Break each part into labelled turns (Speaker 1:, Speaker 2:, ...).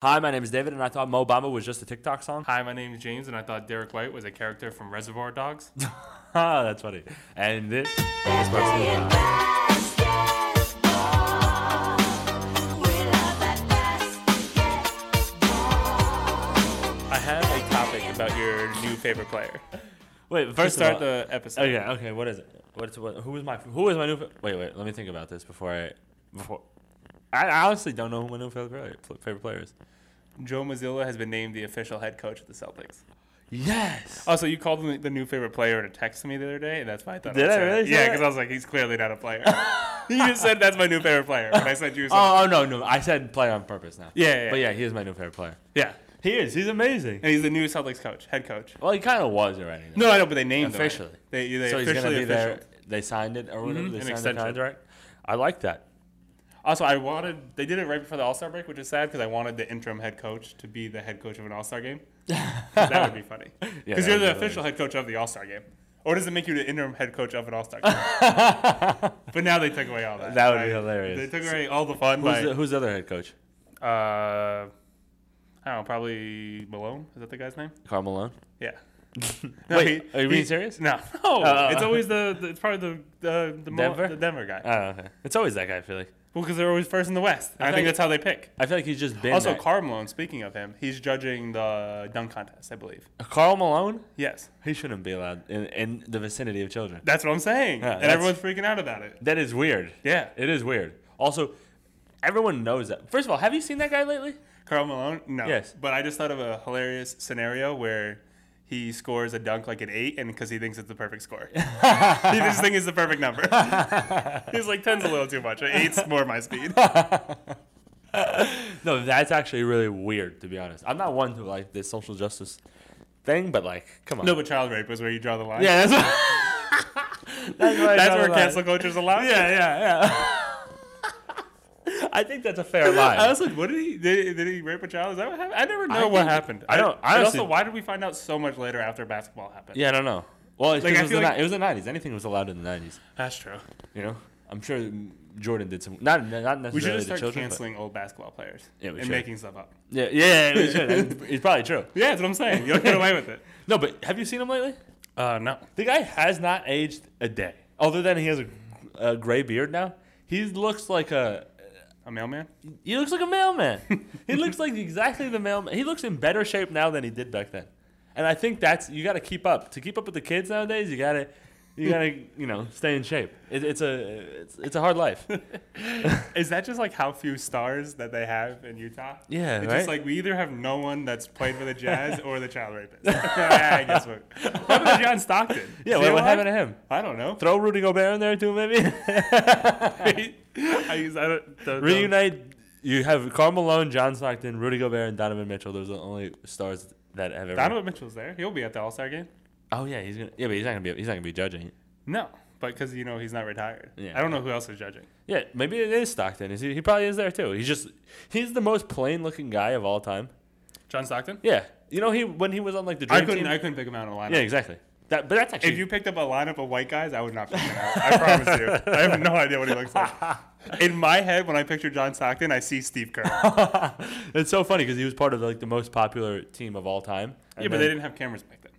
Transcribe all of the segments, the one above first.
Speaker 1: Hi, my name is David, and I thought Mo Bamba was just a TikTok song.
Speaker 2: Hi, my name is James, and I thought Derek White was a character from Reservoir Dogs.
Speaker 1: That's funny. And this is
Speaker 3: Playing basketball. We love that basketball.
Speaker 2: I have a topic about your new favorite player.
Speaker 1: Wait,
Speaker 2: First,
Speaker 1: first of
Speaker 2: start
Speaker 1: all-
Speaker 2: the episode.
Speaker 1: Okay, okay. What is it? What's what? Who is my who is my new? fa- Wait, wait. Let me think about this before I before. I I honestly don't know who my new favorite player, pl- favorite player is.
Speaker 2: Joe Mazzulla has been named the official head coach of the Celtics.
Speaker 1: Yes.
Speaker 2: Also, you called him the new favorite player in a text to me the other day, and that's why I thought.
Speaker 1: Did
Speaker 2: would
Speaker 1: I
Speaker 2: say that.
Speaker 1: really say
Speaker 2: Yeah,
Speaker 1: that?
Speaker 2: because I was like, he's clearly not a player. you just said that's my new favorite player, and I said you. Something.
Speaker 1: Oh, oh, no no! I said play on purpose now.
Speaker 2: Yeah, yeah,
Speaker 1: But
Speaker 2: yeah.
Speaker 1: yeah, he is my new favorite player.
Speaker 2: yeah,
Speaker 1: He is. He's amazing.
Speaker 2: and he's the new Celtics coach, head coach.
Speaker 1: Well, he kind of was already. though.
Speaker 2: No, I know, but they named
Speaker 1: Officially.
Speaker 2: him They, they
Speaker 1: so he's
Speaker 2: officially
Speaker 1: gonna be
Speaker 2: official.
Speaker 1: there. They signed it or whatever.
Speaker 2: Mhm,
Speaker 1: They
Speaker 2: an
Speaker 1: signed
Speaker 2: extension.
Speaker 1: the contract. I like that.
Speaker 2: Also, I wanted they did it right before the All Star break, which is sad because I wanted the interim head coach to be the head coach of an All Star game. that would be funny
Speaker 1: Yeah,
Speaker 2: because
Speaker 1: that
Speaker 2: you're
Speaker 1: would
Speaker 2: the
Speaker 1: be
Speaker 2: official head coach of the All Star game. Or does it make you the interim head coach of an All Star game? but now they took away all that.
Speaker 1: That would be
Speaker 2: I-
Speaker 1: hilarious.
Speaker 2: They took away all the fun.
Speaker 1: Who's
Speaker 2: by,
Speaker 1: the, who's the other head coach?
Speaker 2: uh, I don't know, probably Malone. Is that the guy's name?
Speaker 1: Carl Malone.
Speaker 2: Yeah.
Speaker 1: Wait, are you being serious?
Speaker 2: No, no.
Speaker 1: Oh.
Speaker 2: it's always the, the it's probably the the the, Denver?
Speaker 1: Denver?
Speaker 2: the Denver guy.
Speaker 1: Oh, okay. It's always that guy. I feel like.
Speaker 2: well, because they're always first in the West. And I,
Speaker 1: thought
Speaker 2: think
Speaker 1: you-
Speaker 2: that's how they pick.
Speaker 1: I feel like he's just been
Speaker 2: Also,
Speaker 1: that-
Speaker 2: Karl Malone, speaking of him, he's judging the dunk contest, I believe.
Speaker 1: Carl Malone.
Speaker 2: Yes.
Speaker 1: He shouldn't be allowed in, in the vicinity of children.
Speaker 2: That's what I'm saying.
Speaker 1: Yeah,
Speaker 2: and
Speaker 1: that's-
Speaker 2: everyone's freaking out about it.
Speaker 1: That is weird.
Speaker 2: Yeah.
Speaker 1: It is weird. Also, everyone knows that. First of all, have you seen that guy lately?
Speaker 2: Carl Malone? No.
Speaker 1: Yes.
Speaker 2: But I just thought of a hilarious scenario where he scores a dunk like an eight, and because he thinks it's the perfect score, he just thinks it's the perfect number. He's like, 10's a little too much. Eight's more my speed.
Speaker 1: No, that's actually really weird, to be honest. I'm not one to like this social justice thing, but like, come on.
Speaker 2: No, but child rape was where you draw the line.
Speaker 1: yeah, that's what, that's, what I
Speaker 2: That's
Speaker 1: thought
Speaker 2: where
Speaker 1: about
Speaker 2: cancel
Speaker 1: it.
Speaker 2: culture's allowed.
Speaker 1: Yeah, yeah, yeah. I think that's a fair line.
Speaker 2: I was like, what did he did, did he rape a child? Is that what happened? I never know
Speaker 1: I
Speaker 2: what
Speaker 1: think-
Speaker 2: happened.
Speaker 1: I don't-
Speaker 2: And
Speaker 1: honestly-
Speaker 2: also, why did we find out so much later after basketball happened?
Speaker 1: yeah, I don't know. Well, it's
Speaker 2: Like,
Speaker 1: 'cause
Speaker 2: I
Speaker 1: it, was the,
Speaker 2: feel like-
Speaker 1: ni- it was the 90s. Anything was allowed in the 90s.
Speaker 2: that's true.
Speaker 1: You know, I'm sure mm, Jordan did some. Not not necessarily
Speaker 2: We should
Speaker 1: to
Speaker 2: just start
Speaker 1: children, but-
Speaker 2: canceling old basketball players
Speaker 1: Yeah, we
Speaker 2: and
Speaker 1: should.
Speaker 2: making stuff up.
Speaker 1: Yeah, yeah, yeah, we should. That's- it's probably true.
Speaker 2: Yeah, that's what I'm saying. You'll get away with it.
Speaker 1: No, but have you seen him lately?
Speaker 2: Uh, no.
Speaker 1: The guy has not aged a day. Other than he has a, a gray beard now, he looks like a
Speaker 2: A mailman?
Speaker 1: he looks like a mailman. he looks like exactly the mailman. He looks in better shape now than he did back then. And I think that's you got to keep up to keep up with the kids nowadays. You gotta you gotta you know stay in shape. It, it's a it's, it's a hard life.
Speaker 2: Is that just like how few stars that they have in Utah?
Speaker 1: Yeah,
Speaker 2: It's
Speaker 1: right?
Speaker 2: just like we either have no one that's played for the Jazz or the child rapist. yeah, I guess what. What happened to John Stockton?
Speaker 1: Yeah,
Speaker 2: Is he
Speaker 1: what, what
Speaker 2: alive?
Speaker 1: happened to him?
Speaker 2: I don't know.
Speaker 1: Throw Rudy Gobert in there too, maybe.
Speaker 2: I use, I don't, the, the-
Speaker 1: Reunite. You have Carl Malone, John Stockton, Rudy Gobert, and Donovan Mitchell. Those are the only stars that have ever.
Speaker 2: Donovan Mitchell's there. He'll be at the All Star game.
Speaker 1: Oh yeah, he's gonna. Yeah, but he's not gonna be. He's not gonna be judging.
Speaker 2: No, but because you know he's not retired.
Speaker 1: Yeah.
Speaker 2: I don't know who else is judging.
Speaker 1: Yeah, maybe it is Stockton. Is he? He probably is there too. He's just. He's the most plain looking guy of all time.
Speaker 2: John Stockton.
Speaker 1: Yeah, you know he when he was on like the dream
Speaker 2: I couldn't.
Speaker 1: team.
Speaker 2: I couldn't pick him out in a lineup.
Speaker 1: yeah, exactly. That, but that's actually.
Speaker 2: If you picked up a lineup of white guys, I would not pick him out. I promise you. I have no idea what he looks like. In my head, when I picture John Stockton, I see Steve Kerr. yeah,
Speaker 1: it's so funny because he was part of like the most popular team of all time. And
Speaker 2: but they
Speaker 1: then-
Speaker 2: didn't have cameras back then.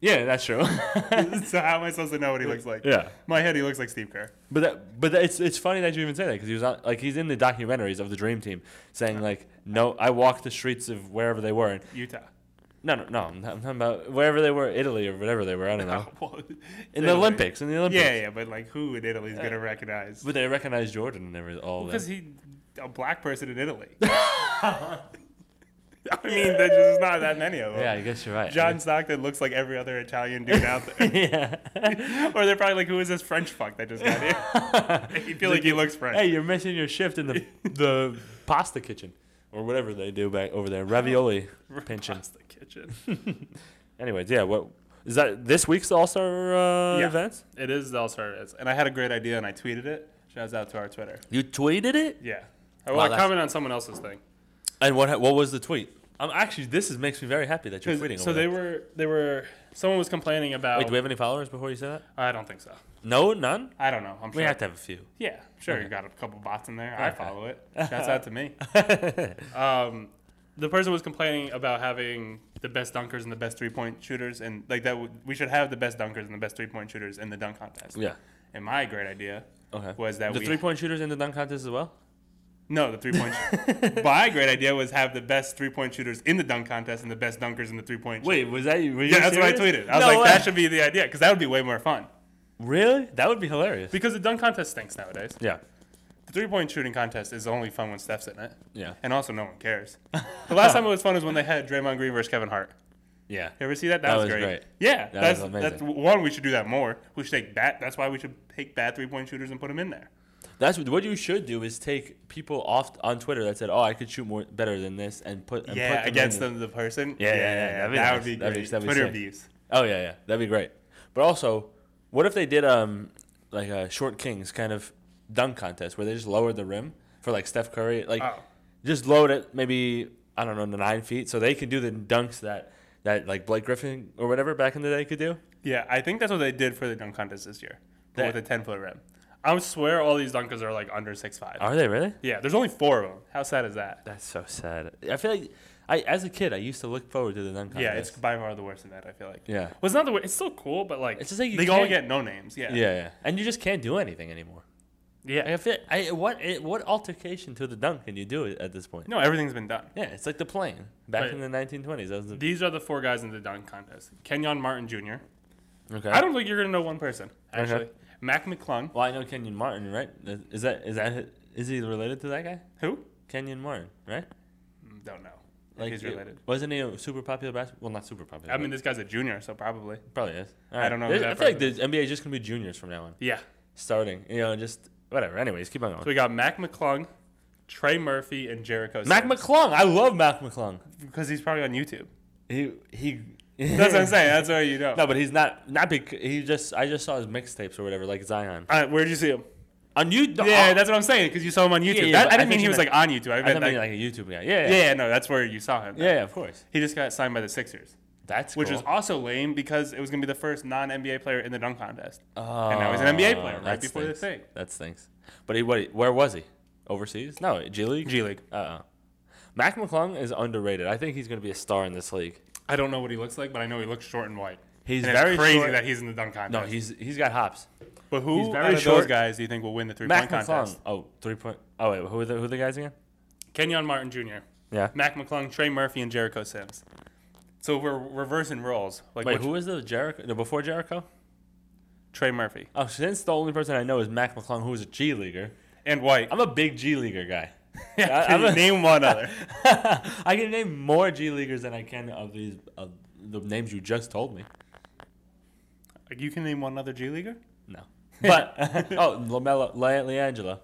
Speaker 1: Yeah, that's true.
Speaker 2: so how am I supposed to know what he looks like?
Speaker 1: Yeah.
Speaker 2: My head, he looks like Steve Kerr.
Speaker 1: But that, but that, it's it's funny that you even say that because he was on, like he's in the documentaries of the Dream Team saying like no I walked the streets of wherever they were and
Speaker 2: Utah.
Speaker 1: no no no I'm talking about wherever they were Italy or whatever they were I don't know
Speaker 2: Well,
Speaker 1: in
Speaker 2: Italy.
Speaker 1: the Olympics in the Olympics
Speaker 2: Yeah, yeah, but like who in Italy is gonna recognize?
Speaker 1: but they recognized Jordan and every all
Speaker 2: Because
Speaker 1: that
Speaker 2: he, a black person in Italy. I mean, there's just not that many of them.
Speaker 1: yeah I guess you're right
Speaker 2: John Stockton looks like every other Italian dude out there.
Speaker 1: yeah
Speaker 2: or they're probably like, who is this French fuck that just got here? you feel like he looks French.
Speaker 1: hey you're missing your shift in the the pasta kitchen or whatever they do back over there ravioli pension
Speaker 2: Across the kitchen.
Speaker 1: anyways yeah what is that this week's All Star uh,
Speaker 2: Yeah.
Speaker 1: events
Speaker 2: It is all started. And I had a great idea and I tweeted it. Shouts out to our Twitter.
Speaker 1: you tweeted it
Speaker 2: Yeah. I well,
Speaker 1: Wow,
Speaker 2: I
Speaker 1: that's-
Speaker 2: comment on someone else's thing.
Speaker 1: And what ha- what was the tweet? I'm actually this is makes me very happy that you're tweeting.
Speaker 2: So they were they were someone was complaining about
Speaker 1: Wait, do we have any followers before you say that?
Speaker 2: I don't think so.
Speaker 1: No, none.
Speaker 2: I don't know. I'm sure
Speaker 1: We have to have a few.
Speaker 2: Yeah, sure. You got a couple bots in there. I
Speaker 1: Okay.
Speaker 2: follow it. Shouts out to me. Um, the person was complaining about having the best dunkers and the best three point shooters, and like that, w- we should have the best dunkers and the best three point shooters in the dunk contest.
Speaker 1: Yeah.
Speaker 2: And my great idea
Speaker 1: Okay.
Speaker 2: was that
Speaker 1: the
Speaker 2: we
Speaker 1: three point shooters in the dunk contest as well?
Speaker 2: no the three point. sh- my great idea was have the best three point shooters in the dunk contest and the best dunkers in the three point.
Speaker 1: Wait, was that you? were you
Speaker 2: yeah, that's
Speaker 1: serious?
Speaker 2: what I tweeted. I was
Speaker 1: No
Speaker 2: like,
Speaker 1: way.
Speaker 2: that should be the idea because that would be way more fun
Speaker 1: Really? That would be hilarious.
Speaker 2: because the dunk contest stinks nowadays.
Speaker 1: Yeah.
Speaker 2: The three point shooting contest is only fun when Steph's in it.
Speaker 1: Yeah.
Speaker 2: And also, no one cares. The last time it was fun was when they had Draymond Green versus Kevin Hart.
Speaker 1: Yeah.
Speaker 2: You ever see that? That,
Speaker 1: That
Speaker 2: was,
Speaker 1: was
Speaker 2: great.
Speaker 1: great.
Speaker 2: Yeah,
Speaker 1: That
Speaker 2: that's
Speaker 1: was
Speaker 2: that's
Speaker 1: amazing.
Speaker 2: one. We should do that more. We should take bad. That's why we should take bad three point shooters and put them in there.
Speaker 1: That's what, what you should do is take people off on Twitter that said, "Oh, I could shoot more better than this," and put and put
Speaker 2: yeah,
Speaker 1: them
Speaker 2: against
Speaker 1: in.
Speaker 2: them, the person.
Speaker 1: Yeah, yeah, yeah, that'd be
Speaker 2: that
Speaker 1: nice.
Speaker 2: would be
Speaker 1: That'd
Speaker 2: great.
Speaker 1: be- that'd be
Speaker 2: Twitter
Speaker 1: sick.
Speaker 2: abuse.
Speaker 1: Oh yeah, yeah, that'd be great. But also, what if they did um like a short kings kind of dunk contest where they just lowered the rim for like Steph Curry, like
Speaker 2: Oh.
Speaker 1: just load it maybe I don't know to nine feet, so they could do the dunks that that like Blake Griffin or whatever back in the day could do.
Speaker 2: Yeah, I think that's what they did for the dunk contest this year, but
Speaker 1: That-
Speaker 2: with a ten foot rim. I swear all these dunkers are like under six five.
Speaker 1: Are they really?
Speaker 2: yeah, there's only four of them. How sad is that?
Speaker 1: That's so sad. I feel like I as a kid I used to look forward to the dunk contest.
Speaker 2: Yeah, it's by far the worst event. I feel like.
Speaker 1: yeah.
Speaker 2: Well, it's not the worst. It's still cool, but like
Speaker 1: It's just like you
Speaker 2: they all
Speaker 1: can't-
Speaker 2: get no names. Yeah.
Speaker 1: yeah, yeah, and you just can't do anything anymore.
Speaker 2: Yeah.
Speaker 1: Like, I feel I what eh, what altercation to the dunk can you do at this point?
Speaker 2: No, everything's been done.
Speaker 1: Yeah, it's like the plane back
Speaker 2: Right.
Speaker 1: in the 1920s. That was the,
Speaker 2: These are the four guys in the dunk contest. Kenyon Martin Jr.
Speaker 1: okay.
Speaker 2: I don't think you're gonna know one person actually.
Speaker 1: Okay.
Speaker 2: Mac McClung.
Speaker 1: Well, I know Kenyon Martin, right? Is that is that is he related to that guy?
Speaker 2: Who?
Speaker 1: Kenyon Martin, right?
Speaker 2: Mm, Don't know. Like he's
Speaker 1: it-
Speaker 2: related.
Speaker 1: Wasn't he a super popular basketball? Well, not super popular.
Speaker 2: I mean, this guy's a junior, so probably.
Speaker 1: but probably is. All
Speaker 2: don't know who
Speaker 1: There's-
Speaker 2: that
Speaker 1: I feel like the
Speaker 2: person
Speaker 1: NBA is just gonna be juniors from now on,
Speaker 2: Yeah.
Speaker 1: starting. You know, just whatever. Anyways, keep on
Speaker 2: So
Speaker 1: going.
Speaker 2: we got Mac McClung, Trey Murphy, and Jericho.
Speaker 1: Mac McClung, I love Mac McClung.
Speaker 2: because he's probably on YouTube.
Speaker 1: He he.
Speaker 2: That's what I'm saying. That's where you know.
Speaker 1: No, but he's not not big. He just I just saw his mixtapes or whatever, like Zion.
Speaker 2: All right, where'd you see him?
Speaker 1: On you,
Speaker 2: Yeah, that's what I'm saying because you saw him on YouTube.
Speaker 1: yeah,
Speaker 2: That-
Speaker 1: but
Speaker 2: I
Speaker 1: I
Speaker 2: didn't mean
Speaker 1: think
Speaker 2: he
Speaker 1: you
Speaker 2: was
Speaker 1: meant-
Speaker 2: like on YouTube. I
Speaker 1: I
Speaker 2: meant
Speaker 1: thought you
Speaker 2: like,
Speaker 1: mean, like a YouTube guy. Yeah, yeah,
Speaker 2: yeah, no, that's where you saw him.
Speaker 1: yeah, yeah, of course.
Speaker 2: He just got signed by the Sixers,
Speaker 1: That's
Speaker 2: which
Speaker 1: cool.
Speaker 2: was also lame because it was gonna be the first non-NBA player in the dunk contest.
Speaker 1: Oh,
Speaker 2: now he's an NBA player, right
Speaker 1: that
Speaker 2: before the
Speaker 1: stinks.
Speaker 2: thing.
Speaker 1: That stinks. But he, what, where was he? Overseas? No, G League.
Speaker 2: G League.
Speaker 1: Uh, Mac McClung is underrated. I think he's going to be a star in this league.
Speaker 2: I don't know what he looks like, but I know he looks short and white.
Speaker 1: He's
Speaker 2: And
Speaker 1: very
Speaker 2: it's crazy
Speaker 1: short.
Speaker 2: that he's in the dunk contest.
Speaker 1: No, he's he's got hops.
Speaker 2: But who
Speaker 1: He's very
Speaker 2: out of those
Speaker 1: short.
Speaker 2: guys do you think will win the three
Speaker 1: Mac
Speaker 2: point contest?
Speaker 1: McClung. Oh, three point. Oh wait, who are the who are the guys again?
Speaker 2: Kenyon Martin Jr.,
Speaker 1: Yeah.
Speaker 2: Mac McClung, Trey Murphy, and Jericho Sims. So we're reversing roles. Like
Speaker 1: Wait,
Speaker 2: which-
Speaker 1: who was the Jericho? No, before Jericho?
Speaker 2: Trey Murphy
Speaker 1: Oh, since the only person I know is Mac McClung, who is a G leaguer.
Speaker 2: and White.
Speaker 1: I'm a big G leaguer guy.
Speaker 2: Yeah,
Speaker 1: I'm a-
Speaker 2: name one other.
Speaker 1: I can name more G leaguers than I can of these of the names you just told me.
Speaker 2: Like, you can name one other G leaguer.
Speaker 1: No. But oh, Lamelo, Le, Leangelo,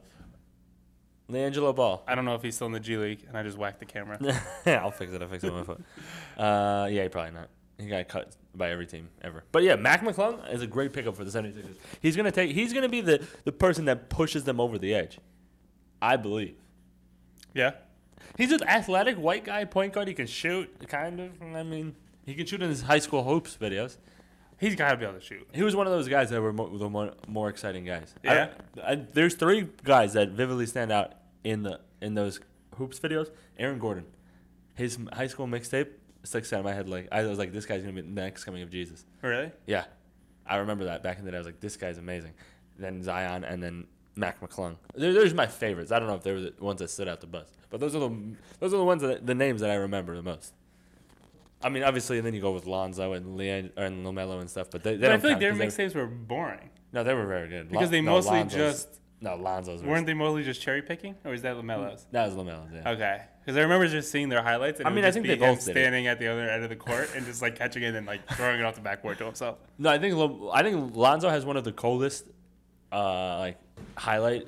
Speaker 1: Leangelo Ball.
Speaker 2: I don't know if he's still in the G League, and I just whacked the camera.
Speaker 1: I'll fix it. I'll fix it with my foot. Uh, yeah, probably not. He got cut by every team ever. But yeah, Mac McClung is a great pickup for the 76ers. He's gonna take. He's gonna be the the person that pushes them over the edge. I believe.
Speaker 2: yeah,
Speaker 1: He's an athletic white guy point guard. He can shoot, kind of. I mean, he can shoot in his high school hoops videos.
Speaker 2: he's got to be able to shoot.
Speaker 1: He was one of those guys that were mo- the more, more exciting guys. I-
Speaker 2: Yeah?
Speaker 1: I- there's three guys that vividly stand out in the in those hoops videos. Aaron Gordon, his m- high school mixtape sticks out in my head. Like I was like, this guy's gonna be the next coming of Jesus.
Speaker 2: Really?
Speaker 1: Yeah, I remember that back in the day. I was like, this guy's amazing. Then Zion, and then Mac McClung. There, there's my favorites. I don't know if they were the ones that stood out the best, but those are the those are the ones that the names that I remember the most. I mean, obviously, and then you go with Lonzo and Leon and Lomelo and stuff, but they, they
Speaker 2: But I
Speaker 1: don't
Speaker 2: feel like
Speaker 1: count
Speaker 2: their
Speaker 1: 'cause they-
Speaker 2: mixtapes were boring
Speaker 1: no, they were very good
Speaker 2: because
Speaker 1: Lon-
Speaker 2: they
Speaker 1: no,
Speaker 2: mostly
Speaker 1: Lonzo's-
Speaker 2: just
Speaker 1: no Lonzo's
Speaker 2: weren't they mostly just cherry picking, or is that Lamelo's?
Speaker 1: That was Lamelo's. Yeah.
Speaker 2: Okay, because I remember just seeing their highlights. And
Speaker 1: Mm. I
Speaker 2: it would
Speaker 1: mean, I
Speaker 2: just
Speaker 1: think
Speaker 2: be
Speaker 1: they
Speaker 2: him
Speaker 1: both did it.
Speaker 2: standing at the other end of the court and just like catching it and like throwing it off the backboard to himself.
Speaker 1: No, I think Lo- I think Lonzo has one of the coldest, uh, like highlight,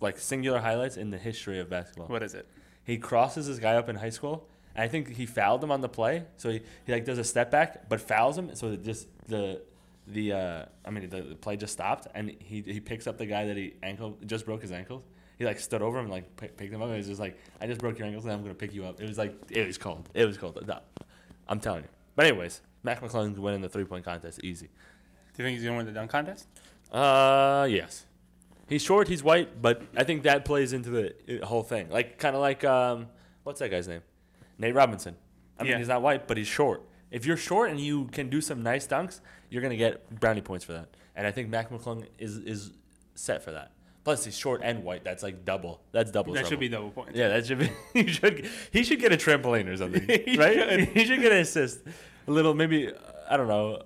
Speaker 1: like singular highlights in the history of basketball.
Speaker 2: What is it?
Speaker 1: He crosses this guy up in high school. And I think he fouled him on the play, so he, he like does a step back, but fouls him, so it just the the uh, I mean the, the play just stopped, and he he picks up the guy that he ankle just broke his ankles. He like stood over him, and, like p- picked him up. and It was just like I just broke your ankles, and I'm gonna pick you up. It was like it was cold. It was cold. No, I'm telling you. But anyways, Mac McClung's winning the three point contest easy.
Speaker 2: Do you think he's gonna win the dunk contest?
Speaker 1: Uh, yes. He's short. He's white, but I think that plays into the uh, whole thing. Like, kind of like um, what's that guy's name? Nate Robinson. I mean,
Speaker 2: Yeah.
Speaker 1: he's not white, but he's short. If you're short and you can do some nice dunks, you're gonna get brownie points for that. And I think Mac McClung is is set for that. Plus, he's short and white. That's like double. That's double.
Speaker 2: That should
Speaker 1: trouble.
Speaker 2: be double points.
Speaker 1: Yeah, that should be. He should. He should get a trampoline or something,
Speaker 2: He
Speaker 1: right?
Speaker 2: should.
Speaker 1: He should get an assist. A little, maybe. uh, I don't know.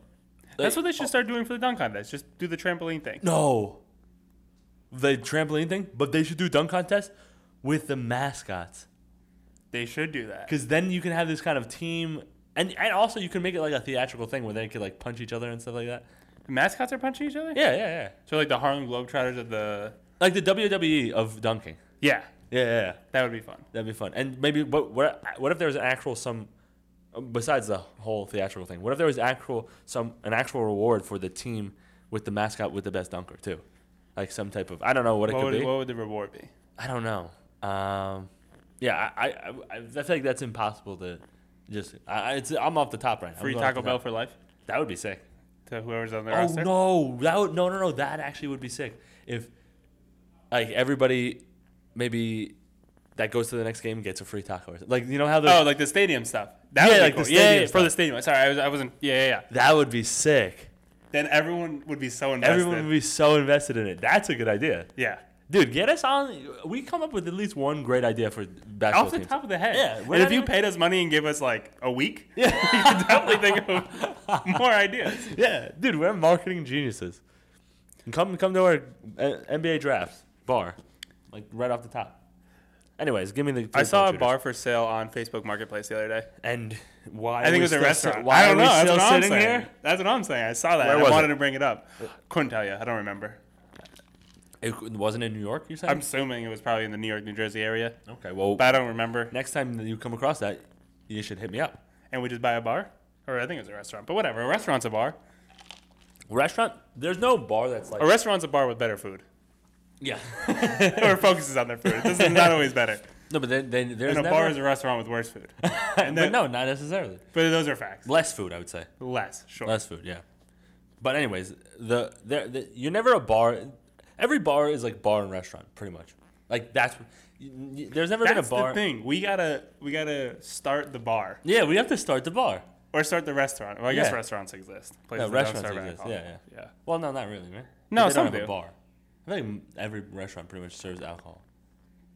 Speaker 2: That's what they should start doing for the dunk contest. Just do the trampoline thing.
Speaker 1: Oh. No. The trampoline thing, but they should do dunk contest with the mascots,
Speaker 2: They should do that.
Speaker 1: because then you can have this kind of team, and and also you can make it like a theatrical thing where they can like punch each other and stuff like that.
Speaker 2: Mascots are punching each other.
Speaker 1: Yeah, yeah, yeah.
Speaker 2: So like the Harlem Globetrotters of the.
Speaker 1: Like the WWE of dunking.
Speaker 2: Yeah,
Speaker 1: Yeah, yeah, yeah.
Speaker 2: that would be fun.
Speaker 1: That'd be fun. And maybe what what what if there was an actual some besides the whole theatrical thing? What if there was actual some an actual reward for the team with the mascot with the best dunker too? Like some type of I don't know what it
Speaker 2: What
Speaker 1: could
Speaker 2: would,
Speaker 1: be.
Speaker 2: what would the reward be?
Speaker 1: I don't know. Um, yeah, I, I I I feel like that's impossible to just I, I- it's I'm off the top right now. I'm
Speaker 2: Free
Speaker 1: going off
Speaker 2: Taco
Speaker 1: the
Speaker 2: Bell
Speaker 1: top.
Speaker 2: for life
Speaker 1: That would be sick.
Speaker 2: to whoever's on the
Speaker 1: Oh
Speaker 2: roster.
Speaker 1: no, that would, no no no that actually would be sick if like everybody maybe that goes to the next game gets a free taco or something. like you know how the
Speaker 2: Oh, like the stadium stuff. That
Speaker 1: Yeah,
Speaker 2: would be
Speaker 1: like the
Speaker 2: cool. yeah, yeah,
Speaker 1: stadium
Speaker 2: for the
Speaker 1: stuff.
Speaker 2: stadium. Sorry, I, was, I wasn't. Yeah, yeah, yeah.
Speaker 1: That would be sick.
Speaker 2: Then everyone would be so invested.
Speaker 1: Everyone would be so invested in it. That's a good idea,
Speaker 2: yeah.
Speaker 1: dude. Get us on. We come up with at least one great idea for basketball
Speaker 2: Off the
Speaker 1: teams.
Speaker 2: top of the head.
Speaker 1: Yeah, we're
Speaker 2: And if
Speaker 1: not
Speaker 2: you
Speaker 1: even-
Speaker 2: paid us money and gave us like a week,
Speaker 1: Yeah.
Speaker 2: we could definitely think of more ideas.
Speaker 1: Yeah, dude, we're marketing geniuses. And Come, come to our uh, NBA drafts bar, like right off the top. Anyways, give me the.
Speaker 2: I saw a
Speaker 1: three-point
Speaker 2: bar for sale on Facebook Marketplace the other day.
Speaker 1: shooters. and why?
Speaker 2: I think
Speaker 1: we
Speaker 2: it was a
Speaker 1: still
Speaker 2: restaurant.
Speaker 1: sit- why
Speaker 2: I don't
Speaker 1: are
Speaker 2: know.
Speaker 1: we
Speaker 2: That's
Speaker 1: still
Speaker 2: what I'm
Speaker 1: sitting
Speaker 2: saying.
Speaker 1: here?
Speaker 2: That's what I'm saying. I saw that.
Speaker 1: Where
Speaker 2: and
Speaker 1: was
Speaker 2: I wanted
Speaker 1: it?
Speaker 2: to bring it up. Couldn't tell you. I don't remember.
Speaker 1: It wasn't in New York. You said.
Speaker 2: I'm assuming it was probably in the New York, New Jersey area,
Speaker 1: okay. Well,
Speaker 2: but I don't remember.
Speaker 1: next time that you come across that, you should hit me up.
Speaker 2: And we just buy a bar, or I think it was a restaurant, but whatever. A restaurant's a bar.
Speaker 1: Restaurant? There's no bar that's like.
Speaker 2: A restaurant's a bar with better food,
Speaker 1: yeah.
Speaker 2: or focuses on their food. This is not always better.
Speaker 1: no, but then, then there's
Speaker 2: And a
Speaker 1: never-
Speaker 2: bar is a restaurant with worse food. And
Speaker 1: but
Speaker 2: then,
Speaker 1: no, not necessarily.
Speaker 2: but those are facts.
Speaker 1: Less food, I would say.
Speaker 2: Less, sure.
Speaker 1: Less food, yeah. But anyways, the, there the you're never a bar. Every bar is like bar and restaurant, pretty much. Like that's y- y- there's never been
Speaker 2: That's
Speaker 1: a bar.
Speaker 2: the thing. We gotta we gotta start the bar
Speaker 1: Yeah, we have to start the bar.
Speaker 2: or start the restaurant. Well, I guess
Speaker 1: Yeah.
Speaker 2: restaurants exist.
Speaker 1: No,
Speaker 2: Places that don't
Speaker 1: restaurants
Speaker 2: serve
Speaker 1: exist.
Speaker 2: alcohol.
Speaker 1: Yeah, yeah,
Speaker 2: yeah.
Speaker 1: Well, no, not really, right?
Speaker 2: No,
Speaker 1: they
Speaker 2: some
Speaker 1: don't have a
Speaker 2: do.
Speaker 1: bar. I think m- every restaurant pretty much serves alcohol.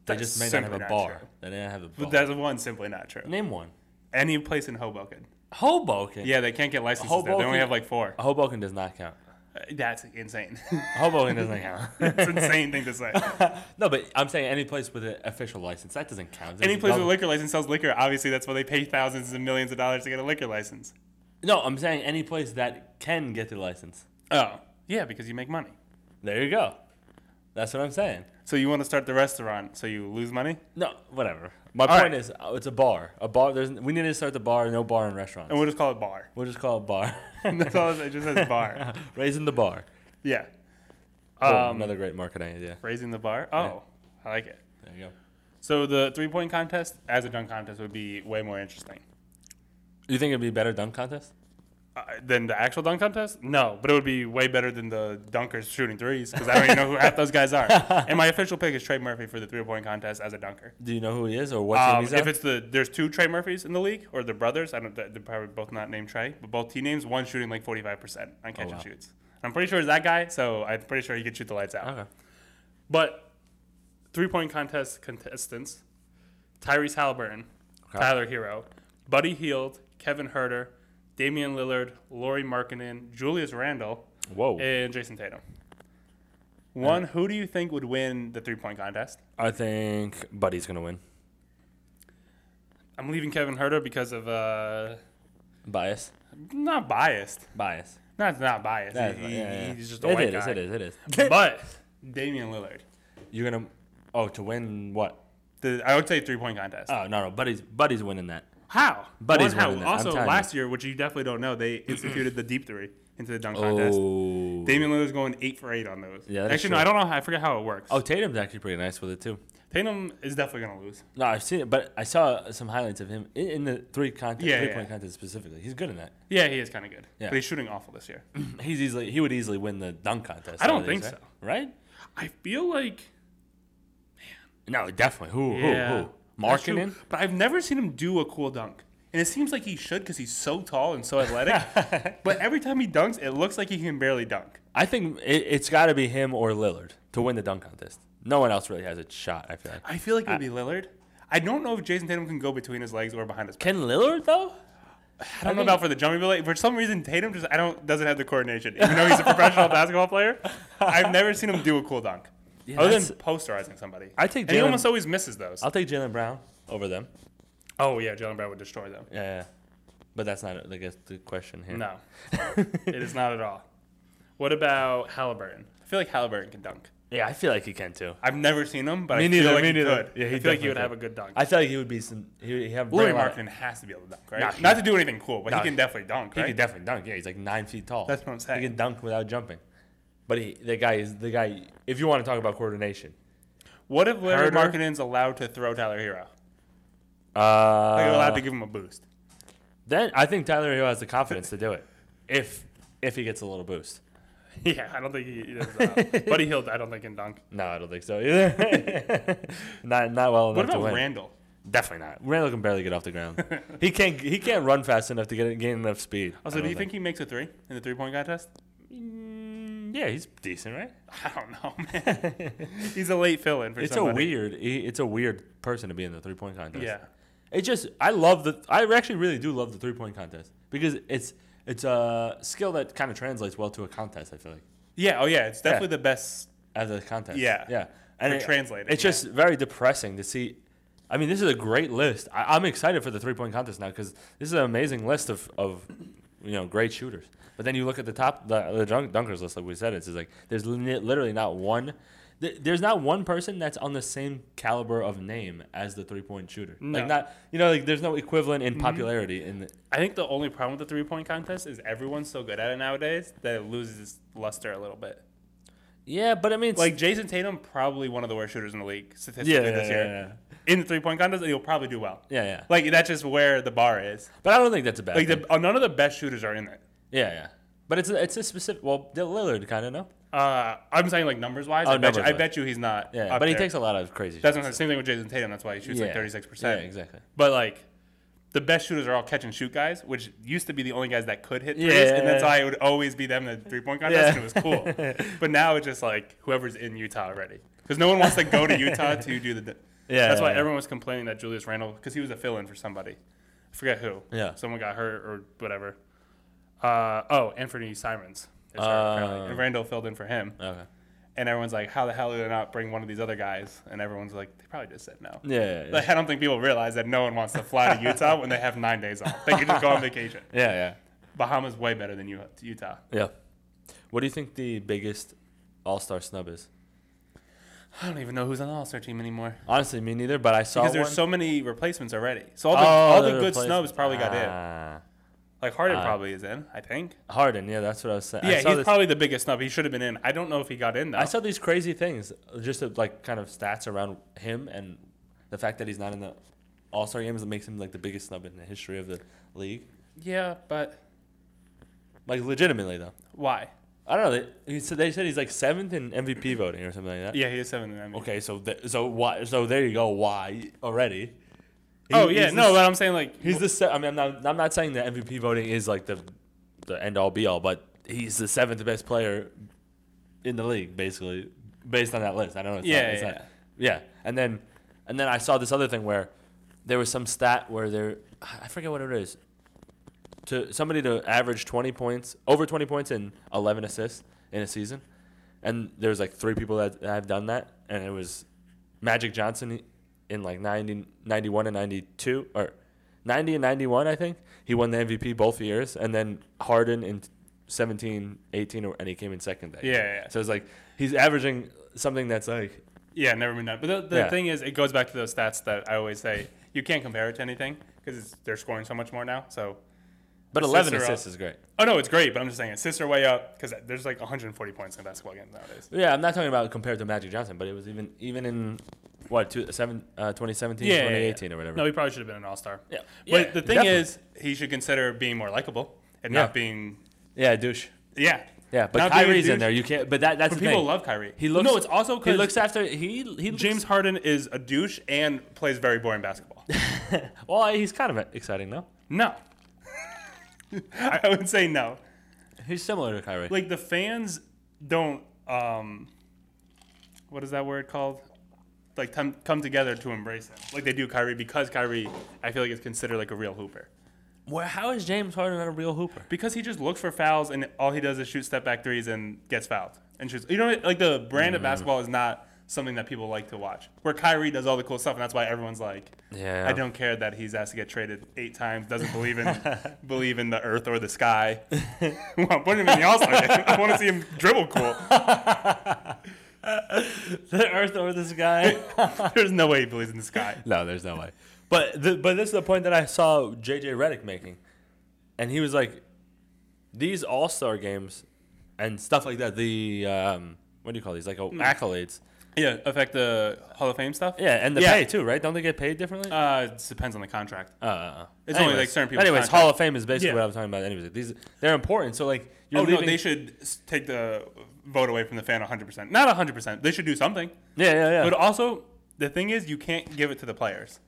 Speaker 1: They
Speaker 2: That's
Speaker 1: just may not have
Speaker 2: simply
Speaker 1: a
Speaker 2: not
Speaker 1: bar.
Speaker 2: true.
Speaker 1: They didn't have a
Speaker 2: But
Speaker 1: bar.
Speaker 2: that's one simply not true.
Speaker 1: Name one.
Speaker 2: Any place in Hoboken.
Speaker 1: Hoboken.
Speaker 2: Yeah, they can't get licenses there. They
Speaker 1: Hoboken-
Speaker 2: only have like four.
Speaker 1: Hoboken does not count.
Speaker 2: Uh, That's insane.
Speaker 1: Hoboken doesn't count.
Speaker 2: it's an insane thing to say.
Speaker 1: no, but I'm saying any place with an official license that doesn't count.
Speaker 2: Any
Speaker 1: There's
Speaker 2: place
Speaker 1: no-
Speaker 2: with a liquor license sells liquor. Obviously, that's why they pay thousands and millions of dollars to get a liquor license.
Speaker 1: No, I'm saying any place that can get the license.
Speaker 2: Oh, yeah, because you make money.
Speaker 1: There you go. That's what I'm saying.
Speaker 2: So you want to start the restaurant so you lose money?
Speaker 1: No, whatever. My
Speaker 2: All
Speaker 1: point
Speaker 2: right.
Speaker 1: is, uh, it's a bar. A bar. There's we need to start the bar. No bar in restaurants.
Speaker 2: And we'll just call it bar.
Speaker 1: We'll just call it bar.
Speaker 2: That's all it it just says bar.
Speaker 1: Raising the bar.
Speaker 2: Yeah.
Speaker 1: Oh,
Speaker 2: Um,
Speaker 1: another great marketing idea.
Speaker 2: Raising the bar. Oh, I like it.
Speaker 1: There you go.
Speaker 2: So the three point contest as a dunk contest would be way more interesting.
Speaker 1: You think it'd be a better dunk contest?
Speaker 2: Uh, than the actual dunk contest? No, but it would be way better than the dunkers shooting threes because I don't even know who half those guys are. And my official pick is Trey Murphy for the three point contest as a dunker.
Speaker 1: Do you know who he is or what team
Speaker 2: Um,
Speaker 1: he's
Speaker 2: if
Speaker 1: on?
Speaker 2: it's the there's two Trey Murphys in the league or they're brothers. I don't. They're probably both not named Trey, but both T names. One shooting like 45 percent on catch
Speaker 1: Oh, wow.
Speaker 2: and shoots. I'm pretty sure it's that guy, so I'm pretty sure he could shoot the lights out.
Speaker 1: Okay.
Speaker 2: But three point contest contestants Tyrese Halliburton,
Speaker 1: Okay.
Speaker 2: Tyler Hero, Buddy Heald, Kevin Herter, Damian Lillard, Laurie Markinen, Julius Randle,
Speaker 1: Whoa.
Speaker 2: and Jason Tatum. One, who do you think would win the three point contest?
Speaker 1: I think Buddy's gonna win.
Speaker 2: I'm leaving Kevin Herter because of uh,
Speaker 1: Bias.
Speaker 2: not biased.
Speaker 1: Bias.
Speaker 2: Not not biased.
Speaker 1: That is-
Speaker 2: He- he-
Speaker 1: yeah, yeah.
Speaker 2: He's just a
Speaker 1: It
Speaker 2: white
Speaker 1: is.
Speaker 2: guy.
Speaker 1: It is. It is.
Speaker 2: But Damian Lillard.
Speaker 1: You're gonna. Oh, to win what?
Speaker 2: The, I would say three point contest.
Speaker 1: Oh no, no. Buddy's Buddy's winning that.
Speaker 2: How?
Speaker 1: Buddy's
Speaker 2: One, how?
Speaker 1: winning that. I'm
Speaker 2: Also,
Speaker 1: telling you.
Speaker 2: last year, which you definitely don't know, they instituted the deep three into the dunk contest.
Speaker 1: Oh.
Speaker 2: Damian Lillard's going eight for eight on those.
Speaker 1: Yeah, that's
Speaker 2: actually, no,
Speaker 1: true.
Speaker 2: I don't know. How, I forget how it works.
Speaker 1: Oh, Tatum's actually pretty nice with it too.
Speaker 2: Tatum is definitely gonna lose.
Speaker 1: No, I've seen it, but I saw some highlights of him in, in the three contest,
Speaker 2: Yeah,
Speaker 1: three
Speaker 2: yeah.
Speaker 1: point contest specifically. He's good in that.
Speaker 2: Yeah, he is kind of good,
Speaker 1: Yeah.
Speaker 2: but he's shooting awful this year.
Speaker 1: He's easily he would easily win the dunk contest.
Speaker 2: I don't
Speaker 1: nowadays,
Speaker 2: think
Speaker 1: right? Right?
Speaker 2: I feel like
Speaker 1: No, definitely. Who?
Speaker 2: yeah.
Speaker 1: Who? Who?
Speaker 2: That's true.
Speaker 1: marketing.
Speaker 2: But I've never seen him do a cool dunk. And it seems like he should because he's so tall and so athletic. but every time he dunks, it looks like he can barely dunk.
Speaker 1: I think it, it's got to be him or Lillard to win the dunk contest. No one else really has a shot. I feel like.
Speaker 2: I feel like it would be Lillard. I don't know if Jason Tatum can go between his legs or behind his back.
Speaker 1: Can Lillard though?
Speaker 2: I don't know about for the jumping ability. For some reason, Tatum just I don't doesn't have the coordination. Even though he's a professional basketball player, I've never seen him do a cool dunk.
Speaker 1: Yeah,
Speaker 2: Other than
Speaker 1: that's-
Speaker 2: posterizing somebody,
Speaker 1: I take
Speaker 2: And he
Speaker 1: Jalen-
Speaker 2: almost always misses those.
Speaker 1: I'll take Jalen Brown over them.
Speaker 2: oh yeah, Jalen Brown would destroy them.
Speaker 1: Yeah, yeah. but that's not I guess the question here.
Speaker 2: No, it is not at all. What about Halliburton? I feel like Halliburton can dunk.
Speaker 1: yeah, I feel like he can too.
Speaker 2: I've never seen him, but I
Speaker 1: Me
Speaker 2: feel
Speaker 1: neither,
Speaker 2: like
Speaker 1: me
Speaker 2: he
Speaker 1: neither.
Speaker 2: could.
Speaker 1: Yeah, he
Speaker 2: I feel like
Speaker 1: definitely
Speaker 2: he would have a
Speaker 1: could.
Speaker 2: good dunk.
Speaker 1: I feel like he would be some. He, he have
Speaker 2: Larry
Speaker 1: very lot-
Speaker 2: Markkinen has to be able to dunk, right?
Speaker 1: No, he-
Speaker 2: Not to do anything cool, but
Speaker 1: No,
Speaker 2: he can
Speaker 1: he-
Speaker 2: definitely dunk,
Speaker 1: He
Speaker 2: right?
Speaker 1: could definitely dunk. Yeah, he's like nine feet tall.
Speaker 2: That's what I'm saying.
Speaker 1: He can dunk without jumping. But he, the guy is the guy. If you want to talk about coordination,
Speaker 2: what if Larry
Speaker 1: Herder?
Speaker 2: Markkinen's allowed to throw Tyler Hero?
Speaker 1: uh,
Speaker 2: Like, allowed to give him a boost.
Speaker 1: then I think Tyler Hero has the confidence to do it. If if he gets a little boost.
Speaker 2: Yeah, I don't think he, he does that. Buddy Hield, I don't think can dunk.
Speaker 1: No, I don't think so either. not not well enough
Speaker 2: What
Speaker 1: to
Speaker 2: about
Speaker 1: win.
Speaker 2: Randall?
Speaker 1: Definitely not. Randall can barely get off the ground. he can't he can't run fast enough to get gain enough speed.
Speaker 2: Also,
Speaker 1: I
Speaker 2: do
Speaker 1: don't
Speaker 2: you think he makes a three in the three point contest?
Speaker 1: Mm, yeah, he's decent, right?
Speaker 2: I don't know, man. He's a late fill in for
Speaker 1: It's a
Speaker 2: somebody.
Speaker 1: weird he- it's a weird person to be in the three point contest.
Speaker 2: Yeah.
Speaker 1: It just I love the I actually really do love the three point contest because it's it's a skill that kind of translates well to a contest. I feel like
Speaker 2: Yeah, oh yeah, it's definitely the best.
Speaker 1: as a contest.
Speaker 2: Yeah.
Speaker 1: yeah, and
Speaker 2: For translating,
Speaker 1: It's
Speaker 2: yeah.
Speaker 1: just very depressing to see. I mean, this is a great list. I, I'm excited for the three point contest now because this is an amazing list of, of you know great shooters. But then you look at the top the, the dunk, dunkers list, like we said, it's just like there's li- literally not one. th- There's not one person that's on the same caliber of name as the three point shooter.
Speaker 2: No. Mm-hmm.
Speaker 1: Like not you know like there's no equivalent in popularity in the,
Speaker 2: I think the only problem with the three point contest is everyone's so good at it nowadays that it loses its luster a little bit.
Speaker 1: Yeah, but I mean, it's,
Speaker 2: Like Jason Tatum, probably one of the worst shooters in the league statistically
Speaker 1: yeah, yeah,
Speaker 2: this
Speaker 1: yeah,
Speaker 2: year.
Speaker 1: yeah,
Speaker 2: In the three point contest, he'll probably do well.
Speaker 1: yeah, yeah.
Speaker 2: Like that's just where the bar is.
Speaker 1: But I don't think that's a bad.
Speaker 2: Like
Speaker 1: thing.
Speaker 2: the, uh, none of the best shooters are in it.
Speaker 1: yeah, yeah. But it's a, it's a specific. Well, Dil- Lillard kind of no.
Speaker 2: Uh, I'm saying like numbers wise.
Speaker 1: Oh,
Speaker 2: I, bet you, I
Speaker 1: numbers-wise.
Speaker 2: bet you he's not.
Speaker 1: Yeah,
Speaker 2: up
Speaker 1: but he
Speaker 2: there.
Speaker 1: takes a lot of crazy.
Speaker 2: That's
Speaker 1: shots.
Speaker 2: what I'm saying. same thing with Jason Tatum. That's why he shoots like
Speaker 1: Yeah.
Speaker 2: 36. percent
Speaker 1: Yeah, exactly.
Speaker 2: But like. The best shooters are all catch and shoot guys, which used to be the only guys that could hit threes, and that's
Speaker 1: Yeah.
Speaker 2: why it would always be them in the three point contest,
Speaker 1: Yeah.
Speaker 2: and it was cool. but now it's just like whoever's in Utah already, because no one wants to go to Utah to do the.
Speaker 1: Yeah,
Speaker 2: that's why
Speaker 1: yeah, yeah.
Speaker 2: everyone was complaining that Julius Randle, because he was a fill in for somebody, I forget who.
Speaker 1: Yeah.
Speaker 2: someone got hurt or whatever. Uh, oh, Anthony Simons. is hurt, apparently,
Speaker 1: Oh.
Speaker 2: and Randall filled in for him.
Speaker 1: Okay.
Speaker 2: And everyone's like, how the hell did they not bring one of these other guys? And everyone's like, they probably just said no.
Speaker 1: Yeah, yeah, yeah.
Speaker 2: Like, I don't think people realize that no one wants to fly to Utah when they have nine days off. They can just go on vacation.
Speaker 1: yeah,
Speaker 2: Bahamas way better than U- Utah.
Speaker 1: yeah, yeah. What do you think the biggest All Star snub is?
Speaker 2: I don't even know who's on the All Star team anymore
Speaker 1: Honestly, me neither. But I saw
Speaker 2: because there's
Speaker 1: one.
Speaker 2: so many replacements already. So all the,
Speaker 1: Oh,
Speaker 2: all the good
Speaker 1: replacements.
Speaker 2: snubs probably got in.
Speaker 1: Ah.
Speaker 2: Like Harden
Speaker 1: Ah.
Speaker 2: probably is in, I think.
Speaker 1: Harden, yeah, that's what I was saying. I
Speaker 2: Yeah,
Speaker 1: saw
Speaker 2: he's
Speaker 1: this,
Speaker 2: probably the biggest snub. He should have been in. I don't know if he got in though.
Speaker 1: I saw these crazy things, just of, like kind of stats around him and the fact that he's not in the All Star games that makes him like the biggest snub in the history of the league.
Speaker 2: yeah, but
Speaker 1: Like legitimately though.
Speaker 2: why?
Speaker 1: I don't know. They, he said they said he's like seventh in MVP voting or something like that.
Speaker 2: Yeah, he is seventh in the NBA.
Speaker 1: Okay, so th- so why? So there you go. Why already?
Speaker 2: Oh
Speaker 1: He-
Speaker 2: yeah,
Speaker 1: he's
Speaker 2: no,
Speaker 1: The,
Speaker 2: but I'm saying like
Speaker 1: he's the. Se- I mean, I'm not. I'm not saying that MVP voting is like the, the end all be all, but he's the seventh best player in the league, basically, based on that list. I don't know. It's
Speaker 2: Yeah,
Speaker 1: not, it's
Speaker 2: yeah,
Speaker 1: Not, yeah. And then, and then I saw this other thing where there was some stat where there, I forget what it is, to somebody to average 20 points, over 20 points and 11 assists in a season. And there's like three people that that have done that, and it was Magic Johnson in like 90, 91 and 92, or 90 and 91, I think. He won the MVP both years, and then Harden in 17, 18, or- and he came in second that year.
Speaker 2: Yeah, yeah, yeah.
Speaker 1: So it's like he's averaging something that's like,
Speaker 2: Yeah, never been done. But the, the
Speaker 1: Yeah.
Speaker 2: thing is, it goes back to those stats that I always say you can't compare it to anything because they're scoring so much more now. So,
Speaker 1: but
Speaker 2: Assists
Speaker 1: 11
Speaker 2: are up.
Speaker 1: assists is great.
Speaker 2: oh no, it's great, but I'm just saying assists are way up because there's like 140 points in basketball games nowadays.
Speaker 1: Yeah, I'm not talking about compared to Magic Johnson, but it was even even in what two, seven, uh, 2017,
Speaker 2: Yeah, yeah, yeah.
Speaker 1: 2018 or whatever.
Speaker 2: No, he probably should have been an all star.
Speaker 1: Yeah.
Speaker 2: But
Speaker 1: Yeah,
Speaker 2: the thing
Speaker 1: definitely.
Speaker 2: is, he should consider being more likable and
Speaker 1: Yeah.
Speaker 2: not being
Speaker 1: yeah, douche.
Speaker 2: yeah.
Speaker 1: Yeah, but
Speaker 2: Not being a
Speaker 1: Kyrie's in
Speaker 2: douche-
Speaker 1: there. You can't. But that that's
Speaker 2: But
Speaker 1: the
Speaker 2: people
Speaker 1: thing.
Speaker 2: love Kyrie.
Speaker 1: He looks.
Speaker 2: No, it's also
Speaker 1: he
Speaker 2: 'cause
Speaker 1: looks after he he looks-
Speaker 2: James Harden is a douche and plays very boring basketball.
Speaker 1: Well, he's kind of exciting though.
Speaker 2: no. I I would say no.
Speaker 1: He's similar to Kyrie.
Speaker 2: Like the fans don't um what is that word called? Like come come together to embrace him. Like they do Kyrie because Kyrie I feel like is considered like a real hooper.
Speaker 1: Well, how is James Harden not a real hooper?
Speaker 2: Because he just looks for fouls and all he does is shoot step back threes and gets fouled. And shoots. You know, what? like the brand of basketball is not something that people like to watch. Where Kyrie does all the cool stuff, and that's why everyone's like,
Speaker 1: Yeah.
Speaker 2: I don't care that he's asked to get traded eight times, doesn't believe in believe in the earth or the sky. well, put him in the All Star game. I want to see him dribble cool.
Speaker 1: the earth or this guy.
Speaker 2: There's no way he believes in the sky.
Speaker 1: No, there's no way. But the, but this is the point that I saw JJ Redick making, and he was like, these All Star games, and stuff like that. The um, what do you call these? Like oh, accolades.
Speaker 2: Yeah, affect the Hall of Fame stuff.
Speaker 1: Yeah, and the
Speaker 2: Yeah.
Speaker 1: pay too, right? Don't they get paid differently?
Speaker 2: Uh, it depends on the contract.
Speaker 1: Uh, uh,
Speaker 2: It's only, like, certain people's
Speaker 1: Anyways,
Speaker 2: contract.
Speaker 1: Hall of Fame is basically
Speaker 2: Yeah.
Speaker 1: what I'm talking about. Anyways, like, these they're important. So like, you're
Speaker 2: oh
Speaker 1: leaving,
Speaker 2: no, they should s- take the vote away from the fan 100. percent Not 100. percent They should do something.
Speaker 1: yeah, yeah, yeah.
Speaker 2: But also, the thing is, you can't give it to the players.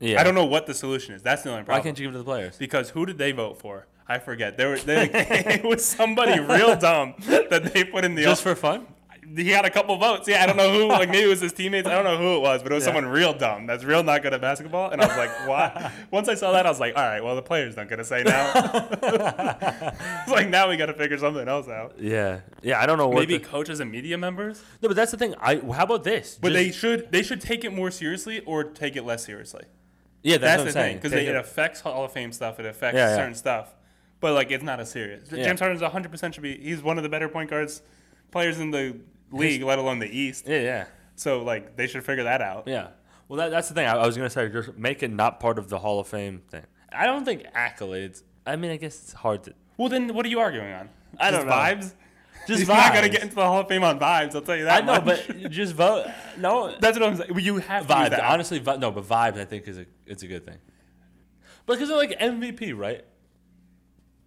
Speaker 1: yeah.
Speaker 2: I don't know what the solution is. That's the only
Speaker 1: Why
Speaker 2: problem.
Speaker 1: can't you give it to the players?
Speaker 2: Because who did they vote for? I forget. There were they, it was somebody real dumb that they put in the.
Speaker 1: Just for fun?
Speaker 2: he had a couple votes. Yeah, I don't know who. Like maybe it was his teammates. I don't know who it was, but it was someone real dumb that's real not good at basketball. And I was like, why? Once I saw that, I was like, all right, well the players not gonna say now. it's like now we got to figure something else out.
Speaker 1: Yeah, yeah. I don't know what.
Speaker 2: Maybe
Speaker 1: the-
Speaker 2: coaches and media members,
Speaker 1: no, but that's the thing. I how about this?
Speaker 2: but they
Speaker 1: Just-
Speaker 2: should they should take it more seriously or take it less seriously.
Speaker 1: yeah, that's,
Speaker 2: That's
Speaker 1: what I'm
Speaker 2: the
Speaker 1: saying.
Speaker 2: thing because
Speaker 1: Take
Speaker 2: it
Speaker 1: it-
Speaker 2: affects Hall of Fame stuff. It affects
Speaker 1: Yeah, yeah.
Speaker 2: certain stuff, but like it's not as serious.
Speaker 1: Yeah.
Speaker 2: James Harden's 100 percent should be. He's one of the better point guards players in the league, let alone the East.
Speaker 1: yeah, yeah.
Speaker 2: So like they should figure that out.
Speaker 1: Yeah. Well, that, that's the thing. I, I was gonna say just make it not part of the Hall of Fame thing. I don't think accolades. I mean, I guess it's hard to
Speaker 2: Well, then what are you arguing on?
Speaker 1: I don't know.
Speaker 2: Vibes.
Speaker 1: just
Speaker 2: He's not gonna
Speaker 1: vibes.
Speaker 2: get into the Hall of Fame on vibes. I'll tell you
Speaker 1: I
Speaker 2: that.
Speaker 1: know,
Speaker 2: much.
Speaker 1: but just vote. No
Speaker 2: that's what I'm saying. Well, You have to use
Speaker 1: vibes.
Speaker 2: that.
Speaker 1: Honestly, vi- no, but vibes. I think is a it's a good thing. Because they're like MVP, right?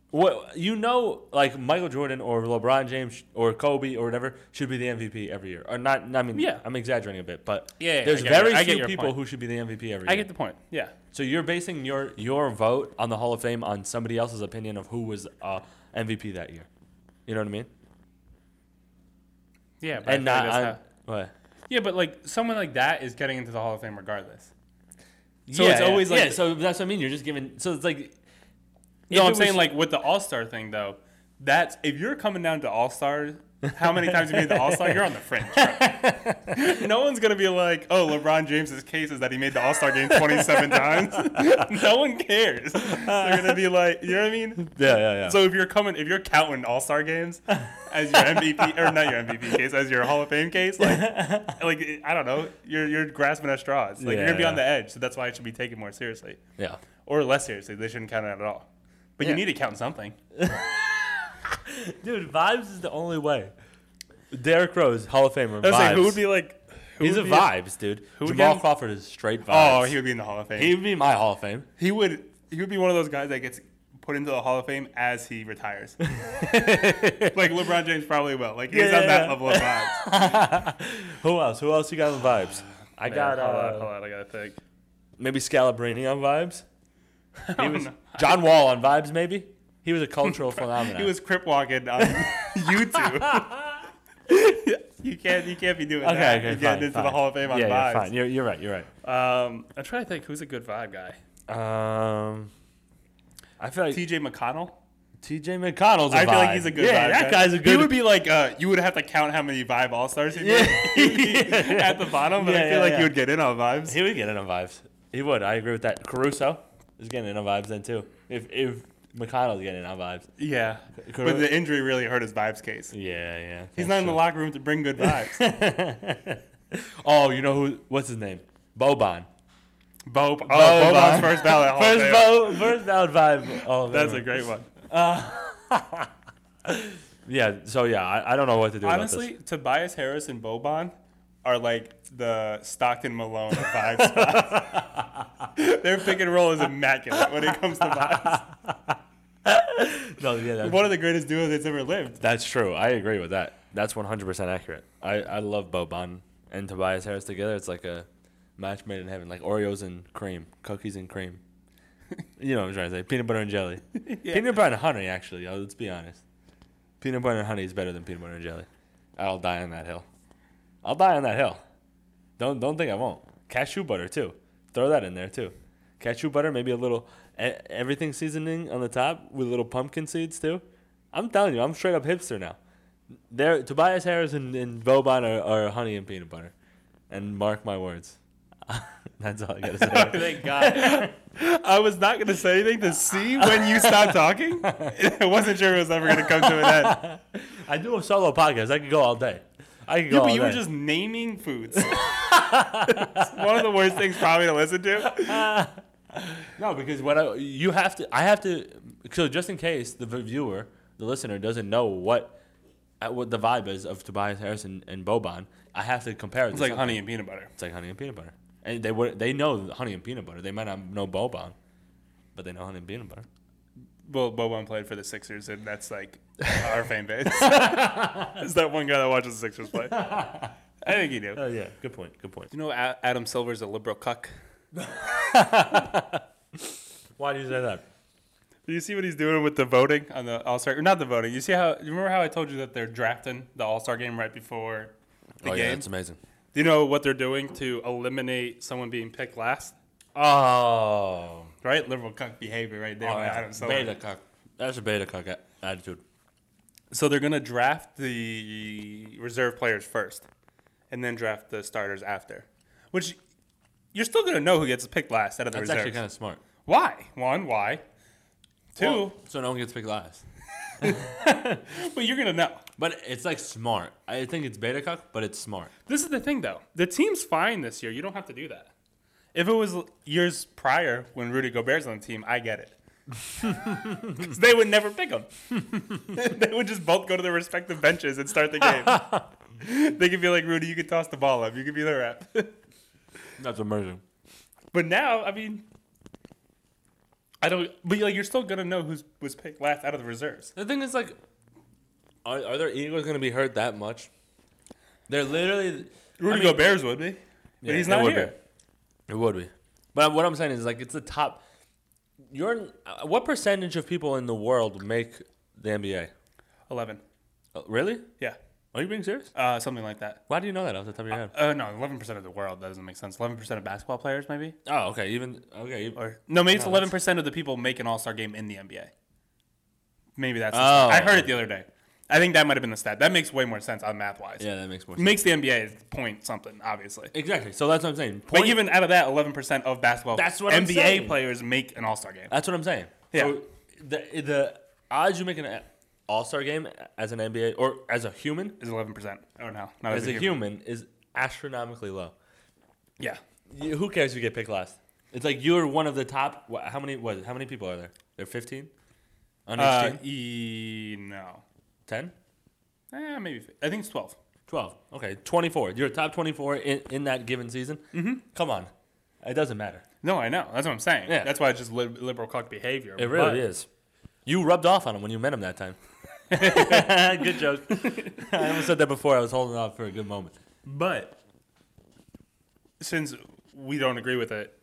Speaker 1: What you know, like Michael Jordan or LeBron James or Kobe or whatever should be the MVP every year. Or not? I mean,
Speaker 2: Yeah.
Speaker 1: I'm exaggerating a bit, but
Speaker 2: Yeah, yeah, I
Speaker 1: there's
Speaker 2: get your-
Speaker 1: very
Speaker 2: I get
Speaker 1: few
Speaker 2: your
Speaker 1: people
Speaker 2: point.
Speaker 1: who should be the MVP every year.
Speaker 2: I get the point. Yeah.
Speaker 1: So you're basing your your vote on the Hall of Fame on somebody else's opinion of who was uh, MVP that year. You know what I mean?
Speaker 2: Yeah, but I
Speaker 1: And
Speaker 2: feel
Speaker 1: not
Speaker 2: like that's
Speaker 1: on,
Speaker 2: not-
Speaker 1: what?
Speaker 2: yeah, but like someone like that is getting into the Hall of Fame regardless. So it's always
Speaker 1: yeah.
Speaker 2: like
Speaker 1: So that's what I mean. You're just giving. So it's like.
Speaker 2: No,
Speaker 1: if
Speaker 2: I'm
Speaker 1: it
Speaker 2: saying
Speaker 1: was-
Speaker 2: like with the All Star thing though. That's if you're coming down to All Stars. How many times you made the All Star? You're on the fringe. bro. no one's gonna be like, "Oh, LeBron James's case is that he made the All Star game 27 times." no one cares. They're gonna be like, you know what I mean?
Speaker 1: Yeah, yeah, yeah.
Speaker 2: So if you're coming, if you're counting All Star games as your MVP or not your MVP case, as your Hall of Fame case, like, like I don't know, you're you're grasping at straws. Like you're gonna be
Speaker 1: Yeah.
Speaker 2: on the edge. So that's why it should be taken more seriously
Speaker 1: yeah.
Speaker 2: or less seriously. They shouldn't count it at all. But
Speaker 1: Yeah.
Speaker 2: you need to count something.
Speaker 1: Dude, vibes is the only way. Derrick Rose, Hall of Famer.
Speaker 2: I
Speaker 1: Vibes.
Speaker 2: was like, who would be like? Who
Speaker 1: He's a
Speaker 2: would be-
Speaker 1: vibes dude.
Speaker 2: would
Speaker 1: Jamal
Speaker 2: get him?
Speaker 1: Crawford is straight vibes.
Speaker 2: Oh, he would be in the Hall of Fame.
Speaker 1: he
Speaker 2: He,
Speaker 1: would be my Hall of Fame.
Speaker 2: would. He would be one of those guys that gets put into the Hall of Fame as he retires. like LeBron James probably will. Like he's
Speaker 1: Yeah,
Speaker 2: on that
Speaker 1: yeah.
Speaker 2: level of vibes.
Speaker 1: Who else? Who else you got on vibes? I got
Speaker 2: hold on,
Speaker 1: uh,
Speaker 2: hold on, I gotta think.
Speaker 1: maybe Scalabrini on vibes. He
Speaker 2: Oh,
Speaker 1: was
Speaker 2: no.
Speaker 1: John Wall on vibes, maybe. He was a cultural phenomenon.
Speaker 2: He was crip walking on YouTube. you can't. You can't be doing
Speaker 1: okay.
Speaker 2: that.
Speaker 1: okay
Speaker 2: you
Speaker 1: fine,
Speaker 2: get into
Speaker 1: fine.
Speaker 2: the Hall of Fame on
Speaker 1: yeah, Yeah,
Speaker 2: vibes.
Speaker 1: fine. You're, you're right. You're
Speaker 2: um, I'm trying to think who's a good vibe guy.
Speaker 1: right. Um, I feel like
Speaker 2: T.J. McConnell.
Speaker 1: T.J. McConnell's. I
Speaker 2: I feel like he's a good
Speaker 1: Yeah,
Speaker 2: vibe
Speaker 1: that
Speaker 2: guy.
Speaker 1: guy's a good.
Speaker 2: He would be like, uh, you would have to count how many vibe all stars he
Speaker 1: Yeah.
Speaker 2: did. He would be at the bottom, but
Speaker 1: Yeah,
Speaker 2: I feel
Speaker 1: yeah,
Speaker 2: like
Speaker 1: yeah.
Speaker 2: he would get in on vibes.
Speaker 1: He would get in on vibes. He would. I agree with that. Caruso is getting in on vibes then too. If if McConnell's getting in on vibes.
Speaker 2: Yeah. But the injury really hurt his vibes case.
Speaker 1: Yeah, yeah.
Speaker 2: He's not in the locker room to bring good vibes.
Speaker 1: the. oh, you know who? What's his name? Boban.
Speaker 2: Bo, oh, Boban's
Speaker 1: Boban.
Speaker 2: first ballot. Hall of
Speaker 1: First
Speaker 2: Fame.
Speaker 1: vote. First ballot vibe. Oh,
Speaker 2: That's a great one.
Speaker 1: Yeah. So yeah, I, I don't know what to do. about
Speaker 2: Honestly, Tobias Harris and Boban are like the Stockton Malone of vibes. spots. Their pick and roll is immaculate when it comes to vibes.
Speaker 1: this. No, yeah, that's,
Speaker 2: One of the greatest duos that's ever lived.
Speaker 1: that's true. I agree with that. That's 100% accurate. I, I love Boban and Tobias Harris together. It's like a match made in heaven, like Oreos and cream, cookies and cream. You know what I'm trying to say? Peanut butter and jelly. Peanut butter and honey, actually. yo, Let's be honest. Peanut butter and honey is better than peanut butter and jelly. I'll die on that hill. I'll die on that hill. Don't don't think I won't. Cashew butter too. Throw that in there too. Cashew butter, maybe a little e- everything seasoning on the top with little pumpkin seeds too. I'm telling you, I'm straight up hipster now. There, Tobias Harris and, and Boban are, are honey and peanut butter, and mark my words. That's all I gotta say.
Speaker 2: Thank God. I was not gonna say anything to see when you stopped talking. I wasn't sure it was ever gonna come to an end.
Speaker 1: I do a solo podcast. I could go all day. I could go
Speaker 2: Yeah,
Speaker 1: all
Speaker 2: but you were
Speaker 1: day.
Speaker 2: just naming foods. It's one of the worst things probably to listen to.
Speaker 1: No, because what I you have to I have to so just in case the v- viewer the listener doesn't know what uh, what the vibe is of Tobias Harris and, and Boban, I have to compare it.
Speaker 2: It's
Speaker 1: to
Speaker 2: like
Speaker 1: something.
Speaker 2: honey and peanut butter.
Speaker 1: It's like honey and peanut butter, and they would they know honey and peanut butter. They might not know Boban, but they know honey and peanut butter.
Speaker 2: Well, Boban played for the Sixers, and that's like our fan base. It's that one guy that watches the Sixers play. I think he knew.
Speaker 1: Oh yeah, good point. Good point.
Speaker 2: You know, A- Adam Silver's a liberal cuck.
Speaker 1: Why do you say that?
Speaker 2: Do you see what he's doing with the voting on the All Star? Not the voting. You see how? You remember how I told you that they're drafting the All Star game right before the
Speaker 1: oh yeah,
Speaker 2: game?
Speaker 1: that's amazing.
Speaker 2: Do you know what they're doing to eliminate someone being picked last?
Speaker 1: Oh,
Speaker 2: Right, liberal cuck behavior right there.
Speaker 1: oh
Speaker 2: by Adam
Speaker 1: that's a
Speaker 2: Silver.
Speaker 1: beta cock. That's a beta cock a- attitude.
Speaker 2: So they're gonna draft the reserve players first, and then draft the starters after. Which you're still gonna know who gets picked last out of the
Speaker 1: That's
Speaker 2: reserves.
Speaker 1: actually kind of smart.
Speaker 2: Why? One, why? Two,
Speaker 1: Well, so no one gets picked last.
Speaker 2: but you're gonna know.
Speaker 1: But it's like smart. I think it's beta cock, but it's smart.
Speaker 2: This is the thing, though. The team's fine this year. You don't have to do that. If it was years prior when Rudy Gobert's on the team, I get it. 'Cause they would never pick him. they would just both go to their respective benches and start the game. they could be like, Rudy, you could toss the ball up. You could be the rep.
Speaker 1: That's amazing.
Speaker 2: but now, I mean, I don't. But like, you're still gonna know who was picked last out of the reserves.
Speaker 1: The thing is, like, are, are their egos going to be hurt that much? They're literally.
Speaker 2: Rudy
Speaker 1: mean-
Speaker 2: Gobert's would be, but
Speaker 1: Yeah,
Speaker 2: he's
Speaker 1: it
Speaker 2: not
Speaker 1: would
Speaker 2: here.
Speaker 1: Be. It would be. But what I'm saying is, like, it's the top. You're uh, what percentage of people in the world make the NBA?
Speaker 2: Eleven.
Speaker 1: Uh, really?
Speaker 2: Yeah,
Speaker 1: Are you being serious?
Speaker 2: uh, something like that.
Speaker 1: Why do you know that off the top of your head?
Speaker 2: Uh, no, eleven percent of the world. That doesn't make sense. Eleven percent of basketball players, maybe,
Speaker 1: Oh, okay. Even okay. you-
Speaker 2: or no, maybe
Speaker 1: No, that's-
Speaker 2: it's eleven percent of the people make an All Star game in the NBA. Maybe that's. the
Speaker 1: Oh.
Speaker 2: stat. I heard it the other day. I think that might have been the stat. That makes way more sense on math wise.
Speaker 1: yeah, that makes more sense.
Speaker 2: Makes the NBA point something, obviously.
Speaker 1: exactly. So that's what I'm saying. Point,
Speaker 2: but even out of that, eleven percent of basketball
Speaker 1: That's what I'm
Speaker 2: NBA
Speaker 1: saying.
Speaker 2: players make an All Star game.
Speaker 1: That's what I'm saying.
Speaker 2: Yeah.
Speaker 1: So the the odds you make an All Star game as an NBA or as a human
Speaker 2: Is eleven percent? Oh no, not
Speaker 1: as a human is astronomically low.
Speaker 2: Yeah,
Speaker 1: You, who cares if you get picked last? It's like you're one of the top. wha- How many was it? How many people are there? There are 15 on each
Speaker 2: uh,
Speaker 1: team.
Speaker 2: e, no,
Speaker 1: 10,
Speaker 2: eh, maybe f- I think it's twelve.
Speaker 1: 12. Okay, 24. You're top 24 in, in that given season. Mm-hmm. Come on, it doesn't matter.
Speaker 2: No, I know. That's what I'm saying.
Speaker 1: Yeah.
Speaker 2: That's why it's just li- liberal cuck behavior.
Speaker 1: It really
Speaker 2: But-
Speaker 1: is. You rubbed off on him when you met him that time. good joke. I almost said that before. I was holding off for a good moment.
Speaker 2: But since we don't agree with it,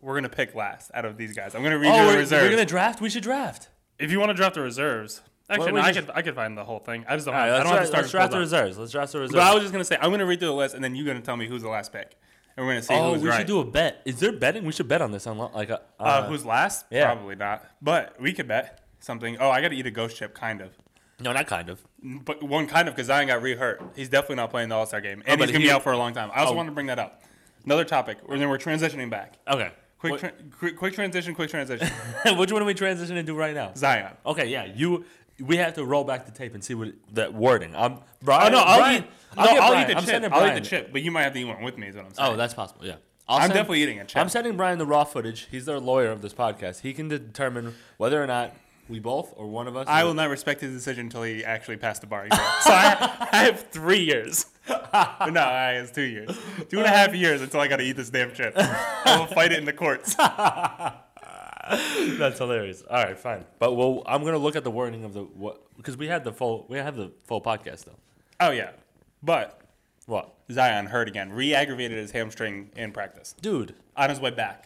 Speaker 2: we're gonna pick last out of these guys. I'm gonna read
Speaker 1: Oh,
Speaker 2: you
Speaker 1: we're,
Speaker 2: the reserves.
Speaker 1: we're gonna draft. We should draft.
Speaker 2: if you want to draft the reserves,
Speaker 1: don't
Speaker 2: actually,
Speaker 1: we
Speaker 2: no, I
Speaker 1: just-
Speaker 2: could I could find the whole thing. I just don't.
Speaker 1: All right,
Speaker 2: have, I
Speaker 1: let's,
Speaker 2: don't have to
Speaker 1: dra-
Speaker 2: start.
Speaker 1: let's draft the
Speaker 2: reserves.
Speaker 1: reserves. Let's draft the reserves.
Speaker 2: But I was just gonna say I'm gonna read through the list, and then you're gonna tell me who's the last pick, and we're gonna see
Speaker 1: oh,
Speaker 2: who's
Speaker 1: we
Speaker 2: right.
Speaker 1: should do a bet. Is there betting? We should bet on this. On lo- like a, uh,
Speaker 2: uh, who's last?
Speaker 1: yeah.
Speaker 2: Probably not. But we could bet something. Oh, I gotta eat a ghost chip, kind of.
Speaker 1: no, not kind of.
Speaker 2: But one kind of because Zion got re-hurt. He's definitely not playing the All Star game, and
Speaker 1: Oh, but
Speaker 2: he's gonna
Speaker 1: he-
Speaker 2: be out for a long time. I also
Speaker 1: Oh.
Speaker 2: wanted to bring that up. Another topic, and then we're transitioning back.
Speaker 1: Okay,
Speaker 2: Quick,
Speaker 1: What-
Speaker 2: tra- quick, quick transition, quick transition.
Speaker 1: Which one are we transitioning to right now?
Speaker 2: Zion.
Speaker 1: Okay, yeah, you. We have to roll back the tape and see what that wording. I'm Brian.
Speaker 2: Oh, no, I'll
Speaker 1: Brian-
Speaker 2: eat.
Speaker 1: Oh, I'll
Speaker 2: no,
Speaker 1: get
Speaker 2: I'll
Speaker 1: Brian.
Speaker 2: eat the
Speaker 1: I'm
Speaker 2: chip.
Speaker 1: sending
Speaker 2: I'll eat
Speaker 1: Brian-
Speaker 2: the chip, but you might have to eat one with me. Is what I'm saying.
Speaker 1: Oh, that's possible. Yeah, i
Speaker 2: I'm definitely eating a chip.
Speaker 1: I'm sending Brian the raw footage. He's their lawyer of this podcast. He can determine whether or not we both or one of us.
Speaker 2: I will not respect his decision until he actually passed the bar. exam. so I, I have three years. But no, I it's two years, two and a half years until I got to eat this damn chip. I will fight it in the courts.
Speaker 1: That's hilarious. All right, fine. But well, I'm gonna look at the wording of the what because we had the full we had the full podcast though.
Speaker 2: Oh yeah, but
Speaker 1: What,
Speaker 2: Zion hurt again, re-aggravated his hamstring in practice
Speaker 1: dude?
Speaker 2: on his way back.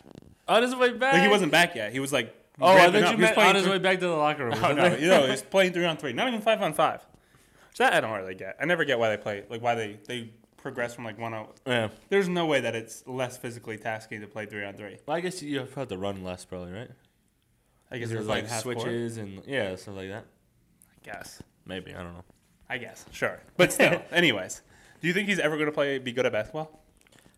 Speaker 1: On his way back.
Speaker 2: Like he wasn't back yet. He was like,
Speaker 1: Oh, I
Speaker 2: ramping
Speaker 1: thought you
Speaker 2: up. He was
Speaker 1: meant
Speaker 2: playing
Speaker 1: on his
Speaker 2: three-
Speaker 1: way back to the locker room.
Speaker 2: Oh no, you know, he's playing three on three, not even five on five. So that I don't really get. I never get why they play like why they they progress from like one out.
Speaker 1: Yeah.
Speaker 2: There's no way that it's less physically tasking to play three on three.
Speaker 1: Well, I guess you have to run less probably, right?
Speaker 2: I guess
Speaker 1: Because
Speaker 2: they're
Speaker 1: there's
Speaker 2: playing
Speaker 1: like
Speaker 2: half court.
Speaker 1: switches and yeah, stuff like that.
Speaker 2: I guess.
Speaker 1: Maybe I don't know.
Speaker 2: I guess. Sure. But still, anyways, do you think he's ever going to play be good at basketball?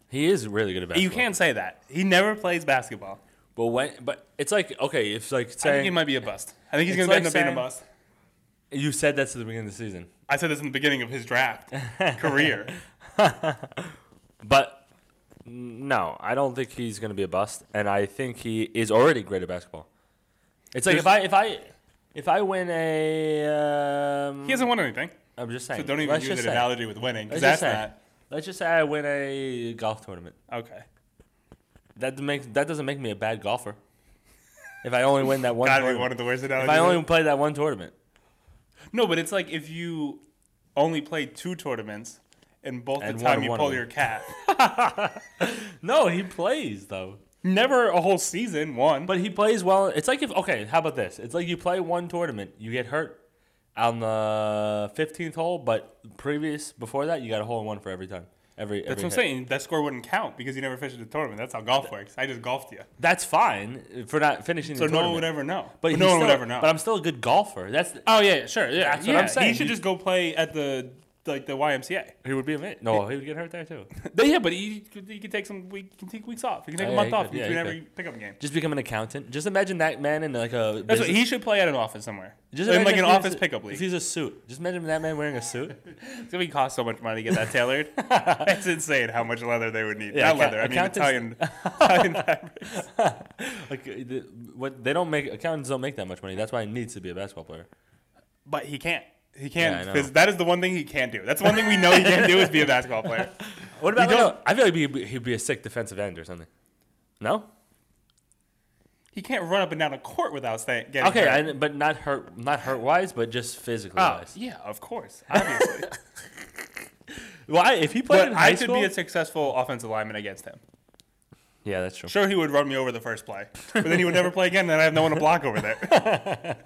Speaker 1: He is really good at basketball.
Speaker 2: You can't say that. He never plays basketball.
Speaker 1: But when, but it's like okay, if like
Speaker 2: I think he
Speaker 1: saying
Speaker 2: might be a bust. I think he's
Speaker 1: It's
Speaker 2: going to
Speaker 1: like
Speaker 2: end up being a
Speaker 1: saying-
Speaker 2: bust.
Speaker 1: you said that's at the beginning of the season,
Speaker 2: I said this in the beginning of his draft career.
Speaker 1: but n- no, I don't think he's gonna be a bust, and I think he is already great at basketball. It's like if I
Speaker 2: There's-
Speaker 1: if I if I win a um,
Speaker 2: He hasn't won anything,
Speaker 1: I'm just saying.
Speaker 2: so don't even
Speaker 1: let's
Speaker 2: use
Speaker 1: just
Speaker 2: an
Speaker 1: say-
Speaker 2: analogy with winning because
Speaker 1: Let's
Speaker 2: that's
Speaker 1: just say.
Speaker 2: not
Speaker 1: Let's just say I win a golf tournament.
Speaker 2: okay.
Speaker 1: That makes that doesn't make me a bad golfer. If I only win that one,
Speaker 2: Gotta be one
Speaker 1: tournament.
Speaker 2: of the worst
Speaker 1: if
Speaker 2: analogies.
Speaker 1: I only play that one tournament,
Speaker 2: No, but it's like if you only play two tournaments and both
Speaker 1: And
Speaker 2: the
Speaker 1: won
Speaker 2: time you
Speaker 1: one of
Speaker 2: pull
Speaker 1: them.
Speaker 2: your cap.
Speaker 1: no, he plays though.
Speaker 2: Never a whole season, one.
Speaker 1: But he plays well. It's like if okay, how about this? It's like you play one tournament, you get hurt on the fifteenth hole, but previous before that, you got a hole in one for every time. Every
Speaker 2: that's
Speaker 1: every
Speaker 2: what I'm
Speaker 1: hit.
Speaker 2: saying. That score wouldn't count because you never finished the tournament. That's how golf works. I just golfed you.
Speaker 1: That's fine for not finishing.
Speaker 2: So
Speaker 1: the
Speaker 2: no one
Speaker 1: tournament.
Speaker 2: would ever know.
Speaker 1: But,
Speaker 2: But
Speaker 1: he's
Speaker 2: no one
Speaker 1: still,
Speaker 2: would ever know.
Speaker 1: But I'm still a good golfer. That's
Speaker 2: oh yeah, sure. Yeah,
Speaker 1: That's what I'm saying.
Speaker 2: He should
Speaker 1: You-
Speaker 2: just go play at the like the YMCA.
Speaker 1: he would be a man. No, he would get hurt there too.
Speaker 2: yeah, but he, he could take some week, can take weeks off. He can take
Speaker 1: Oh,
Speaker 2: a
Speaker 1: yeah,
Speaker 2: month
Speaker 1: he
Speaker 2: off
Speaker 1: could. Yeah,
Speaker 2: between
Speaker 1: he
Speaker 2: every pickup game.
Speaker 1: Just become an accountant. Just imagine that man in like a.
Speaker 2: That's what,
Speaker 1: business-
Speaker 2: he should play at an office somewhere.
Speaker 1: just
Speaker 2: in
Speaker 1: imagine if
Speaker 2: like an
Speaker 1: he was
Speaker 2: office
Speaker 1: a-
Speaker 2: pickup
Speaker 1: If
Speaker 2: league.
Speaker 1: he's a suit, just imagine that man wearing a suit.
Speaker 2: It's gonna be cost so much money to get that tailored. That's insane how much leather they would need.
Speaker 1: Yeah, account-
Speaker 2: Not leather. I mean Italian,
Speaker 1: accountants-
Speaker 2: Italian fabric.
Speaker 1: like uh, the, what they don't make accountants don't make that much money. That's why he needs to be a basketball player.
Speaker 2: But he can't.
Speaker 1: Yeah,
Speaker 2: He
Speaker 1: I
Speaker 2: can't
Speaker 1: know.
Speaker 2: because that is the one thing he can't do. That's the one thing we know he can't do is be a basketball player.
Speaker 1: What about?
Speaker 2: You
Speaker 1: Like,
Speaker 2: don't-
Speaker 1: a- I feel like he'd be, he'd be a sick defensive end or something. No.
Speaker 2: He can't run up and down a court without staying, getting
Speaker 1: Okay,
Speaker 2: hurt.
Speaker 1: I, but not hurt, not hurt wise, but just physically
Speaker 2: Oh,
Speaker 1: wise.
Speaker 2: yeah, of course, obviously.
Speaker 1: Why? If he played
Speaker 2: but
Speaker 1: in high
Speaker 2: I could
Speaker 1: school,
Speaker 2: be a successful offensive lineman against him.
Speaker 1: yeah, that's true.
Speaker 2: Sure, he would run me over the first play, but then he would never play again. And I have no one to block over there.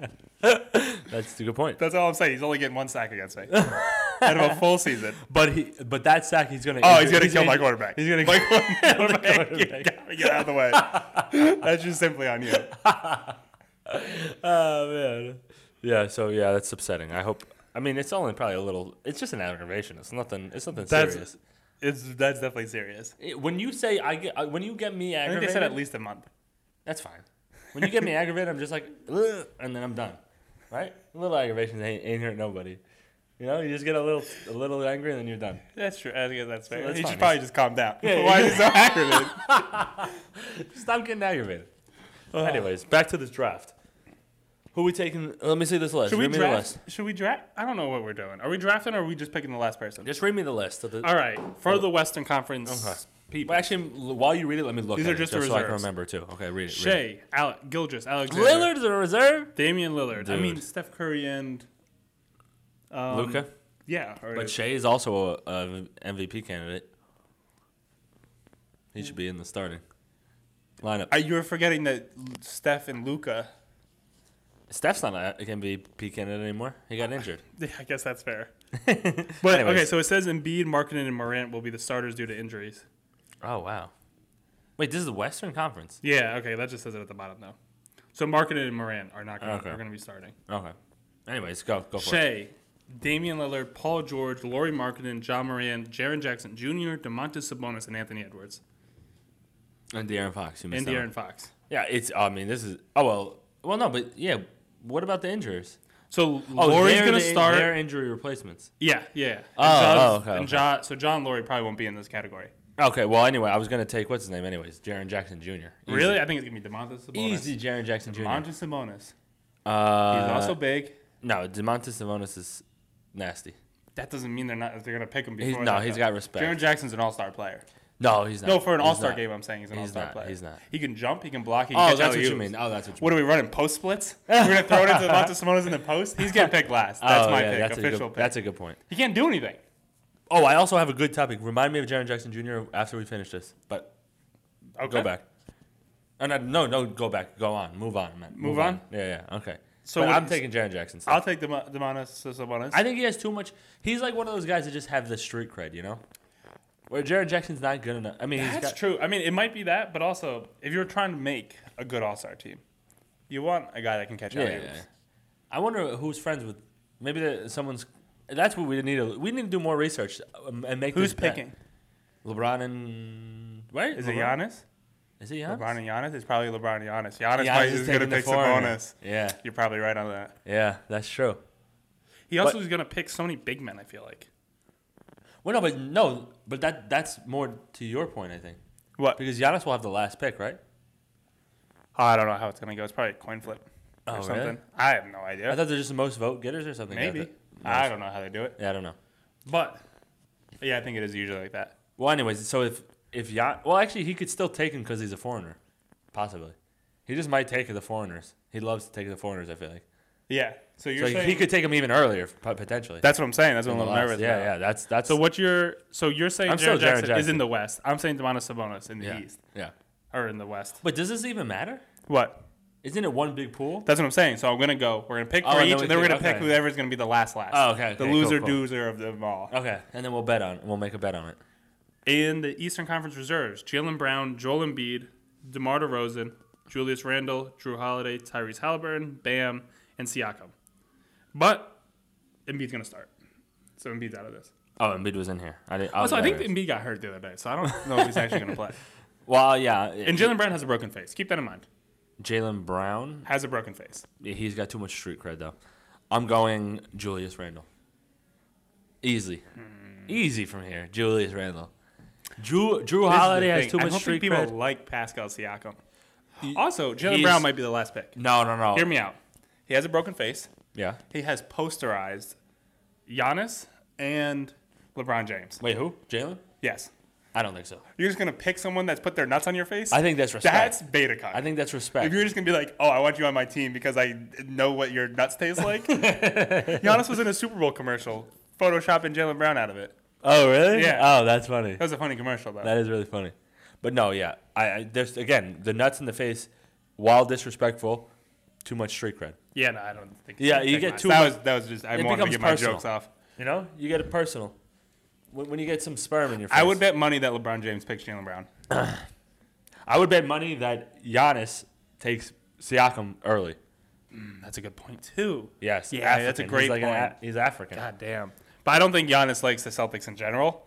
Speaker 1: That's a good point.
Speaker 2: That's all I'm saying. He's only getting one sack against me out of a full season.
Speaker 1: But he, but that sack, he's gonna.
Speaker 2: Oh,
Speaker 1: injure-
Speaker 2: he's gonna kill my
Speaker 1: injure-
Speaker 2: quarterback.
Speaker 1: He's gonna.
Speaker 2: my quarterback. You gotta get out of the way. That's just simply on you.
Speaker 1: Oh man. Yeah. So yeah, that's upsetting. I hope. I mean, it's only probably a little. It's just an aggravation. It's nothing. It's nothing
Speaker 2: That's-
Speaker 1: serious.
Speaker 2: It's that's definitely serious.
Speaker 1: It- when you say I get, uh, when you get me
Speaker 2: I
Speaker 1: aggravated,
Speaker 2: think they said at least a month.
Speaker 1: that's fine. When you get me aggravated, I'm just like, Ugh, and then I'm done. Right? A little aggravation ain't, ain't hurt nobody. You know, you just get a little, a little angry, and then you're done.
Speaker 2: That's true. I think that's fair.
Speaker 1: that's
Speaker 2: he
Speaker 1: fine.
Speaker 2: should probably just calm down.
Speaker 1: Yeah,
Speaker 2: Why
Speaker 1: yeah.
Speaker 2: is he so aggravated?
Speaker 1: Stop getting aggravated. Anyways, back to this draft. Who we taking? Uh, Let me see this list.
Speaker 2: Should we
Speaker 1: read me the
Speaker 2: draft?
Speaker 1: list.
Speaker 2: Should we draft? I don't know what we're doing. Are we drafting or are we just picking the last person?
Speaker 1: Just read me the list. Of the,
Speaker 2: All right. For the Western Conference
Speaker 1: Okay.
Speaker 2: people.
Speaker 1: Well, actually, l- while you read it, let me look.
Speaker 2: These
Speaker 1: at
Speaker 2: are
Speaker 1: it
Speaker 2: just the
Speaker 1: so I can
Speaker 2: reserves.
Speaker 1: remember too. Okay, read it. Read it.
Speaker 2: Shea, Alec, Gilgis, Alexander,
Speaker 1: Lillard's a reserve.
Speaker 2: Damian Lillard. I
Speaker 1: Dude.
Speaker 2: mean Steph Curry and um,
Speaker 1: Luca,
Speaker 2: Yeah. Or
Speaker 1: but Shea is also a, a MVP candidate. He should be in the starting lineup.
Speaker 2: Are you forgetting that Steph and Luca?
Speaker 1: Steph's not a- an MVP candidate anymore. He got injured.
Speaker 2: Yeah, I guess that's fair.
Speaker 1: But
Speaker 2: Okay, so it says Embiid, Markkinen, and Morant will be the starters due to injuries.
Speaker 1: oh wow, wait, this is the Western Conference.
Speaker 2: Yeah, okay, that just says it at the bottom though. So Markkinen and Morant are not going
Speaker 1: Okay.
Speaker 2: to are going to be starting.
Speaker 1: Okay. Anyways, go go for it.
Speaker 2: Shea, Damian Lillard, Paul George, Laurie Markkinen, John Moran, Jaron Jackson Jr., Demontis Sabonis, and Anthony Edwards,
Speaker 1: And De'Aaron Fox. You missed
Speaker 2: and
Speaker 1: that one.
Speaker 2: De'Aaron Fox.
Speaker 1: Yeah, it's. I mean, this is. Oh well. Well, no, but yeah. What about the injuries? Oh,
Speaker 2: So Oh, Laurie's
Speaker 1: they're
Speaker 2: going to
Speaker 1: the-
Speaker 2: start.
Speaker 1: They're injury replacements.
Speaker 2: Yeah, yeah. And
Speaker 1: Oh,
Speaker 2: John-
Speaker 1: oh, okay,
Speaker 2: and
Speaker 1: okay.
Speaker 2: John, so John Laurie probably won't be in this category.
Speaker 1: Okay. Well, anyway, I was gonna take what's his name. Anyways, Jaron Jackson Jr. Easy.
Speaker 2: Really, I think it's going to be Demontis Sabonis.
Speaker 1: Easy, Jaron Jackson Jr.
Speaker 2: Demontis Sabonis.
Speaker 1: uh,
Speaker 2: He's also big.
Speaker 1: no. Demontis Savonis is nasty.
Speaker 2: That doesn't mean they're not. They're gonna pick him before.
Speaker 1: He's, no,
Speaker 2: that,
Speaker 1: he's
Speaker 2: though.
Speaker 1: got respect.
Speaker 2: Jaren Jackson's an all-star player.
Speaker 1: No, he's not.
Speaker 2: No, for an
Speaker 1: He's
Speaker 2: All Star
Speaker 1: not.
Speaker 2: game, I'm saying he's an
Speaker 1: He's
Speaker 2: All Star
Speaker 1: not.
Speaker 2: player.
Speaker 1: He's not.
Speaker 2: He can jump. He can block. He can
Speaker 1: Oh,
Speaker 2: catch
Speaker 1: that's what
Speaker 2: alley-oops.
Speaker 1: you mean. Oh, that's what you
Speaker 2: What
Speaker 1: mean.
Speaker 2: are we running? Post splits? We're gonna throw it into Monta Simone's in the post. He's getting picked last. That's
Speaker 1: Oh,
Speaker 2: my
Speaker 1: yeah,
Speaker 2: pick.
Speaker 1: that's a good-
Speaker 2: official pick.
Speaker 1: That's a good point.
Speaker 2: he can't do anything.
Speaker 1: Oh, I also have a good topic. Remind me of Jaron Jackson Jr. after we finish this, but
Speaker 2: Okay.
Speaker 1: go back. Oh, no, no, no, go back. Go on. Move on, man.
Speaker 2: Move on?
Speaker 1: Yeah, yeah. Okay.
Speaker 2: So
Speaker 1: So
Speaker 2: what-
Speaker 1: I'm taking Jaron Jackson.
Speaker 2: I'll take the Demonis Sabonis.
Speaker 1: I think he has too much. He's like one of those guys that just have the street cred, you know. Where Jaron Jackson's not good enough. I mean, he's
Speaker 2: That's
Speaker 1: got,
Speaker 2: true. I mean, it might be that, but also, if you're trying to make a good All Star team, you want a guy that can catch
Speaker 1: Yeah,
Speaker 2: out.
Speaker 1: yeah, yeah. I wonder who's friends with. Maybe the, someone's. That's what we need. To, we need to do more research um, and make.
Speaker 2: Who's
Speaker 1: this bet.
Speaker 2: picking?
Speaker 1: LeBron and right?
Speaker 2: Is it
Speaker 1: LeBron?
Speaker 2: Giannis?
Speaker 1: Is it Giannis?
Speaker 2: LeBron and Giannis? It's probably LeBron and Giannis. Giannis,
Speaker 1: Giannis
Speaker 2: probably
Speaker 1: is
Speaker 2: is going to
Speaker 1: taking the
Speaker 2: pick
Speaker 1: foreigner.
Speaker 2: Sabonis.
Speaker 1: Yeah,
Speaker 2: You're probably right on that.
Speaker 1: yeah, that's true.
Speaker 2: He also
Speaker 1: But-
Speaker 2: is going to pick so many big men, I feel like.
Speaker 1: Well, no, but no, but that that's more to your point, I think,
Speaker 2: What?
Speaker 1: because Giannis will have the last pick, right?
Speaker 2: Oh, I don't know how it's going to go. It's probably a coin flip
Speaker 1: Oh,
Speaker 2: or
Speaker 1: really?
Speaker 2: something. I have no
Speaker 1: I
Speaker 2: idea.
Speaker 1: thought they're just the most vote getters or something. like
Speaker 2: Maybe.
Speaker 1: that.
Speaker 2: I don't know how they do it.
Speaker 1: Yeah, I don't know.
Speaker 2: But, yeah, I think it is usually like that.
Speaker 1: Well, anyways, so if if Gian, well, actually, he could still take him because he's a foreigner, possibly. He just might take the foreigners. He loves to take the foreigners. I feel like
Speaker 2: Yeah. So you're
Speaker 1: so
Speaker 2: saying.
Speaker 1: he could take him even earlier po- potentially.
Speaker 2: that's what I'm saying. That's what I'm a little
Speaker 1: Last-
Speaker 2: nervous
Speaker 1: yeah,
Speaker 2: about.
Speaker 1: yeah. That's that's
Speaker 2: So what you're so you're saying
Speaker 1: I'm
Speaker 2: Jaron
Speaker 1: still Jaren
Speaker 2: Jackson, is
Speaker 1: Jackson.
Speaker 2: in the West. I'm saying Demonis Sabonis in the
Speaker 1: yeah,
Speaker 2: East
Speaker 1: yeah.
Speaker 2: or in the West.
Speaker 1: But does this even matter?
Speaker 2: What?
Speaker 1: Isn't it one big pool?
Speaker 2: That's what I'm saying. So I'm gonna go. We're gonna pick
Speaker 1: Oh,
Speaker 2: for
Speaker 1: and
Speaker 2: each,
Speaker 1: then we
Speaker 2: and then we're
Speaker 1: pick-
Speaker 2: gonna pick
Speaker 1: okay.
Speaker 2: whoever's gonna be the last last.
Speaker 1: Oh, okay,
Speaker 2: The
Speaker 1: okay,
Speaker 2: loser
Speaker 1: cool, Oh, cool.
Speaker 2: doozer of them all.
Speaker 1: Okay, and then we'll bet on. We'll make a bet on it.
Speaker 2: In the Eastern Conference reserves, Jalen Brown, Joel Embiid, DeMar DeRozan, Julius Randle, Drew Holiday, Tyrese Halliburton, Bam, and Siakam. But Embiid's gonna start. So Embiid's out of this.
Speaker 1: Oh, Embiid was in here. I didn't. I was
Speaker 2: Also, I think
Speaker 1: nervous.
Speaker 2: Embiid got hurt the other day, so I don't know if he's actually gonna play.
Speaker 1: well, yeah.
Speaker 2: And Jalen Brown has a broken face. Keep that in mind.
Speaker 1: Jalen Brown,
Speaker 2: Has a broken face.
Speaker 1: yeah, he's got too much street cred though. I'm going Julius Randle. Easily,
Speaker 2: Hmm.
Speaker 1: easy from here. Julius Randle. Drew Drew
Speaker 2: This is the
Speaker 1: Holiday has
Speaker 2: thing.
Speaker 1: too
Speaker 2: I
Speaker 1: much
Speaker 2: don't
Speaker 1: street
Speaker 2: think people
Speaker 1: cred.
Speaker 2: like Pascal Siakam. Also, Jalen
Speaker 1: he's-
Speaker 2: Brown might be the last pick.
Speaker 1: No, no, no.
Speaker 2: Hear me out. He has a broken face.
Speaker 1: Yeah.
Speaker 2: He has posterized Giannis and LeBron James.
Speaker 1: Wait, who? Jalen?
Speaker 2: Yes.
Speaker 1: I don't think so.
Speaker 2: You're just gonna pick someone that's put their nuts on your face.
Speaker 1: I think that's respect.
Speaker 2: that's beta cock.
Speaker 1: I think that's
Speaker 2: if
Speaker 1: respect.
Speaker 2: you're just gonna be like, "Oh, I want you on my team because I know what your nuts taste like," Giannis was in a Super Bowl commercial, photoshopping Jalen Brown out of it.
Speaker 1: oh, really?
Speaker 2: Yeah.
Speaker 1: Oh, that's funny.
Speaker 2: That was a funny commercial though.
Speaker 1: That is really funny. But no, yeah. I, I there's again the nuts in the face, while disrespectful, too much street cred.
Speaker 2: yeah, no, I don't think.
Speaker 1: Yeah, you
Speaker 2: think
Speaker 1: get
Speaker 2: much.
Speaker 1: too
Speaker 2: That
Speaker 1: much-
Speaker 2: was that was just I
Speaker 1: It
Speaker 2: wanted to
Speaker 1: becomes
Speaker 2: get
Speaker 1: personal.
Speaker 2: my jokes off.
Speaker 1: You know, you get it personal. When, when you get some sperm in your face,
Speaker 2: I would bet money that LeBron James picks Jalen Brown.
Speaker 1: I would bet money that Giannis takes Siakam early. Mm,
Speaker 2: That's a good point too.
Speaker 1: Yes.
Speaker 2: Yeah, that's a
Speaker 1: African.
Speaker 2: great
Speaker 1: he's like an
Speaker 2: point.
Speaker 1: A- he's African.
Speaker 2: God damn. But I don't think Giannis likes the Celtics in general.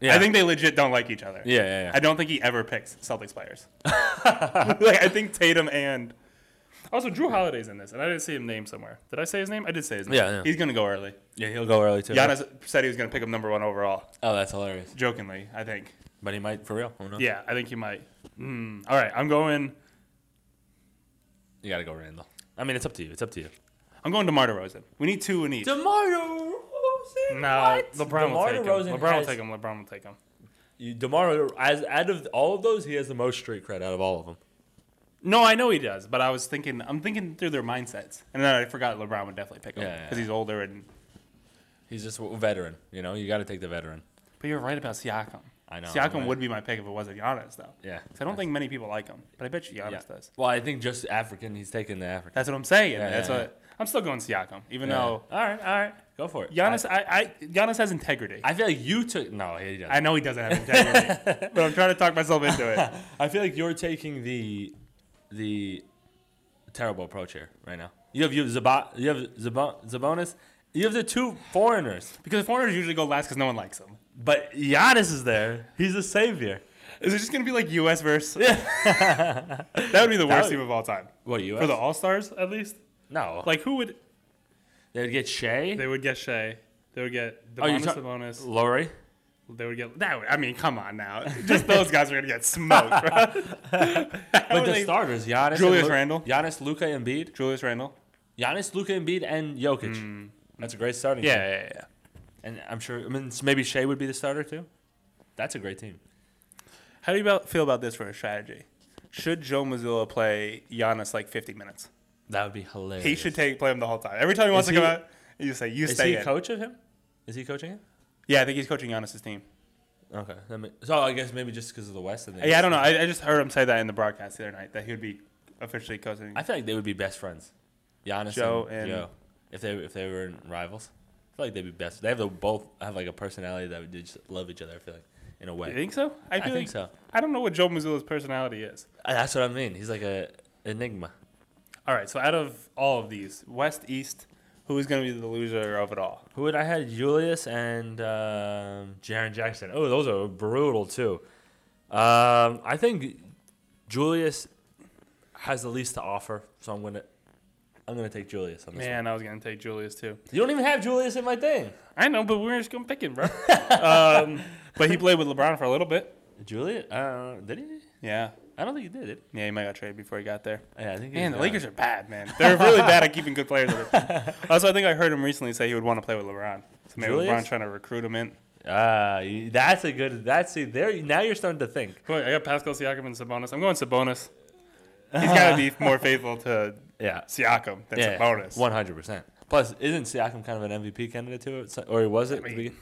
Speaker 1: Yeah.
Speaker 2: I think they legit don't like each other.
Speaker 1: Yeah, yeah, yeah.
Speaker 2: I don't think he ever picks Celtics players. like I think Tatum and also Drew Holiday's in this, and I didn't see him named somewhere. Did I say his name? I did say his name.
Speaker 1: Yeah, yeah.
Speaker 2: He's gonna go early.
Speaker 1: yeah, he'll go early too.
Speaker 2: Giannis said he was gonna pick him number one overall.
Speaker 1: Oh, that's hilarious.
Speaker 2: Jokingly, I think.
Speaker 1: But he might for real. Who knows?
Speaker 2: Yeah, I think he might. Hmm. All right, I'm going.
Speaker 1: You gotta go Randall. I mean, it's up to you. It's up to you.
Speaker 2: I'm going to Demar Derozan. We need two in each.
Speaker 1: Demar
Speaker 2: no,
Speaker 1: Derozan.
Speaker 2: LeBron will
Speaker 1: DeMar
Speaker 2: take him.
Speaker 1: DeRozan
Speaker 2: LeBron will
Speaker 1: has-
Speaker 2: take him. LeBron will take him.
Speaker 1: You, Demar, as out of all of those, he has the most street cred out of all of them.
Speaker 2: No, I know he does, but I was thinking, I'm thinking through their mindsets, and then I forgot LeBron would definitely pick him
Speaker 1: Yeah, yeah,
Speaker 2: because he's older. And
Speaker 1: He's just a veteran. You know, you got to take the veteran.
Speaker 2: but you're right about Siakam.
Speaker 1: I know,
Speaker 2: Siakam
Speaker 1: right?
Speaker 2: would be my pick if it wasn't Giannis, though.
Speaker 1: Yeah.
Speaker 2: 'Cause I don't think many people like him, but I bet you Giannis does.
Speaker 1: Well, I think just African. He's taking the African.
Speaker 2: That's what I'm saying.
Speaker 1: Yeah,
Speaker 2: That's
Speaker 1: yeah,
Speaker 2: what I'm still going Siakam, even
Speaker 1: Yeah.
Speaker 2: though
Speaker 1: all right, all right, go for it.
Speaker 2: Giannis, I, I, Giannis has integrity. I,
Speaker 1: I, I feel like you took. No, he doesn't.
Speaker 2: know he doesn't have integrity, but I'm trying to talk myself into it.
Speaker 1: I feel like you're taking the the terrible approach here right now. You have you have Zaba, you have Zaba, Zabonis, you have the two foreigners,
Speaker 2: Because foreigners usually go last because no one likes them.
Speaker 1: but Giannis is there. He's the savior.
Speaker 2: Is it just gonna be like U.S. versus? that would be the worst
Speaker 1: would-
Speaker 2: team of all time
Speaker 1: What you
Speaker 2: for the All Stars, at least.
Speaker 1: no? Like
Speaker 2: Like who would?
Speaker 1: they would get Shea,
Speaker 2: They would get Shea. They would get
Speaker 1: Oh, you're
Speaker 2: Demonis
Speaker 1: talk-
Speaker 2: Sabonis.
Speaker 1: Lori.
Speaker 2: They would get that. Would, I mean, come on now. Just those guys are gonna get smoked. Bro.
Speaker 1: But the starters, Giannis, and
Speaker 2: Julius
Speaker 1: Lu-
Speaker 2: Randle.
Speaker 1: Giannis, Luca, Embiid,
Speaker 2: Julius Randle.
Speaker 1: Giannis, Luca, Embiid, and Jokic. That's a great starting.
Speaker 2: Mm. Yeah, yeah, yeah.
Speaker 1: team. and I'm sure. I mean, s- maybe Shea would be the starter too. That's a great team.
Speaker 2: How do you about, feel about this for a strategy? Should Joe Mazzulla play Giannis like 50 minutes?
Speaker 1: That would be hilarious.
Speaker 2: He should take play him the whole time. Every time he wants
Speaker 1: Is
Speaker 2: to come
Speaker 1: he-
Speaker 2: out, you say you
Speaker 1: Is
Speaker 2: stay
Speaker 1: he
Speaker 2: in.
Speaker 1: coach of him? Is he coaching him?
Speaker 2: yeah, I think he's coaching Giannis's team.
Speaker 1: Okay. That ma- so I guess maybe just because of the West. And
Speaker 2: Yeah, I don't know. I, I just heard him say that in the broadcast the other night that he would be officially coaching.
Speaker 1: I feel like they would be best friends, Giannis
Speaker 2: Joe
Speaker 1: and,
Speaker 2: and-
Speaker 1: Joe, if they if they were rivals. I feel like they'd be best. They have the both have like a personality that would just love each other. I feel like in a way.
Speaker 2: you think so? I, feel
Speaker 1: think
Speaker 2: like-
Speaker 1: so.
Speaker 2: I don't know what Joe Mazzulla's personality is.
Speaker 1: Uh, That's what I mean. He's like a enigma.
Speaker 2: All right, so out of all of these, West East, who is going to be the loser of it all?
Speaker 1: Who would I had Julius and um, Jaron Jackson. Oh, those are brutal too. Um, I think Julius has the least to offer, so I'm gonna I'm gonna take Julius on this.
Speaker 2: Man, I was going to take Julius too.
Speaker 1: One. You don't even have Julius in my thing.
Speaker 2: I know, but we're just going to pick him, bro. um, but he played with LeBron for a little bit.
Speaker 1: Julius? Uh, did he?
Speaker 2: Yeah,
Speaker 1: I don't think he did. Did
Speaker 2: yeah, he might got traded before he got there.
Speaker 1: he? Yeah, I think. he
Speaker 2: Man,
Speaker 1: was
Speaker 2: the
Speaker 1: gone.
Speaker 2: Lakers are bad, man. They're really bad at keeping good players. on their team. Also, I think I heard him recently say he would want to play with LeBron. So maybe
Speaker 1: Julius?
Speaker 2: LeBron's trying to recruit him in.
Speaker 1: Ah, you- that's a good. That's see there. Now you're starting to think.
Speaker 2: Wait, I got Pascal Siakam and Sabonis. I'm going Sabonis. He's got to be more faithful to
Speaker 1: Yeah.
Speaker 2: Siakam than
Speaker 1: Yeah.
Speaker 2: Sabonis.
Speaker 1: One hundred percent. Plus, isn't Siakam kind of an MVP candidate too, It's- or was it at the
Speaker 2: mean-
Speaker 1: begin-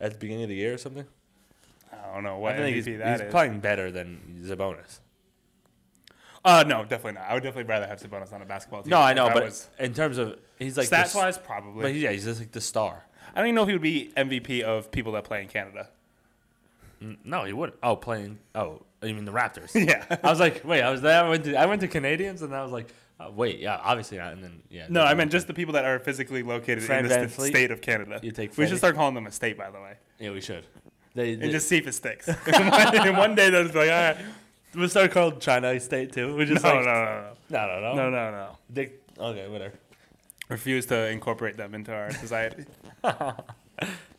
Speaker 1: at the beginning of the year or something?
Speaker 2: I don't know what
Speaker 1: I think
Speaker 2: MVP
Speaker 1: he's,
Speaker 2: that
Speaker 1: he's
Speaker 2: is.
Speaker 1: playing better than Zabonis.
Speaker 2: Uh, no, definitely not. I would definitely rather have Sabonis on a basketball team.
Speaker 1: No, I
Speaker 2: if
Speaker 1: know,
Speaker 2: that
Speaker 1: but
Speaker 2: was-
Speaker 1: in terms of he's like the s-
Speaker 2: stats-wise,
Speaker 1: but
Speaker 2: probably.
Speaker 1: yeah, he's just like the star.
Speaker 2: I don't even know if he would be MVP of people that play in Canada.
Speaker 1: No, he wouldn't. Oh, playing. Oh, you mean the Raptors?
Speaker 2: Yeah.
Speaker 1: I was like, wait, I was there. I went to I went to Canadians, and I was like, uh, wait, yeah, obviously not. And then yeah.
Speaker 2: No, I meant just the people that are physically located
Speaker 1: Fred
Speaker 2: in the st-
Speaker 1: VanVleet?
Speaker 2: state of Canada.
Speaker 1: You take
Speaker 2: we
Speaker 1: Freddie.
Speaker 2: should start calling them a state, by the way.
Speaker 1: yeah, we should. They,
Speaker 2: and
Speaker 1: they
Speaker 2: just see if it sticks. and one day they'll just be like, all right.
Speaker 1: we start called China State too. We just
Speaker 2: No,
Speaker 1: like,
Speaker 2: no,
Speaker 1: no,
Speaker 2: no,
Speaker 1: no, no,
Speaker 2: no, no, no, no.
Speaker 1: They, okay, whatever.
Speaker 2: Refuse to incorporate them into our society.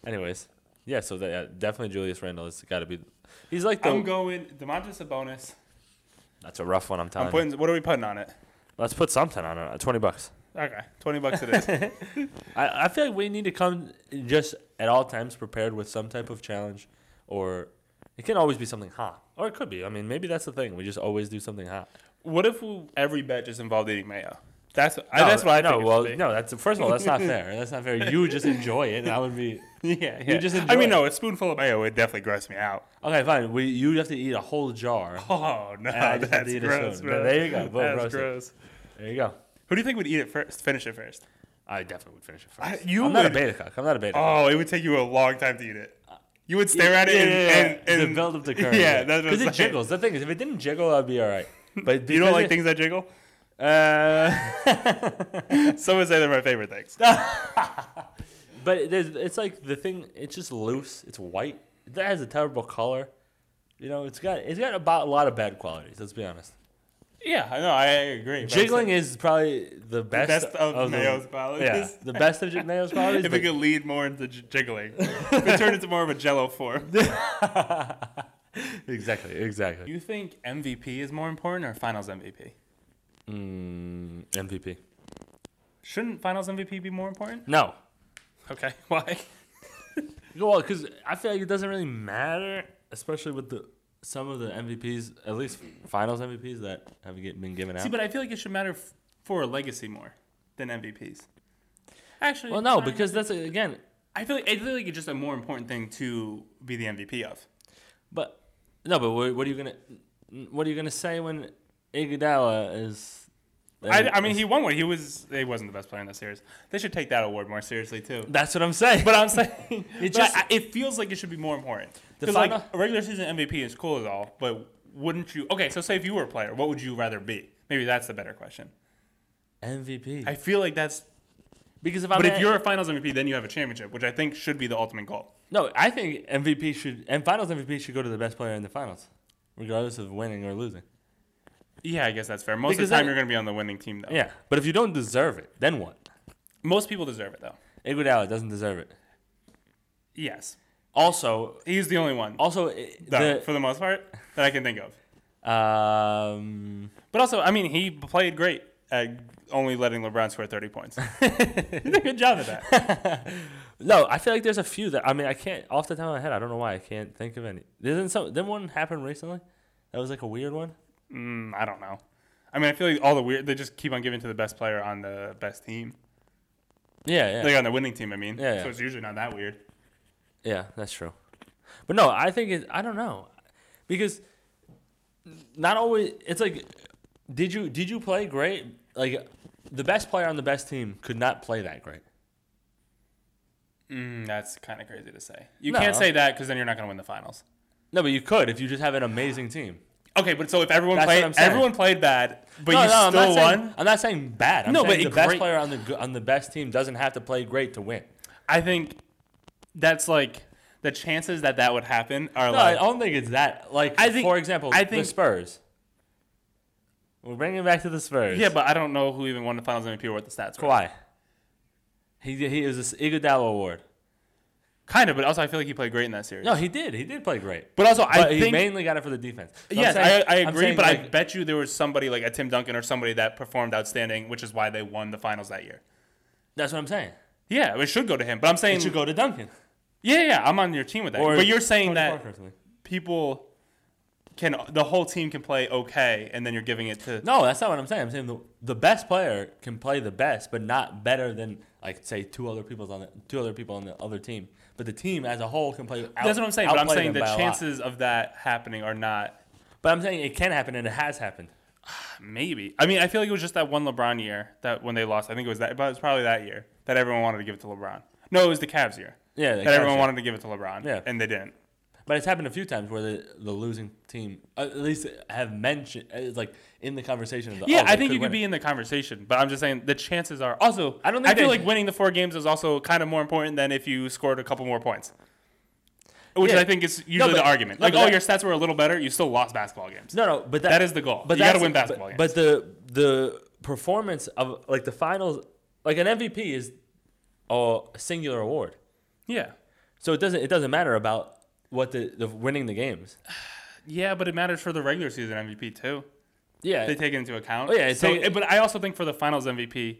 Speaker 1: Anyways, yeah. So that, yeah, definitely Julius Randle has got to be. He's like the.
Speaker 2: I'm going Demontis Sabonis.
Speaker 1: that's a rough one. I'm telling
Speaker 2: I'm putting. What are we putting on it?
Speaker 1: you. Let's put something on it. Twenty bucks.
Speaker 2: Okay, twenty bucks it is.
Speaker 1: I, I feel like we need to come just at all times prepared with some type of challenge, or it can always be something hot, or it could be. I mean, maybe that's the thing. We just always do something hot.
Speaker 2: what if we, every bet just involved eating mayo? That's I, that's what I
Speaker 1: no.
Speaker 2: think.
Speaker 1: well,
Speaker 2: it should be.
Speaker 1: no. That's first of all, that's not fair. That's not fair. You just enjoy it, and I would be
Speaker 2: yeah,
Speaker 1: you just
Speaker 2: I
Speaker 1: enjoy it.
Speaker 2: mean, no, a spoonful of mayo would definitely gross me out.
Speaker 1: okay. Fine. We you have to eat a whole jar.
Speaker 2: Oh no,
Speaker 1: I just had
Speaker 2: that's
Speaker 1: to eat a
Speaker 2: gross,
Speaker 1: spoon. No,
Speaker 2: bro.
Speaker 1: there you go. Boom,
Speaker 2: That's
Speaker 1: roasted.
Speaker 2: gross.
Speaker 1: There you go.
Speaker 2: Who do you think would eat it first? Finish it first.
Speaker 1: I definitely would finish it
Speaker 2: I-
Speaker 1: first.
Speaker 2: you
Speaker 1: I'm not a
Speaker 2: would-
Speaker 1: beta cock. I'm not a beta. cock.
Speaker 2: Oh, it would take you a long time to eat it. You would stare at it
Speaker 1: Yeah,
Speaker 2: and,
Speaker 1: yeah, yeah.
Speaker 2: and, and
Speaker 1: the build up the curve.
Speaker 2: Yeah, that's what
Speaker 1: because
Speaker 2: I'm
Speaker 1: it
Speaker 2: saying.
Speaker 1: jiggles. The thing is, if it didn't jiggle, I'd be all right. But
Speaker 2: You don't
Speaker 1: because
Speaker 2: like
Speaker 1: it-
Speaker 2: things that jiggle?
Speaker 1: Uh,
Speaker 2: Some would say they're my favorite things.
Speaker 1: Ah. but there's, it's like the thing. It's just loose. It's white. That has a terrible color. You know, it's got it's got about a lot of bad qualities. Let's be honest.
Speaker 2: Yeah, I know. I agree.
Speaker 1: Jiggling is probably the best,
Speaker 2: best of
Speaker 1: the-
Speaker 2: Mayo's qualities.
Speaker 1: Yeah, the best of j- Mayo's qualities.
Speaker 2: If we
Speaker 1: but-
Speaker 2: could lead more into j- jiggling, we turn into more of a jello form.
Speaker 1: exactly, exactly.
Speaker 2: you think MVP is more important or Finals MVP?
Speaker 1: Mm, MVP.
Speaker 2: Shouldn't Finals MVP be more important?
Speaker 1: No,
Speaker 2: Okay, why?
Speaker 1: Well, because I feel like it doesn't really matter, especially with the some of the MVPs, at least Finals MVPs that have get, been given out.
Speaker 2: See, but I feel like it should matter f- for a legacy more than MVPs. Actually,
Speaker 1: well, no,
Speaker 2: fine.
Speaker 1: because that's again,
Speaker 2: I feel like I feel like it's just a more important thing to be the MVP of.
Speaker 1: but no, but what, what are you gonna what are you gonna say when Iguodala is?
Speaker 2: I, I mean, he won one. He was he wasn't the best player in the series. They should take that award more seriously too.
Speaker 1: that's what I'm saying.
Speaker 2: But I'm saying it
Speaker 1: just-
Speaker 2: just I, it feels like it should be more important.
Speaker 1: The
Speaker 2: Because like
Speaker 1: final-
Speaker 2: a regular season MVP is cool as all, but wouldn't you? Okay, so say if you were a player, what would you rather be? Maybe that's the better question.
Speaker 1: MVP.
Speaker 2: I feel like that's.
Speaker 1: because if I'm
Speaker 2: But
Speaker 1: at-
Speaker 2: if you're a Finals MVP, then you have a championship, which I think should be the ultimate goal.
Speaker 1: no, I think MVP should and Finals MVP should go to the best player in the Finals, regardless of winning or losing.
Speaker 2: Yeah, I guess that's fair. Most
Speaker 1: Because
Speaker 2: of the time,
Speaker 1: then-
Speaker 2: you're going to be on the winning team, though.
Speaker 1: Yeah, but if you don't deserve it, then what?
Speaker 2: Most people deserve it, though.
Speaker 1: Iguodala doesn't deserve it.
Speaker 2: Yes,
Speaker 1: Also,
Speaker 2: he's the only one,
Speaker 1: also eh, i-
Speaker 2: though,
Speaker 1: the
Speaker 2: for the most part, that I can think of.
Speaker 1: Um,
Speaker 2: But also, I mean, he played great at only letting LeBron score 30 points. he did a good job at that.
Speaker 1: No, I feel like there's a few that I mean I can't off the top of my head. I don't know why I can't think of any. Isn't some didn't one happen recently? That was like a weird one.
Speaker 2: Mm, I don't know. I mean, I feel like all the weird they just keep on giving to the best player on the best team,
Speaker 1: Yeah, yeah,
Speaker 2: like on the winning team. I mean,
Speaker 1: Yeah, yeah.
Speaker 2: so it's usually not that weird.
Speaker 1: yeah. That's true. But no, I think it. I don't know, because not always. It's like, did you did you play great? Like, the best player on the best team could not play that great.
Speaker 2: Mm, that's kind of crazy to say. You
Speaker 1: No.
Speaker 2: can't say that because then you're not going to win the finals.
Speaker 1: No, but you could if you just have an amazing team.
Speaker 2: Okay, but so if everyone
Speaker 1: That's what
Speaker 2: played,
Speaker 1: I'm saying.
Speaker 2: everyone played bad, but
Speaker 1: no,
Speaker 2: you
Speaker 1: no,
Speaker 2: still
Speaker 1: I'm not
Speaker 2: won.
Speaker 1: Saying, I'm not saying bad. I'm
Speaker 2: No,
Speaker 1: saying
Speaker 2: but
Speaker 1: the
Speaker 2: it
Speaker 1: best
Speaker 2: great-
Speaker 1: player on the g- on the best team doesn't have to play great to win.
Speaker 2: I think that's like the chances that that would happen are
Speaker 1: No, I
Speaker 2: like
Speaker 1: don't think it's that. Like,
Speaker 2: I think-
Speaker 1: for example,
Speaker 2: I
Speaker 1: the
Speaker 2: think-
Speaker 1: Spurs. We're bringing it back to the Spurs.
Speaker 2: yeah, but I don't know who even won the Finals MVP or what the stats were.
Speaker 1: Kawhi. He he is this Iguodala award.
Speaker 2: Kind of, but also I feel like he played great in that series.
Speaker 1: No, he did. He did play great.
Speaker 2: but also I
Speaker 1: But he
Speaker 2: think
Speaker 1: mainly got it for the defense. So I'm
Speaker 2: yes,
Speaker 1: saying-
Speaker 2: I, I
Speaker 1: I'm
Speaker 2: agree,
Speaker 1: saying,
Speaker 2: but I
Speaker 1: like,
Speaker 2: bet you there was somebody like a Tim Duncan or somebody that performed outstanding, which is why they won the Finals that year.
Speaker 1: that's what I'm saying.
Speaker 2: Yeah, it should go to him, but I'm saying
Speaker 1: It should go to Duncan.
Speaker 2: yeah, yeah, I'm on your team with that.
Speaker 1: Or
Speaker 2: but you're saying
Speaker 1: Tony
Speaker 2: that
Speaker 1: Parker or something.
Speaker 2: people can the whole team can play okay, and then you're giving it to
Speaker 1: No, that's not what I'm saying. I'm saying the, the best player can play the best, but not better than like say two other people's on the, two other people on the other team. But the team as a whole can play. Out,
Speaker 2: that's what I'm saying. But I'm
Speaker 1: outplay
Speaker 2: saying
Speaker 1: them
Speaker 2: the
Speaker 1: by a lot.
Speaker 2: chances of that happening are not
Speaker 1: But I'm saying it can happen and it has happened.
Speaker 2: Maybe. I mean, I feel like it was just that one LeBron year that when they lost. I think it was that, but it was probably that year that everyone wanted to give it to LeBron. No, it was the Cavs year
Speaker 1: Yeah,
Speaker 2: that
Speaker 1: Cavs
Speaker 2: everyone
Speaker 1: year.
Speaker 2: wanted to give it to LeBron.
Speaker 1: Yeah.
Speaker 2: and they didn't.
Speaker 1: But it's happened a few times where the, the losing team uh, at least have mentioned uh, it's like in the conversation of the
Speaker 2: Yeah,
Speaker 1: oh,
Speaker 2: I
Speaker 1: they
Speaker 2: think you
Speaker 1: win
Speaker 2: could be
Speaker 1: it.
Speaker 2: in the conversation, but I'm just saying the chances are also.
Speaker 1: I don't think
Speaker 2: I feel
Speaker 1: they-
Speaker 2: like winning the four games is also kind of more important than if you scored a couple more points. Which
Speaker 1: Yeah.
Speaker 2: I think is usually
Speaker 1: but-
Speaker 2: the argument.
Speaker 1: no,
Speaker 2: like,
Speaker 1: but
Speaker 2: oh,
Speaker 1: that-
Speaker 2: your stats were a little better. You still lost basketball games.
Speaker 1: no no but that,
Speaker 2: That is the goal. You gotta
Speaker 1: that's-
Speaker 2: win basketball
Speaker 1: but,
Speaker 2: games.
Speaker 1: But the the performance of like the finals like an MVP is a singular award.
Speaker 2: Yeah.
Speaker 1: So it doesn't it doesn't matter about what the, the winning the games.
Speaker 2: Yeah, but it matters for the regular season MVP too.
Speaker 1: Yeah.
Speaker 2: they take it into account.
Speaker 1: Oh, yeah, it's
Speaker 2: so, eh,
Speaker 1: taken-
Speaker 2: but I also think for the finals MVP,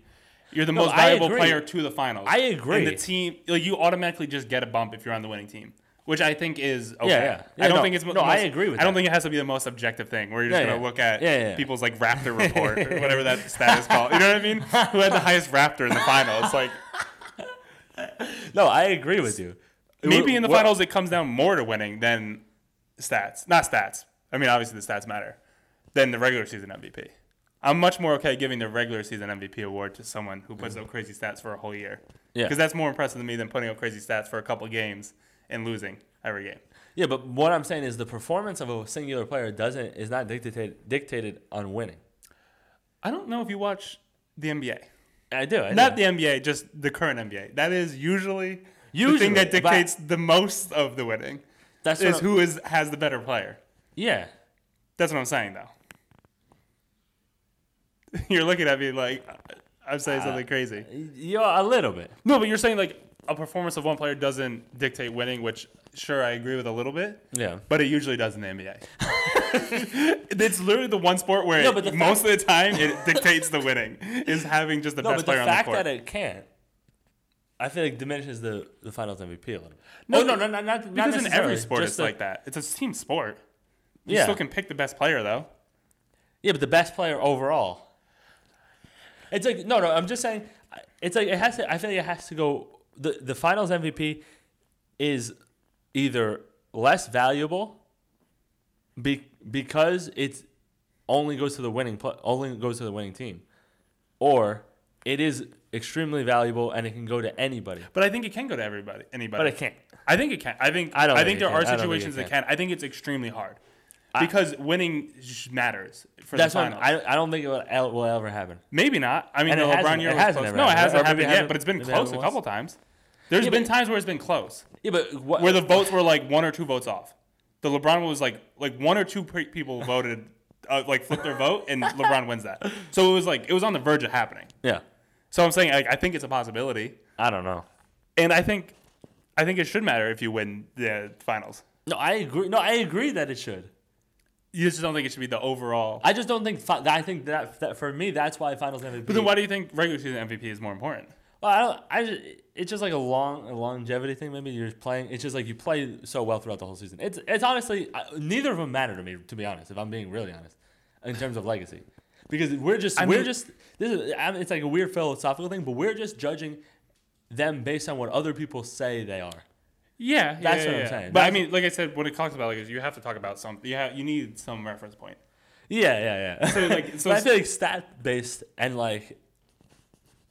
Speaker 2: you're the most
Speaker 1: I
Speaker 2: valuable
Speaker 1: agree.
Speaker 2: player to the finals.
Speaker 1: I agree.
Speaker 2: And the team, like, you automatically just get a bump if you're on the winning team, which I think is okay.
Speaker 1: yeah. Yeah,
Speaker 2: I don't
Speaker 1: no,
Speaker 2: think it's mo-
Speaker 1: no,
Speaker 2: the
Speaker 1: I
Speaker 2: most-
Speaker 1: agree with
Speaker 2: I don't
Speaker 1: that.
Speaker 2: think it has to be the most objective thing where you're just
Speaker 1: Yeah,
Speaker 2: gonna
Speaker 1: yeah.
Speaker 2: look at
Speaker 1: Yeah, yeah, yeah.
Speaker 2: people's like Raptor report or whatever that stat is called. You know what I mean? Who had the highest Raptor in the finals? Like
Speaker 1: no, I agree with you.
Speaker 2: maybe in the
Speaker 1: What-
Speaker 2: finals it comes down more to winning than stats. Not stats. I mean, obviously the stats matter than the regular season MVP. I'm much more okay giving the regular season MVP award to someone who puts up crazy stats for a whole year.
Speaker 1: Yeah.
Speaker 2: Because that's more impressive to me than putting up crazy stats for a couple games and losing every game.
Speaker 1: Yeah, but what I'm saying is the performance of a singular player doesn't is not dictated dictated on winning.
Speaker 2: I don't know if you watch the NBA.
Speaker 1: I do. I do.
Speaker 2: Not the NBA, just the current NBA. That is usually, the
Speaker 1: Usually,
Speaker 2: thing that
Speaker 1: but-
Speaker 2: dictates the most of the winning
Speaker 1: That's what
Speaker 2: is
Speaker 1: I'm-
Speaker 2: who is has the better player.
Speaker 1: Yeah.
Speaker 2: That's what I'm saying, though. You're looking at me like I'm saying
Speaker 1: Uh,
Speaker 2: something crazy.
Speaker 1: Yeah, a little bit.
Speaker 2: No, but you're saying like a performance of one player doesn't dictate winning, which sure I agree with a little bit,
Speaker 1: Yeah.
Speaker 2: but it usually does in the NBA. it's literally the one sport where
Speaker 1: No, but the
Speaker 2: most of the time it dictates the winning is having just the
Speaker 1: No, but
Speaker 2: best
Speaker 1: the
Speaker 2: player on the
Speaker 1: fact
Speaker 2: court.
Speaker 1: that it can't, I feel like diminishes the, the finals MVP a little bit.
Speaker 2: No,
Speaker 1: No, oh, no,
Speaker 2: be-
Speaker 1: no, not, not, not
Speaker 2: because in every
Speaker 1: necessarily,
Speaker 2: sport
Speaker 1: just
Speaker 2: it's
Speaker 1: the-
Speaker 2: like that. It's a team sport. You
Speaker 1: Yeah.
Speaker 2: still can pick the best player though.
Speaker 1: Yeah, but the best player overall. It's like no, no. I'm just saying. I- It's like it has to. I feel like it has to go. The the Finals MVP is either less valuable be, because it's only goes to the winning pl- only goes to the winning team, or it is extremely valuable and it can go to anybody.
Speaker 2: But I think it can go to everybody, anybody.
Speaker 1: But it can't.
Speaker 2: I think it can. I think I
Speaker 1: I don't
Speaker 2: I
Speaker 1: think it
Speaker 2: think there
Speaker 1: can.
Speaker 2: are
Speaker 1: I don't think it
Speaker 2: situations that
Speaker 1: can.
Speaker 2: can. I think it's extremely hard because winning sh- matters for
Speaker 1: That's
Speaker 2: the
Speaker 1: why
Speaker 2: final.
Speaker 1: I, I don't think it will, el- will ever happen.
Speaker 2: Maybe not. I mean,
Speaker 1: And
Speaker 2: the
Speaker 1: it hasn't-
Speaker 2: LeBron year
Speaker 1: it
Speaker 2: was
Speaker 1: hasn't
Speaker 2: close.
Speaker 1: ever
Speaker 2: no, it
Speaker 1: happened.
Speaker 2: hasn't
Speaker 1: Or maybe
Speaker 2: happened
Speaker 1: it
Speaker 2: yet,
Speaker 1: hasn't-
Speaker 2: but it's been
Speaker 1: maybe it
Speaker 2: close a
Speaker 1: hasn't
Speaker 2: couple times. There's
Speaker 1: Yeah,
Speaker 2: been
Speaker 1: but-
Speaker 2: times where it's been close,
Speaker 1: Yeah, but what,
Speaker 2: where the votes were like one or two votes off. The LeBron was like like one or two pe- people voted, uh, like flipped their vote, and LeBron wins that. So it was like it was on the verge of happening.
Speaker 1: yeah,
Speaker 2: So I'm saying like, I think it's a possibility,
Speaker 1: I don't know.
Speaker 2: and I think I think it should matter if you win the finals.
Speaker 1: No, I agree. No, I agree that it should.
Speaker 2: You just don't think it should be the overall.
Speaker 1: I just don't think. Fi- I think that, that for me, that's why finals MVP.
Speaker 2: But then why do you think regular season MVP is more important?
Speaker 1: Well, I don't. I just, it's just like a long a longevity thing. Maybe you're playing. It's just like you play so well throughout the whole season. It's it's honestly I, neither of them matter to me. To be honest, if I'm being really honest, in terms of legacy, because we're just
Speaker 2: I
Speaker 1: we're
Speaker 2: mean-
Speaker 1: just this is I mean, it's like a weird philosophical thing, but we're just judging them based on what other people say they are.
Speaker 2: Yeah,
Speaker 1: That's
Speaker 2: yeah,
Speaker 1: what I'm
Speaker 2: yeah.
Speaker 1: saying.
Speaker 2: But I
Speaker 1: That's-
Speaker 2: mean, like I said, when it talks about like, you have to talk about something. You have, you need some reference point.
Speaker 1: Yeah, yeah, yeah.
Speaker 2: So, like, so
Speaker 1: But I
Speaker 2: it's-
Speaker 1: feel like stat based and like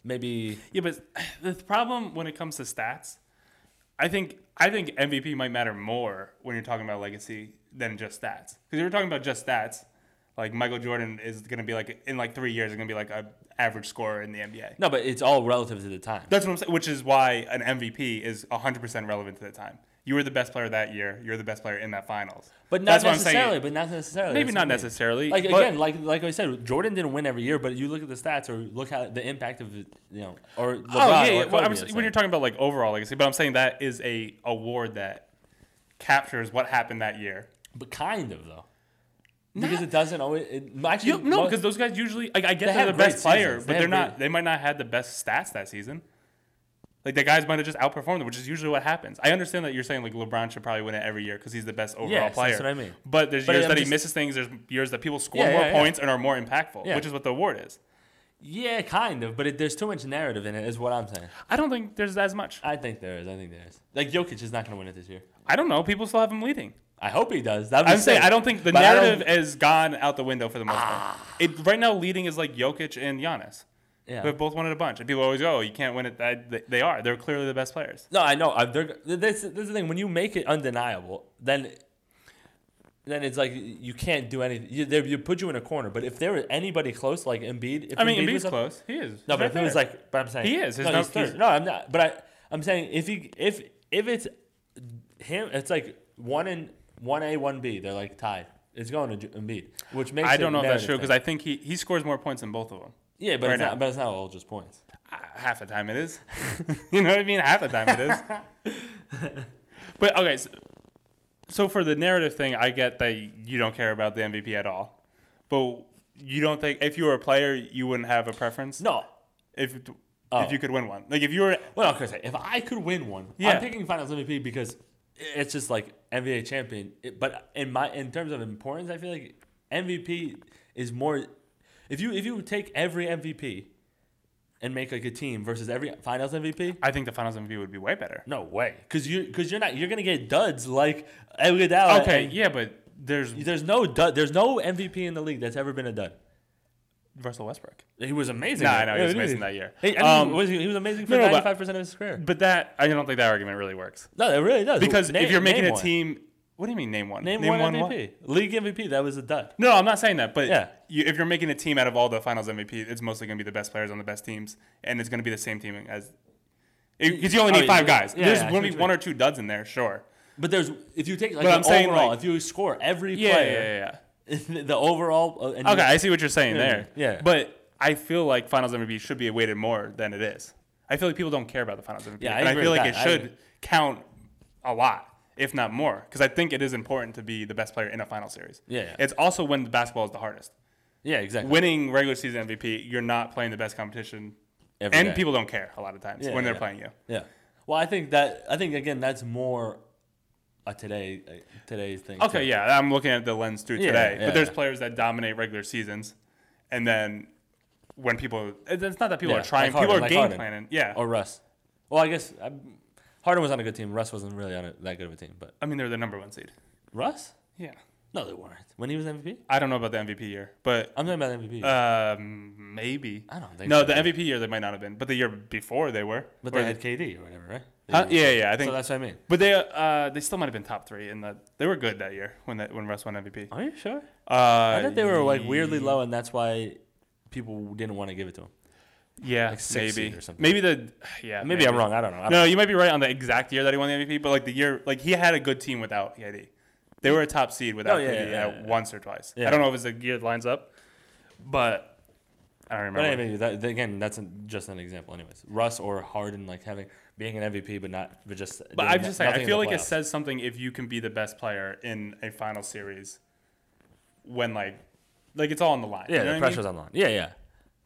Speaker 1: maybe
Speaker 2: Yeah, but the problem when it comes to stats, I think I think MVP might matter more when you're talking about legacy than just stats. Because if you're talking about just stats, like Michael Jordan is gonna be like in like three years, is gonna be like an average scorer in the NBA.
Speaker 1: no, but it's all relative to the time.
Speaker 2: That's what I'm saying. Which is why an MVP is 100 percent relevant to the time. You were the best player that year. You're the best player in that finals.
Speaker 1: But not
Speaker 2: That's what I'm saying.
Speaker 1: necessarily. But not necessarily.
Speaker 2: Maybe
Speaker 1: That's
Speaker 2: not
Speaker 1: what I mean.
Speaker 2: necessarily.
Speaker 1: Like
Speaker 2: but-
Speaker 1: again, like like I said, Jordan didn't win every year, but you look at the stats or look how the impact of you know or LeBron
Speaker 2: Oh yeah, yeah.
Speaker 1: or Kobe,
Speaker 2: Well, I'm
Speaker 1: I'd
Speaker 2: s-
Speaker 1: say.
Speaker 2: when you're talking about like overall legacy, but I'm saying that is a award that captures what happened that year.
Speaker 1: but kind of though, because it doesn't always. It, actually,
Speaker 2: no,
Speaker 1: mo-
Speaker 2: because those guys usually like I get
Speaker 1: They
Speaker 2: they are
Speaker 1: had
Speaker 2: the
Speaker 1: great
Speaker 2: best player,
Speaker 1: seasons. They
Speaker 2: but
Speaker 1: had
Speaker 2: they're not.
Speaker 1: great-
Speaker 2: They might not had the best stats that season. Like the guys might have just outperformed them, which is usually what happens. I understand that you're saying like LeBron should probably win it every year because he's the best overall
Speaker 1: Yes, that's
Speaker 2: player.
Speaker 1: what I mean.
Speaker 2: But there's
Speaker 1: But
Speaker 2: years
Speaker 1: I'm
Speaker 2: that
Speaker 1: just-
Speaker 2: he misses things. There's years that people score
Speaker 1: Yeah,
Speaker 2: more
Speaker 1: yeah, yeah.
Speaker 2: points and are more impactful,
Speaker 1: Yeah.
Speaker 2: which is what the award is.
Speaker 1: yeah, kind of, but it, there's too much narrative in it, is what I'm saying.
Speaker 2: I don't think there's as much.
Speaker 1: I think there is. I think there is. Like Jokic is not going to win it this year.
Speaker 2: I don't know. People still have him leading.
Speaker 1: I hope he does. That would be
Speaker 2: I'm saying
Speaker 1: sick.
Speaker 2: I don't think the
Speaker 1: But I don't- Ah.
Speaker 2: narrative has gone out the window for the most part. It right now leading is like Jokic and Giannis, who
Speaker 1: Yeah.
Speaker 2: have both won it a bunch, and people always go, oh, "You can't win it." I, they- they are. They're clearly the best players.
Speaker 1: No, I know. I, they're, this, this is the thing. When you make it undeniable, then then it's like you can't do anything. You, they you put you in a corner. But if there were anybody close, like Embiid, if
Speaker 2: I mean,
Speaker 1: Embiid was
Speaker 2: Embiid's
Speaker 1: up-
Speaker 2: close. He is.
Speaker 1: No,
Speaker 2: He's
Speaker 1: but
Speaker 2: right
Speaker 1: if it was
Speaker 2: there.
Speaker 1: like, but I'm saying
Speaker 2: He is. His
Speaker 1: No, he's
Speaker 2: num- he's-
Speaker 1: third. No, I'm not. But I, I'm saying if he, if, if it's him, it's like one and one A, one B. They're like tied. It's going to J- Embiid, which makes
Speaker 2: I
Speaker 1: it
Speaker 2: don't know if that's
Speaker 1: narrative
Speaker 2: true because
Speaker 1: thing.
Speaker 2: I think he, he scores more points than both of them.
Speaker 1: yeah, but
Speaker 2: right
Speaker 1: it's
Speaker 2: now.
Speaker 1: not, but it's not all just points.
Speaker 2: Ah, Half the time it is. you know what I mean? Half the time it is. but okay, so, so for the narrative thing, I get that you don't care about the MVP at all, but you don't think if you were a player, you wouldn't have a preference.
Speaker 1: No,
Speaker 2: if
Speaker 1: Oh.
Speaker 2: if you could win one, like if you were
Speaker 1: Well, no, Chris, if I could win one,
Speaker 2: Yeah.
Speaker 1: I'm picking Finals MVP because it's just like NBA champion. It- but in my in terms of importance, I feel like MVP is more. If you if you take every MVP and make like a team versus every Finals MVP,
Speaker 2: I think the Finals MVP would be way better.
Speaker 1: no way, because you because you're not you're gonna get duds like Iguodala.
Speaker 2: Okay,
Speaker 1: and-
Speaker 2: Uh, yeah, but there's
Speaker 1: There's no dud. There's no MVP in the league that's ever been a dud.
Speaker 2: Russell Westbrook.
Speaker 1: He was amazing.
Speaker 2: Nah,
Speaker 1: that-
Speaker 2: I know, he was
Speaker 1: Yeah,
Speaker 2: amazing that year.
Speaker 1: He, I mean,
Speaker 2: Um,
Speaker 1: was he, he was amazing for
Speaker 2: no, no, but-
Speaker 1: 95% of his career.
Speaker 2: But that I don't think that argument really works
Speaker 1: No, it really does.
Speaker 2: because
Speaker 1: Name-
Speaker 2: if you're making
Speaker 1: name
Speaker 2: a
Speaker 1: one.
Speaker 2: team, what do you mean name one?
Speaker 1: Name, one, MVP. League MVP. That was a dud.
Speaker 2: No, I'm not saying that, but
Speaker 1: Yeah.
Speaker 2: you, if you're making a team out of all the Finals MVP, it's mostly going to be the best players on the best teams, and it's going to be the same team as because you only
Speaker 1: Oh,
Speaker 2: need
Speaker 1: yeah,
Speaker 2: five
Speaker 1: yeah.
Speaker 2: guys.
Speaker 1: Yeah,
Speaker 2: There's
Speaker 1: yeah, I see
Speaker 2: going
Speaker 1: what
Speaker 2: to
Speaker 1: you
Speaker 2: be one or two duds in there, sure.
Speaker 1: But there's if you take like
Speaker 2: But
Speaker 1: the
Speaker 2: I'm saying,
Speaker 1: overall,
Speaker 2: like-
Speaker 1: if you score every
Speaker 2: Yeah,
Speaker 1: player,
Speaker 2: yeah, yeah.
Speaker 1: the overall. uh, And
Speaker 2: Okay, I see what you're saying
Speaker 1: Yeah,
Speaker 2: there.
Speaker 1: yeah.
Speaker 2: But I feel like Finals MVP should be weighted more than it is. I feel like people don't care about the Finals MVP.
Speaker 1: Yeah, I
Speaker 2: and I
Speaker 1: agree
Speaker 2: feel
Speaker 1: with
Speaker 2: like
Speaker 1: that.
Speaker 2: it
Speaker 1: I
Speaker 2: should
Speaker 1: agree.
Speaker 2: count a lot, if not more, because I think it is important to be the best player in a final series.
Speaker 1: Yeah, yeah.
Speaker 2: It's also when the basketball is the hardest.
Speaker 1: yeah, exactly.
Speaker 2: Winning regular season MVP, you're not playing the best competition,
Speaker 1: Every
Speaker 2: and
Speaker 1: day.
Speaker 2: people don't care a lot of times
Speaker 1: Yeah,
Speaker 2: when they're
Speaker 1: yeah.
Speaker 2: playing you.
Speaker 1: Yeah. Well, I think that I think again that's more a today a today's thing.
Speaker 2: Okay, yeah, I'm looking at the lens through
Speaker 1: Yeah,
Speaker 2: today.
Speaker 1: yeah,
Speaker 2: but there's
Speaker 1: yeah.
Speaker 2: players that dominate regular seasons, and then when people, it's not that people
Speaker 1: Yeah,
Speaker 2: are
Speaker 1: like
Speaker 2: trying,
Speaker 1: Harden,
Speaker 2: people are
Speaker 1: like
Speaker 2: game
Speaker 1: Harden.
Speaker 2: planning. Yeah,
Speaker 1: Or Russ. Well, I guess I, Harden was on a good team. Russ wasn't really on a, that good of a team, but
Speaker 2: I mean, they're the number one seed.
Speaker 1: Russ?
Speaker 2: Yeah.
Speaker 1: No, they weren't. When he was MVP,
Speaker 2: I don't know about the MVP year, but
Speaker 1: I'm talking about MVP.
Speaker 2: Uh, um, maybe.
Speaker 1: I don't think
Speaker 2: No,
Speaker 1: so.
Speaker 2: the MVP year they might not have been, but the year before they were.
Speaker 1: but they
Speaker 2: Or the-
Speaker 1: had KD or whatever, right? They
Speaker 2: Huh?
Speaker 1: were-
Speaker 2: Yeah, yeah, I think.
Speaker 1: So that's what I mean.
Speaker 2: but they uh, they still might have been top three, and the, they were good that year when that when Russ won MVP.
Speaker 1: Are you sure?
Speaker 2: Uh,
Speaker 1: I thought they were like weirdly low, and that's why people didn't want to give it to him.
Speaker 2: Yeah,
Speaker 1: like six
Speaker 2: maybe.
Speaker 1: seed or something.
Speaker 2: Maybe the yeah.
Speaker 1: Maybe I'm wrong. I don't know. I don't
Speaker 2: No, you might be right on the exact year that he won the MVP, but like the year, like he had a good team without KD. They were a top seed without
Speaker 1: Oh, yeah,
Speaker 2: KD
Speaker 1: yeah,
Speaker 2: at
Speaker 1: yeah, yeah.
Speaker 2: once or twice.
Speaker 1: Yeah.
Speaker 2: I don't know if it's the year that lines up, but I don't remember.
Speaker 1: But anyway, that, again, that's an, just an example. Anyways, Russ or Harden, like having being an MVP, but not, but just.
Speaker 2: But
Speaker 1: doing
Speaker 2: I'm
Speaker 1: no-
Speaker 2: just saying,
Speaker 1: nothing
Speaker 2: I
Speaker 1: in
Speaker 2: feel
Speaker 1: the
Speaker 2: like it
Speaker 1: playoffs.
Speaker 2: says something if you can be the best player in a final series when like like it's all on the line.
Speaker 1: Yeah,
Speaker 2: you know
Speaker 1: the
Speaker 2: what I mean?
Speaker 1: pressure's on the line. Yeah, yeah,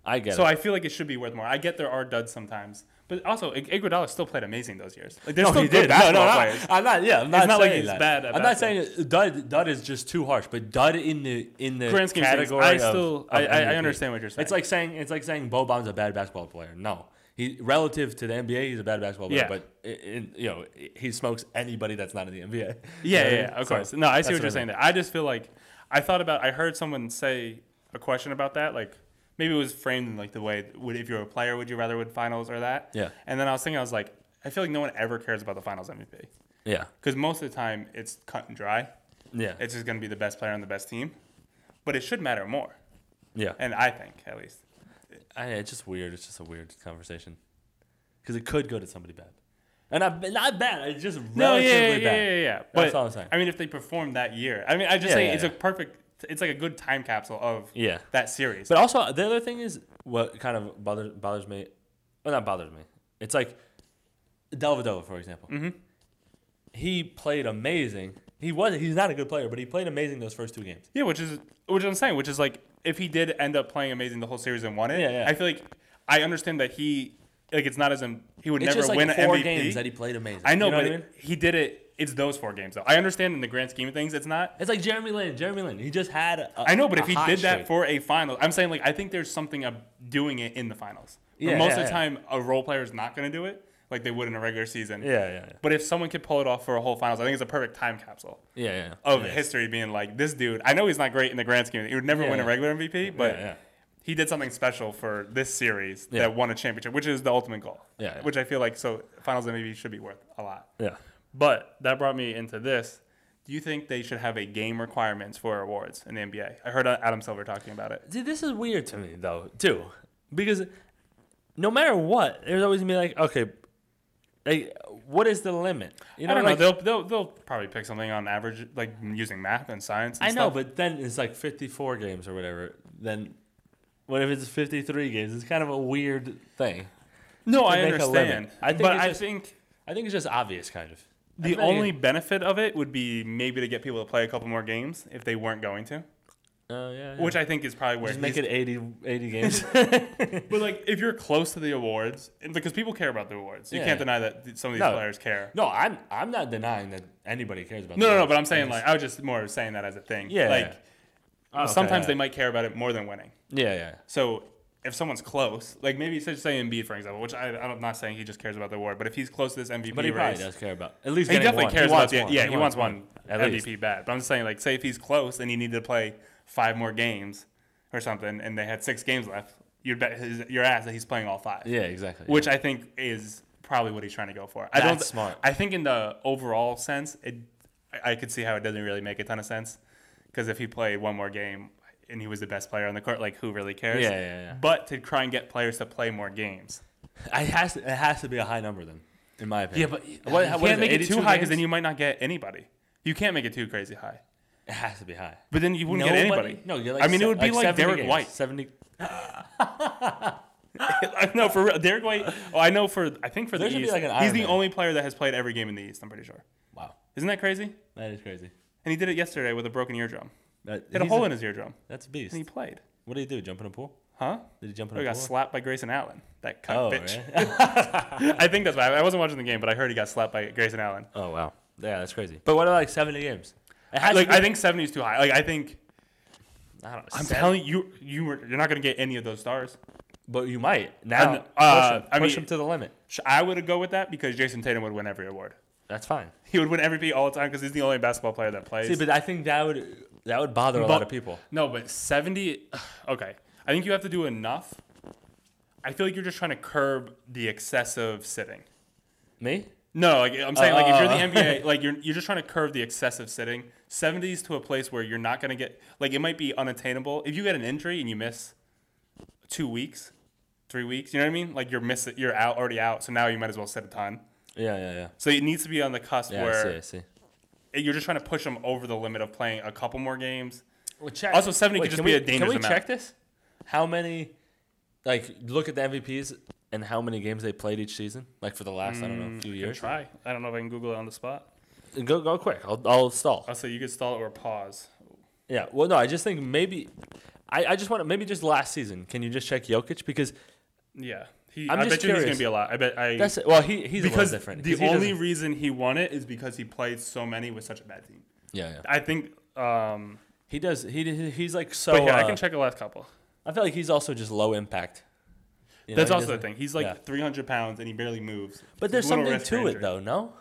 Speaker 1: I get
Speaker 2: So
Speaker 1: it.
Speaker 2: I feel like it should be worth more. I get there are duds sometimes, But also, I- Iguodala still played amazing those years. Like they're
Speaker 1: No,
Speaker 2: still
Speaker 1: he
Speaker 2: good
Speaker 1: did. No, no,
Speaker 2: basketball
Speaker 1: no.
Speaker 2: players.
Speaker 1: I'm not. Yeah, I'm not
Speaker 2: not like
Speaker 1: saying
Speaker 2: he's
Speaker 1: that.
Speaker 2: bad at
Speaker 1: I'm not saying Dud. Dud is just too harsh. But Dud in the in the
Speaker 2: Grand scheme of things,
Speaker 1: category.
Speaker 2: I
Speaker 1: of-
Speaker 2: still
Speaker 1: of
Speaker 2: I, I, I
Speaker 1: MVP.
Speaker 2: understand what you're saying.
Speaker 1: It's like saying it's like saying Boban's a bad basketball player. No, he relative to the NBA, he's a bad basketball player.
Speaker 2: Yeah.
Speaker 1: But i in, you know, i- he smokes anybody that's not in the NBA.
Speaker 2: yeah,
Speaker 1: You know what
Speaker 2: yeah,
Speaker 1: I
Speaker 2: yeah,
Speaker 1: mean?
Speaker 2: of
Speaker 1: So,
Speaker 2: course. No, I
Speaker 1: that's
Speaker 2: see what you're
Speaker 1: I mean.
Speaker 2: saying. There. I just feel like I thought about. I heard someone say a question about that. Like maybe it was framed in like the way would if you're a player, would you rather win finals or that?
Speaker 1: Yeah.
Speaker 2: And then I was thinking, I was like, I feel like no one ever cares about the finals MVP
Speaker 1: Yeah,
Speaker 2: because most of the time it's cut and dry.
Speaker 1: yeah,
Speaker 2: It's just going to be the best player on the best team, but it should matter more.
Speaker 1: yeah.
Speaker 2: And I think at least.
Speaker 1: I, it's just weird. It's just a weird conversation because it could go to somebody bad, and I, not bad. It's just
Speaker 2: No,
Speaker 1: relatively
Speaker 2: yeah, yeah, yeah,
Speaker 1: bad.
Speaker 2: yeah, yeah. But
Speaker 1: That's all I'm saying.
Speaker 2: I mean, if they perform that year, I mean, I just
Speaker 1: Yeah,
Speaker 2: say
Speaker 1: yeah,
Speaker 2: it's
Speaker 1: yeah.
Speaker 2: a perfect, it's like a good time capsule of
Speaker 1: Yeah.
Speaker 2: that series.
Speaker 1: But also, the other thing is what kind of bothers bothers me. Well, not bothers me. It's like Delvedova, for example.
Speaker 2: Mm-hmm.
Speaker 1: He played amazing. He was. He's not a good player, but he played amazing those first two games.
Speaker 2: yeah, which is which I'm saying, which is like if he did end up playing amazing the whole series and won it,
Speaker 1: Yeah, yeah.
Speaker 2: I feel like I understand that he like it's not as im- he would
Speaker 1: It's
Speaker 2: never
Speaker 1: just like
Speaker 2: win an
Speaker 1: four
Speaker 2: MVP.
Speaker 1: games that he played amazing.
Speaker 2: I know,
Speaker 1: You
Speaker 2: but
Speaker 1: what I mean?
Speaker 2: it- he did it. It's those four games though. I understand in the grand scheme of things, it's not.
Speaker 1: it's like Jeremy Lin. Jeremy Lin. He just had. A,
Speaker 2: I know, but
Speaker 1: a
Speaker 2: if he
Speaker 1: hot
Speaker 2: did
Speaker 1: streak.
Speaker 2: that for a final, I'm saying like I think there's something of doing it in the finals. Where
Speaker 1: Yeah,
Speaker 2: most
Speaker 1: yeah,
Speaker 2: of the
Speaker 1: yeah.
Speaker 2: time, a role player is not going to do it like they would in a regular season.
Speaker 1: yeah, yeah,
Speaker 2: But if someone could pull it off for a whole finals, I think it's a perfect time capsule
Speaker 1: yeah, yeah, yeah.
Speaker 2: of
Speaker 1: yeah.
Speaker 2: history being like this dude. I know he's not great in the grand scheme. of it. He would never
Speaker 1: Yeah,
Speaker 2: win a
Speaker 1: yeah.
Speaker 2: regular MVP, but
Speaker 1: yeah, yeah.
Speaker 2: he did something special for this series
Speaker 1: Yeah.
Speaker 2: that won a championship, which is the ultimate goal.
Speaker 1: Yeah, yeah.
Speaker 2: Which I feel like so finals MVP should be worth a lot.
Speaker 1: yeah.
Speaker 2: But that brought me into this. Do you think they should have a game requirements for awards in the NBA? I heard Adam Silver talking about it.
Speaker 1: See, this is weird to me though, too, because no matter what, there's always gonna be like, okay, like, what is the limit? You
Speaker 2: I don't know.
Speaker 1: like-
Speaker 2: they'll, they'll they'll probably pick something on average, like using math and science. And
Speaker 1: I know,
Speaker 2: stuff.
Speaker 1: but then it's like 54 games or whatever. Then what if it's 53 games? It's kind of a weird thing.
Speaker 2: no,
Speaker 1: to
Speaker 2: I
Speaker 1: make a limit.
Speaker 2: understand.
Speaker 1: I think
Speaker 2: but
Speaker 1: it's
Speaker 2: I
Speaker 1: just-
Speaker 2: think
Speaker 1: I think it's just obvious, kind of. I
Speaker 2: The
Speaker 1: think-
Speaker 2: only benefit of it would be maybe to get people to play a couple more games if they weren't going to,
Speaker 1: Oh, yeah, yeah.
Speaker 2: which I think is probably where.
Speaker 1: just make
Speaker 2: he's-
Speaker 1: it 80, 80 games.
Speaker 2: But like, if you're close to the awards, and because people care about the awards, you
Speaker 1: Yeah.
Speaker 2: can't deny that th- some of these
Speaker 1: No.
Speaker 2: players care.
Speaker 1: no, I'm I'm not denying that anybody cares about.
Speaker 2: No, no,
Speaker 1: the
Speaker 2: no.
Speaker 1: Lakers.
Speaker 2: But I'm saying
Speaker 1: just-
Speaker 2: like I was just more saying that as a thing.
Speaker 1: Yeah,
Speaker 2: Like
Speaker 1: yeah. Oh, okay,
Speaker 2: sometimes
Speaker 1: yeah.
Speaker 2: they might care about it more than winning.
Speaker 1: Yeah, yeah,
Speaker 2: So if someone's close, like maybe say say Embiid for example, which I, I'm not saying he just cares about the award, but if he's close to this MVP
Speaker 1: but he
Speaker 2: race,
Speaker 1: probably does care about. At least
Speaker 2: He
Speaker 1: getting
Speaker 2: definitely
Speaker 1: one.
Speaker 2: cares about
Speaker 1: wants
Speaker 2: the
Speaker 1: one.
Speaker 2: yeah. He, wants, one,
Speaker 1: at least.
Speaker 2: MVP bad. But I'm just saying, like, say if he's close and he needed to play five more games or something, and they had six games left, you'd bet his, your ass that he's playing all five.
Speaker 1: Yeah, exactly.
Speaker 2: Which I think is probably what he's trying to go for. I don't
Speaker 1: That's smart.
Speaker 2: I think in the overall sense, it I, I could see how it doesn't really make a ton of sense because if he played one more game and he was the best player on the court, like who really cares?
Speaker 1: Yeah, yeah, yeah.
Speaker 2: But to try and get players to play more games.
Speaker 1: I has to, it has to be a high number then, in my opinion.
Speaker 2: you
Speaker 1: what is
Speaker 2: can't make it
Speaker 1: 82
Speaker 2: too high because
Speaker 1: games?
Speaker 2: then you might not get anybody. You can't make it too crazy high.
Speaker 1: it has to be high.
Speaker 2: But then you wouldn't get
Speaker 1: Nobody-
Speaker 2: anybody.
Speaker 1: No, you're like
Speaker 2: I mean,
Speaker 1: se-
Speaker 2: it would be like,
Speaker 1: 70
Speaker 2: Derek
Speaker 1: games,
Speaker 2: White.
Speaker 1: Seventy.
Speaker 2: I know for real, Derek White. Oh, I know for I think for
Speaker 1: There
Speaker 2: the
Speaker 1: should be
Speaker 2: East,
Speaker 1: like an
Speaker 2: he's
Speaker 1: Iron
Speaker 2: the
Speaker 1: Man.
Speaker 2: only player that has played every game in the East. I'm pretty sure.
Speaker 1: Wow,
Speaker 2: Isn't that crazy?
Speaker 1: that is crazy.
Speaker 2: And he did it yesterday with a broken eardrum.
Speaker 1: That,
Speaker 2: Hit a
Speaker 1: he's
Speaker 2: hole in his eardrum,
Speaker 1: That's a beast.
Speaker 2: and he played.
Speaker 1: What did he do? Jump in a pool?
Speaker 2: Huh?
Speaker 1: Did he jump in
Speaker 2: He
Speaker 1: a
Speaker 2: got
Speaker 1: pool?
Speaker 2: slapped by Grayson Allen. That cunt
Speaker 1: oh,
Speaker 2: bitch.
Speaker 1: right?
Speaker 2: I think that's why I wasn't watching the game, but I heard he got slapped by Grayson Allen.
Speaker 1: oh wow. Yeah, that's crazy. But what about like seventy games? It has
Speaker 2: Like
Speaker 1: to be-
Speaker 2: I think 70 is too high. Like I think
Speaker 1: I don't know,
Speaker 2: I'm
Speaker 1: seven-
Speaker 2: telling you, you were you're not gonna get any of those stars.
Speaker 1: but you might now.
Speaker 2: I'm- uh,
Speaker 1: push him,
Speaker 2: I
Speaker 1: push
Speaker 2: mean-
Speaker 1: him to the limit.
Speaker 2: Sh- I would go with that because Jason Tatum would win every award.
Speaker 1: That's fine.
Speaker 2: He would win MVP all the time because he's the only basketball player that plays.
Speaker 1: See, but I think that would that would bother a
Speaker 2: But-
Speaker 1: lot of people.
Speaker 2: No, but 70 okay. I think you have to do enough. I feel like you're just trying to curb the excessive sitting.
Speaker 1: Me?
Speaker 2: No, like I'm saying like if you're
Speaker 1: Uh.
Speaker 2: the NBA, like you're you're just trying to curb the excessive sitting. 70s to a place where you're not going to get like it might be unattainable. If you get an injury and you miss 2 weeks, 3 weeks, you know what I mean? Like you're miss you're out already out, so now you might as well sit a ton.
Speaker 1: Yeah, yeah, yeah.
Speaker 2: So it needs to be on the cusp
Speaker 1: Yeah,
Speaker 2: where
Speaker 1: I see. I see.
Speaker 2: you're just trying to push them over the limit of playing a couple more games.
Speaker 1: Well, check.
Speaker 2: Also, 70 could just
Speaker 1: can
Speaker 2: be
Speaker 1: we-
Speaker 2: a dangerous
Speaker 1: Can we
Speaker 2: amount.
Speaker 1: check this? How many? Like, look at the MVPs and how many games they played each season. Like for the last, I don't know, few years.
Speaker 2: Mm, Try. I don't know if I can Google it on the spot.
Speaker 1: Go, go quick. I'll, I'll stall.
Speaker 2: Also, Oh, you could stall it or pause.
Speaker 1: Yeah. Well, no, I just think maybe. I, I just want to maybe just last season. Can you just check Jokic because
Speaker 2: Yeah, he. i
Speaker 1: I'm just
Speaker 2: bet you he's gonna
Speaker 1: curious.
Speaker 2: be a lot. I bet I.
Speaker 1: That's well, he he's a
Speaker 2: because
Speaker 1: little different. 'cause
Speaker 2: the
Speaker 1: he
Speaker 2: only
Speaker 1: doesn't-
Speaker 2: reason he won it is because he played so many with such a bad team.
Speaker 1: yeah, yeah.
Speaker 2: I think. Um,
Speaker 1: he does he he- he's like so.
Speaker 2: but yeah, I
Speaker 1: uh,
Speaker 2: can check the last couple.
Speaker 1: I feel like he's also just low impact. You know,
Speaker 2: That's
Speaker 1: he
Speaker 2: also the
Speaker 1: doesn't-
Speaker 2: thing. He's like
Speaker 1: yeah.
Speaker 2: 300 pounds and he barely moves.
Speaker 1: But there's
Speaker 2: Little
Speaker 1: something
Speaker 2: risk
Speaker 1: to
Speaker 2: for
Speaker 1: it
Speaker 2: injury.
Speaker 1: though, no?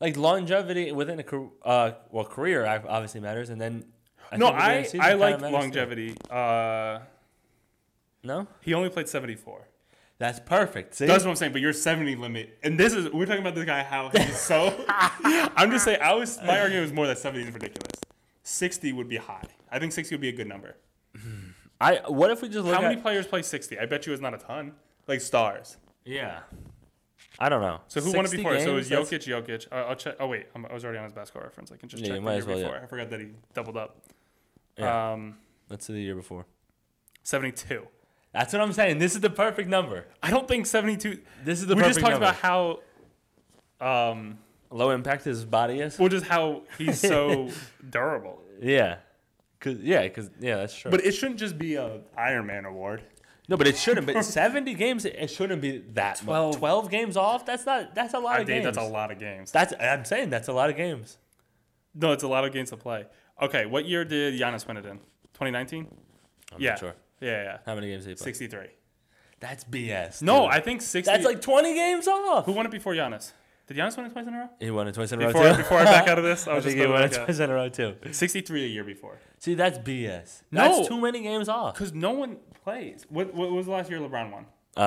Speaker 1: Like longevity within a car- uh, well career I- obviously matters, and then
Speaker 2: No,
Speaker 1: think within a
Speaker 2: I
Speaker 1: season
Speaker 2: I
Speaker 1: kinda
Speaker 2: like
Speaker 1: matters, too.
Speaker 2: longevity. Uh,
Speaker 1: No,
Speaker 2: he only played 74.
Speaker 1: that's perfect. See?
Speaker 2: That's what I'm saying. But your 70 limit, and this is we're talking about this guy how he's so. I'm just saying. I was my argument was more that 70 is ridiculous. 60 would be high. I think 60 would be a good number.
Speaker 1: I what if we just look
Speaker 2: How many
Speaker 1: at-
Speaker 2: players play 60? I bet you it's not a ton. Like stars.
Speaker 1: yeah, I don't know.
Speaker 2: So who won it
Speaker 1: 60
Speaker 2: before? so it was
Speaker 1: games, that's-
Speaker 2: Jokic, Jokic. Uh, I'll check. Oh wait, I'm, I was already on his basketball reference. I can just
Speaker 1: Yeah,
Speaker 2: check
Speaker 1: you
Speaker 2: the
Speaker 1: might
Speaker 2: year
Speaker 1: as well, yeah.
Speaker 2: before. I forgot that he doubled up.
Speaker 1: Yeah.
Speaker 2: Um,
Speaker 1: Let's see the year before.
Speaker 2: 72.
Speaker 1: That's what I'm saying. This is the perfect number.
Speaker 2: I don't think 72.
Speaker 1: This is the
Speaker 2: we
Speaker 1: perfect
Speaker 2: just talked
Speaker 1: number.
Speaker 2: about how, um,
Speaker 1: low impact his body is.
Speaker 2: well, just how he's so durable.
Speaker 1: Yeah, cause yeah, cause yeah, that's true.
Speaker 2: But it shouldn't just be a Iron Man award.
Speaker 1: no, but it shouldn't. But 70 games, it- it shouldn't be that. 12,
Speaker 2: Twelve.
Speaker 1: 12 games off. That's not. That's a lot
Speaker 2: I
Speaker 1: of games.
Speaker 2: think that's a lot of games.
Speaker 1: That's I'm saying that's a lot of games.
Speaker 2: no, it's a lot of games to play. Okay, what year did Giannis win it in? 2019.
Speaker 1: I'm
Speaker 2: Yeah.
Speaker 1: not sure.
Speaker 2: Yeah, yeah.
Speaker 1: How many games did he play?
Speaker 2: 63.
Speaker 1: That's BS.
Speaker 2: No,
Speaker 1: dude.
Speaker 2: I think 60.
Speaker 1: that's like 20 games off.
Speaker 2: who won it before Giannis? Did Giannis win it twice in a row?
Speaker 1: He won it twice in a row.
Speaker 2: Before,
Speaker 1: too.
Speaker 2: before I back out of this, I
Speaker 1: I
Speaker 2: was
Speaker 1: think
Speaker 2: just
Speaker 1: he
Speaker 2: going
Speaker 1: won it
Speaker 2: like a-
Speaker 1: twice in a row too.
Speaker 2: 63 a year before.
Speaker 1: See, that's BS.
Speaker 2: No.
Speaker 1: That's too many games off.
Speaker 2: Because no one plays. What, what was the last year LeBron won?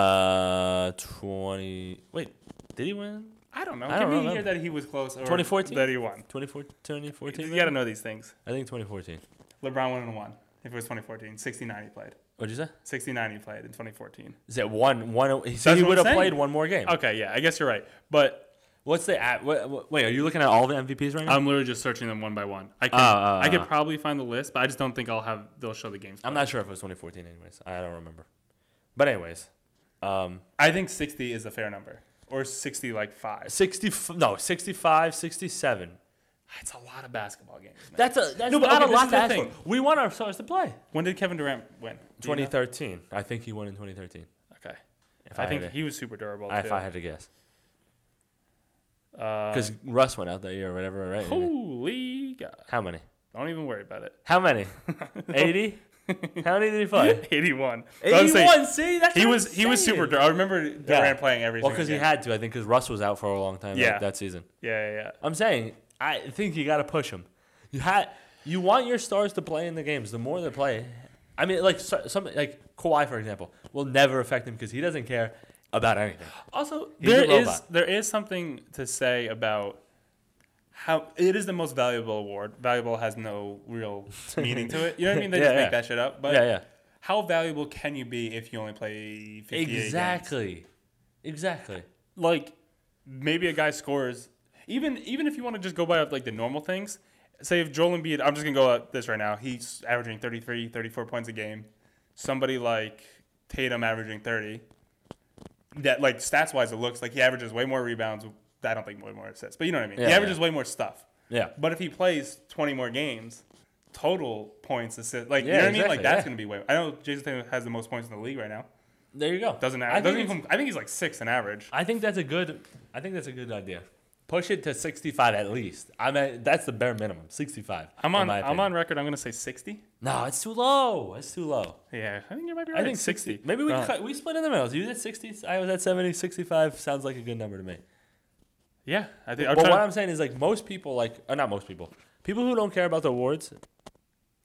Speaker 1: Uh, 20. Wait, did he win?
Speaker 2: I don't know.
Speaker 1: I
Speaker 2: Give
Speaker 1: don't
Speaker 2: me a
Speaker 1: remember.
Speaker 2: year that he was close. Or
Speaker 1: 2014?
Speaker 2: That he won.
Speaker 1: 24 2014?
Speaker 2: You got to know these things.
Speaker 1: I think 2014.
Speaker 2: LeBron won and one. If it was 2014, 69 he played.
Speaker 1: What'd you say?
Speaker 2: 69 he played in 2014.
Speaker 1: Is it one? One? So
Speaker 2: That's
Speaker 1: he
Speaker 2: what
Speaker 1: would have
Speaker 2: I'm saying.
Speaker 1: played one more game.
Speaker 2: Okay, yeah, I guess you're right. But
Speaker 1: What's the at? What, what- wait, are you looking at all the MVPs right now?
Speaker 2: I'm literally just searching them one by one. I can,
Speaker 1: Oh, oh,
Speaker 2: I could
Speaker 1: oh.
Speaker 2: probably find the list, but I just don't think I'll have. They'll show the games.
Speaker 1: I'm not sure if it was 2014. Anyways, I don't remember. But anyways, um,
Speaker 2: I think 60 is a fair number, or 60 like five.
Speaker 1: 60. f- No, 65, 67.
Speaker 2: It's a lot of basketball games. man.
Speaker 1: That's a that's
Speaker 2: No, but
Speaker 1: not
Speaker 2: okay,
Speaker 1: a
Speaker 2: this
Speaker 1: lot
Speaker 2: is
Speaker 1: to
Speaker 2: the
Speaker 1: ask
Speaker 2: thing.
Speaker 1: for. We want our stars to play.
Speaker 2: When did Kevin Durant win? Do you know?
Speaker 1: 2013. I think he won in 2013.
Speaker 2: Okay.
Speaker 1: If I,
Speaker 2: I, think
Speaker 1: had to,
Speaker 2: he was super durable.
Speaker 1: if
Speaker 2: too.
Speaker 1: I had to guess,
Speaker 2: Uh,
Speaker 1: because Russ went out that year or whatever, right?
Speaker 2: holy God.
Speaker 1: How many?
Speaker 2: Don't even worry about it.
Speaker 1: How many? 80. How many did he play?
Speaker 2: 81. But I'm saying,
Speaker 1: 81. See, that's
Speaker 2: He
Speaker 1: what I'm
Speaker 2: was he was super
Speaker 1: saying.
Speaker 2: durable. I remember Durant playing every
Speaker 1: Well,
Speaker 2: single
Speaker 1: because he
Speaker 2: game.
Speaker 1: had to, I think, because Russ was out for a long time
Speaker 2: Yeah.
Speaker 1: that, that season.
Speaker 2: Yeah, yeah, yeah.
Speaker 1: I'm saying, I think you got to push him. You had, you want your stars to play in the games. The more they play, I mean, like so, some like Kawhi, for example, will never affect him because he doesn't care about anything.
Speaker 2: Also,
Speaker 1: He's a
Speaker 2: there is
Speaker 1: robot.
Speaker 2: there is something to say about how it is the most valuable award. Valuable has no real meaning to it. You know what I mean? They
Speaker 1: Yeah,
Speaker 2: just
Speaker 1: yeah.
Speaker 2: make that shit up. But
Speaker 1: yeah, yeah,
Speaker 2: how valuable can you be if you only play 58 games?
Speaker 1: exactly, exactly.
Speaker 2: Like maybe a guy scores even even if you want to just go by like the normal things. Say if Joel Embiid, I'm just going to go at this right now. He's averaging 33, 34 points a game. Somebody like Tatum averaging 30. That like stats wise it looks like he averages way more rebounds. I don't think way more assists, but you know what I mean.
Speaker 1: Yeah,
Speaker 2: he averages
Speaker 1: yeah.
Speaker 2: way more stuff.
Speaker 1: Yeah,
Speaker 2: But if he plays 20 more games, total points assist like
Speaker 1: Yeah,
Speaker 2: you know what I mean? Like
Speaker 1: exactly,
Speaker 2: that's
Speaker 1: yeah.
Speaker 2: going to be way. I know Jason Tatum has the most points in the league right now.
Speaker 1: there you go.
Speaker 2: Doesn't
Speaker 1: I think
Speaker 2: average. Doesn't
Speaker 1: it's-
Speaker 2: even, I think he's like 6 in average.
Speaker 1: I think that's a good. I think that's a good idea. Push it to 65 at least. I mean, that's the bare minimum. 65.
Speaker 2: I'm
Speaker 1: in
Speaker 2: on.
Speaker 1: my
Speaker 2: I'm
Speaker 1: opinion.
Speaker 2: on record. I'm gonna say 60.
Speaker 1: No, it's too low. It's too low.
Speaker 2: Yeah, I think you might be right.
Speaker 1: I think 60. Maybe we
Speaker 2: Uh,
Speaker 1: cut, we split in the middle. You was at 60, I was at 70, 65 sounds like a good number to me.
Speaker 2: Yeah, I think. I'm
Speaker 1: But what
Speaker 2: trying-
Speaker 1: I'm saying is like most people like or not most people. People who don't care about the awards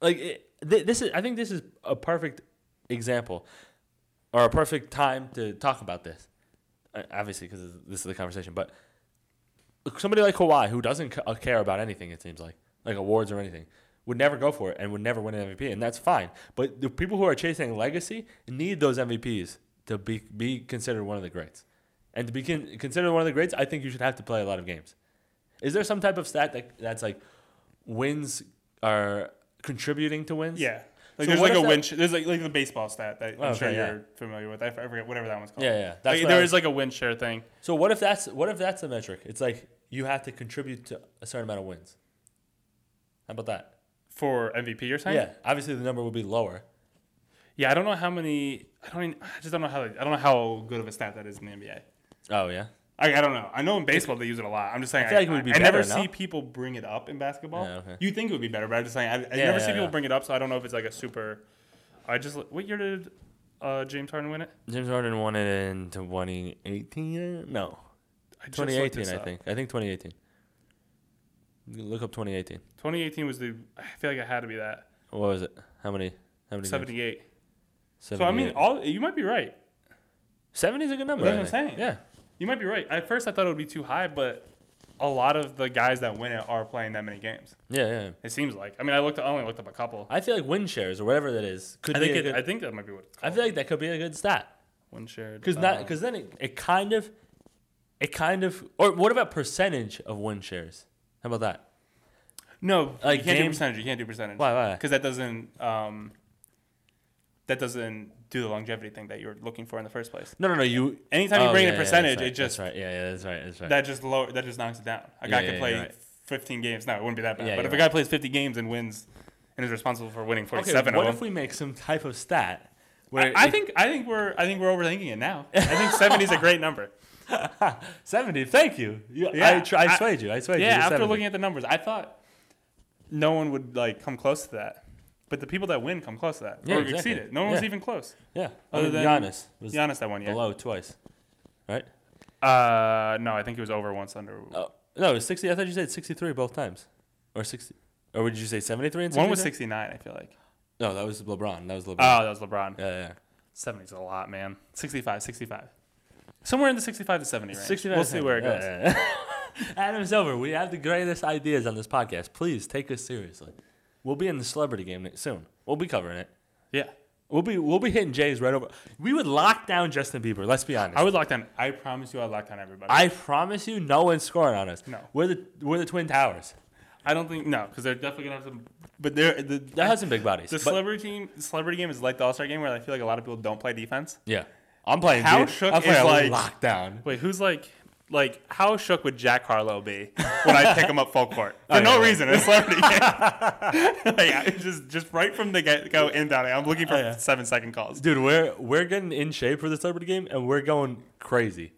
Speaker 1: like it, th- this is I think this is a perfect example or a perfect time to talk about this. Uh, Obviously cuz this is the conversation, but somebody like Kawhi who doesn't c- uh, care about anything it seems like, like awards or anything. Would never go for it and would never win an MVP, and that's fine. But the people who are chasing legacy need those MVPs to be be considered one of the greats. And to be con- considered one of the greats, I think you should have to play a lot of games. Is there some type of stat that that's like wins are contributing to wins?
Speaker 2: yeah,
Speaker 1: So
Speaker 2: like there's
Speaker 1: what
Speaker 2: like
Speaker 1: if
Speaker 2: a
Speaker 1: that-
Speaker 2: win. sh- There's like like the baseball stat that I'm
Speaker 1: Okay,
Speaker 2: sure
Speaker 1: yeah.
Speaker 2: you're familiar with. I f- I forget whatever that one's called.
Speaker 1: Yeah, yeah. That's
Speaker 2: Like,
Speaker 1: what
Speaker 2: there
Speaker 1: I
Speaker 2: is like a win share thing.
Speaker 1: So what if that's what if that's a metric? It's like you have to contribute to a certain amount of wins. How about that?
Speaker 2: For MVP, you're saying?
Speaker 1: Yeah. Obviously the number would be lower.
Speaker 2: Yeah, I don't know how many. I don't. Even, I just don't know how. I don't know how good of a stat that is in the NBA.
Speaker 1: Oh yeah.
Speaker 2: I, I don't know. I know in baseball they use it a lot. I'm just saying. I,
Speaker 1: feel like it would be
Speaker 2: I never
Speaker 1: better, no?
Speaker 2: see people bring it up in basketball.
Speaker 1: Yeah, okay.
Speaker 2: You think it would be better, but I'm just saying. I, I
Speaker 1: Yeah,
Speaker 2: never
Speaker 1: yeah,
Speaker 2: see people
Speaker 1: yeah.
Speaker 2: bring it up, so I don't know if it's like a super. I just what year did uh, James Harden win it?
Speaker 1: James Harden won it in 2018. No,
Speaker 2: I just looked
Speaker 1: 2018.
Speaker 2: this
Speaker 1: I
Speaker 2: up.
Speaker 1: think. I think 2018. You Look up 2018.
Speaker 2: 2018 was the. I feel like it had to be that.
Speaker 1: What was it? How many? How many? games?
Speaker 2: 78. So I mean,
Speaker 1: 78.
Speaker 2: all you might be right.
Speaker 1: 70 is a good number.
Speaker 2: That's
Speaker 1: I
Speaker 2: what I'm
Speaker 1: think.
Speaker 2: saying.
Speaker 1: Yeah.
Speaker 2: You might be right. At first, I thought it would be too high, but a lot of the guys that win it are playing that many games.
Speaker 1: Yeah, yeah. yeah.
Speaker 2: It seems like. I mean, I looked. I only looked up a couple.
Speaker 1: I feel like win shares or whatever that is could
Speaker 2: I
Speaker 1: be
Speaker 2: think.
Speaker 1: a
Speaker 2: It,
Speaker 1: good,
Speaker 2: I think that might be what it's
Speaker 1: I
Speaker 2: called.
Speaker 1: feel like that could be a good stat
Speaker 2: One shared. uh,
Speaker 1: because not because then it, it kind of it kind of or what about percentage of win shares? How about that?
Speaker 2: no,
Speaker 1: like
Speaker 2: you can't do
Speaker 1: game-
Speaker 2: percentage. You can't do percentage.
Speaker 1: Why, why?
Speaker 2: Because that doesn't. Um, that doesn't do the longevity thing that you were looking for in the first place.
Speaker 1: No, no, no. You
Speaker 2: Anytime you
Speaker 1: Oh,
Speaker 2: bring
Speaker 1: yeah,
Speaker 2: in
Speaker 1: yeah,
Speaker 2: a
Speaker 1: that's
Speaker 2: percentage,
Speaker 1: right,
Speaker 2: it just
Speaker 1: that's right. Yeah, yeah, that's right. That's right.
Speaker 2: that just lower that just knocks it down. A guy
Speaker 1: Yeah,
Speaker 2: can
Speaker 1: yeah,
Speaker 2: play
Speaker 1: you're right.
Speaker 2: 15 games. No, it wouldn't be that bad.
Speaker 1: Yeah,
Speaker 2: but
Speaker 1: you're
Speaker 2: if a guy plays 50 games and wins, and is responsible for winning
Speaker 1: okay,
Speaker 2: 47
Speaker 1: what
Speaker 2: of
Speaker 1: if
Speaker 2: them,
Speaker 1: we make some type of stat?
Speaker 2: I,
Speaker 1: Where
Speaker 2: I think I think we're I think we're overthinking it now. I think 70 is a great number.
Speaker 1: seventy. Thank you. You- I,
Speaker 2: Yeah,
Speaker 1: tr- I
Speaker 2: I-
Speaker 1: swayed you. I swayed you.
Speaker 2: Yeah,
Speaker 1: to
Speaker 2: after
Speaker 1: 70.
Speaker 2: looking at the numbers, I thought no one would like come close to that. But the people that win come close to that.
Speaker 1: Yeah,
Speaker 2: or
Speaker 1: exactly.
Speaker 2: exceed it. No one was
Speaker 1: Yeah.
Speaker 2: even close.
Speaker 1: yeah,
Speaker 2: other
Speaker 1: other than
Speaker 2: than
Speaker 1: Giannis was
Speaker 2: Giannis that one year.
Speaker 1: below twice, right?
Speaker 2: Uh no, I think it was over once under
Speaker 1: Oh, no, it was sixty. I thought you said sixty-three both times, or sixty, or did you say seventy-three and 63?
Speaker 2: one was sixty nine, I feel like.
Speaker 1: No, that was LeBron. That was LeBron.
Speaker 2: Oh, that was LeBron.
Speaker 1: yeah, yeah.
Speaker 2: 70's a lot, man. 65, 65. Somewhere in the 65 to 70 range.
Speaker 1: 65
Speaker 2: We'll see where it
Speaker 1: Yeah,
Speaker 2: goes.
Speaker 1: yeah, yeah. Adam Silver, we have the greatest ideas on this podcast. Please take us seriously. We'll be in the celebrity game ne- soon. We'll be covering it.
Speaker 2: Yeah.
Speaker 1: We'll be we'll be hitting Jays right over. We would lock down Justin Bieber. Let's be honest.
Speaker 2: I would lock down. I promise you, I'd lock down everybody. I,
Speaker 1: I promise you, no one's scoring on us.
Speaker 2: No.
Speaker 1: we're the we're the Twin Towers.
Speaker 2: I don't think no, because they're definitely gonna have some. But they're the
Speaker 1: That has some big bodies.
Speaker 2: the
Speaker 1: but-
Speaker 2: celebrity team. Celebrity game is like the All Star game, where I feel like a lot of people don't play defense.
Speaker 1: yeah, I'm playing.
Speaker 2: How
Speaker 1: dude.
Speaker 2: shook
Speaker 1: I'm playing
Speaker 2: is,
Speaker 1: a
Speaker 2: like-
Speaker 1: lockdown.
Speaker 2: Wait, who's like, like how shook would Jack Harlow be when I pick him up full court for no
Speaker 1: yeah.
Speaker 2: reason? It's celebrity game. like, I- just just right from the get go in down. I'm looking for
Speaker 1: yeah.
Speaker 2: seven second calls.
Speaker 1: Dude, we're we're getting in shape for the celebrity game, and we're going crazy.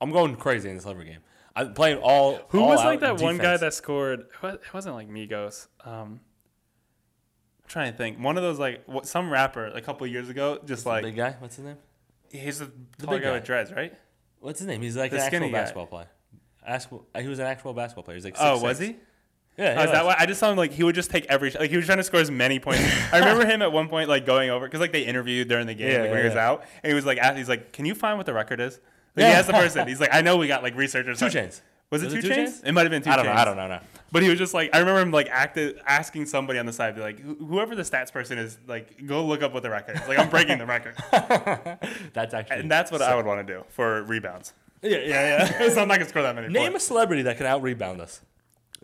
Speaker 1: I'm going crazy in the celebrity game. I'm playing all.
Speaker 2: Who
Speaker 1: all
Speaker 2: was like
Speaker 1: out
Speaker 2: that one guy
Speaker 1: defense.
Speaker 2: that scored? who- It wasn't like Migos. Um, I'm trying to think. One of those like what, some rapper a couple of years ago, just like
Speaker 1: big guy? What's his name?
Speaker 2: he's a tall
Speaker 1: big
Speaker 2: guy,
Speaker 1: guy.
Speaker 2: with dreads, right?
Speaker 1: What's his name? He's like
Speaker 2: The
Speaker 1: an actual
Speaker 2: skinny guy.
Speaker 1: basketball player. Actual, he was an actual basketball player. He's like
Speaker 2: oh,
Speaker 1: 6'6".
Speaker 2: was he?
Speaker 1: Yeah.
Speaker 2: Oh, is that why? I just saw him like he would just take every sh- like he was trying to score as many points. I remember him at one point like going over because like they interviewed during the game
Speaker 1: Yeah,
Speaker 2: like, when
Speaker 1: yeah,
Speaker 2: he was
Speaker 1: yeah.
Speaker 2: out and he was like ask- he's like can you find what the record is? Like,
Speaker 1: Yeah.
Speaker 2: He asked the person. He's like I know we got like researchers.
Speaker 1: Two
Speaker 2: like-
Speaker 1: chains.
Speaker 2: Was it,
Speaker 1: Was
Speaker 2: two, chains? It might have been two.
Speaker 1: I don't know.
Speaker 2: chains.
Speaker 1: I don't know. No.
Speaker 2: But he was just like, I remember him like active, asking somebody on the side, be like, "Wh- whoever the stats person is, like, go look up what the record is. Like, I'm breaking the record.
Speaker 1: That's actually.
Speaker 2: And that's what I would want to do for rebounds.
Speaker 1: yeah, yeah, yeah.
Speaker 2: Because I'm not going to score that many
Speaker 1: Name a
Speaker 2: points.
Speaker 1: celebrity that can out rebound us.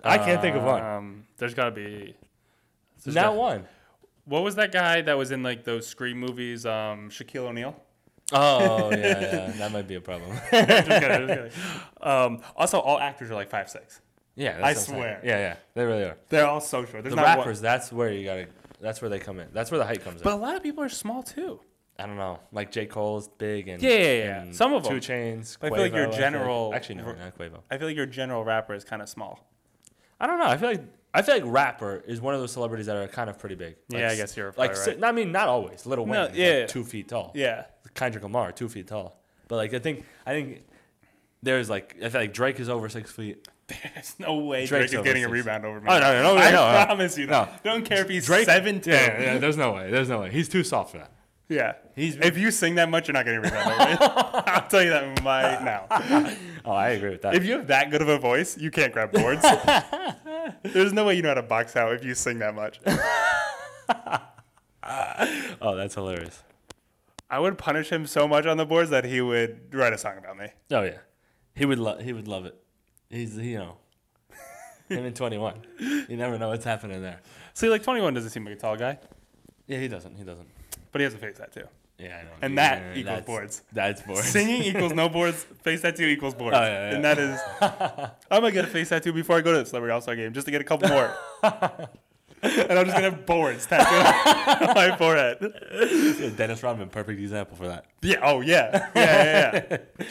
Speaker 1: I can't think of one.
Speaker 2: Um, there's got to be. there's
Speaker 1: Not
Speaker 2: gotta-
Speaker 1: one.
Speaker 2: What was that guy that was in like those Scream movies? Um, Shaquille O'Neal?
Speaker 1: Oh yeah, yeah. That might be a problem.
Speaker 2: Just kidding, just kidding. Um, also, all actors are like five six.
Speaker 1: yeah. That's
Speaker 2: I
Speaker 1: what I'm saying.
Speaker 2: swear.
Speaker 1: Yeah, yeah. They really are.
Speaker 2: They're all so short. There's
Speaker 1: The
Speaker 2: not one-
Speaker 1: rappers. That's where you gotta. That's where they come in. That's where the height comes in.
Speaker 2: But a lot of people are small too.
Speaker 1: I don't know. Like J. Cole's big and
Speaker 2: Yeah, yeah, yeah.
Speaker 1: and
Speaker 2: Some of
Speaker 1: Two
Speaker 2: 'em.
Speaker 1: Chains.
Speaker 2: I feel like your
Speaker 1: Quavo,
Speaker 2: general-
Speaker 1: actually, no, not Quavo.
Speaker 2: I feel like your general rapper is kind of small.
Speaker 1: I don't know. I feel like I feel like rapper is one of those celebrities that are kind of pretty big. Like,
Speaker 2: Yeah, I guess you're
Speaker 1: like.
Speaker 2: probably
Speaker 1: si-
Speaker 2: right.
Speaker 1: I mean, not always. Little Wayne,
Speaker 2: No,
Speaker 1: is,
Speaker 2: yeah.
Speaker 1: like two feet tall.
Speaker 2: Yeah.
Speaker 1: Kendrick Lamar, two feet tall. But like, I think I think there's like I feel like Drake is over six feet.
Speaker 2: There's no way
Speaker 1: Drake's
Speaker 2: Drake is getting a
Speaker 1: overseas.
Speaker 2: rebound over me.
Speaker 1: Oh, no, no, no,
Speaker 2: I
Speaker 1: no, no.
Speaker 2: promise you.
Speaker 1: No.
Speaker 2: No. Don't care if he's
Speaker 1: Drake,
Speaker 2: seven
Speaker 1: yeah, yeah, yeah, There's no way. There's no way. He's too soft for that.
Speaker 2: Yeah.
Speaker 1: He's-
Speaker 2: if you sing that much, you're not getting a rebound over me. I'll tell you that right now.
Speaker 1: Oh, I agree with that.
Speaker 2: If you have that good of a voice, you can't grab boards. There's no way you know how to box out if you sing that much.
Speaker 1: oh, that's hilarious.
Speaker 2: I would punish him so much on the boards that he would write a song about me.
Speaker 1: Oh yeah, he would love. He would love it. He's you know, him in twenty one. You never know what's happening there.
Speaker 2: See, like 21 doesn't seem like a tall guy,
Speaker 1: Yeah, he doesn't. He doesn't.
Speaker 2: but he has a face tattoo.
Speaker 1: Yeah, I know.
Speaker 2: And that
Speaker 1: Yeah,
Speaker 2: equals
Speaker 1: that's-
Speaker 2: boards.
Speaker 1: That's boards.
Speaker 2: Singing equals no boards. Face tattoo equals boards.
Speaker 1: Oh, yeah, yeah.
Speaker 2: And that is, I'm gonna get a face tattoo before I go to the Celebrity All Star game just to get a couple more. and I'm just gonna have boards tattooed on my forehead.
Speaker 1: Dennis Rodman, perfect example for that.
Speaker 2: Yeah. Oh yeah. Yeah. Yeah. yeah.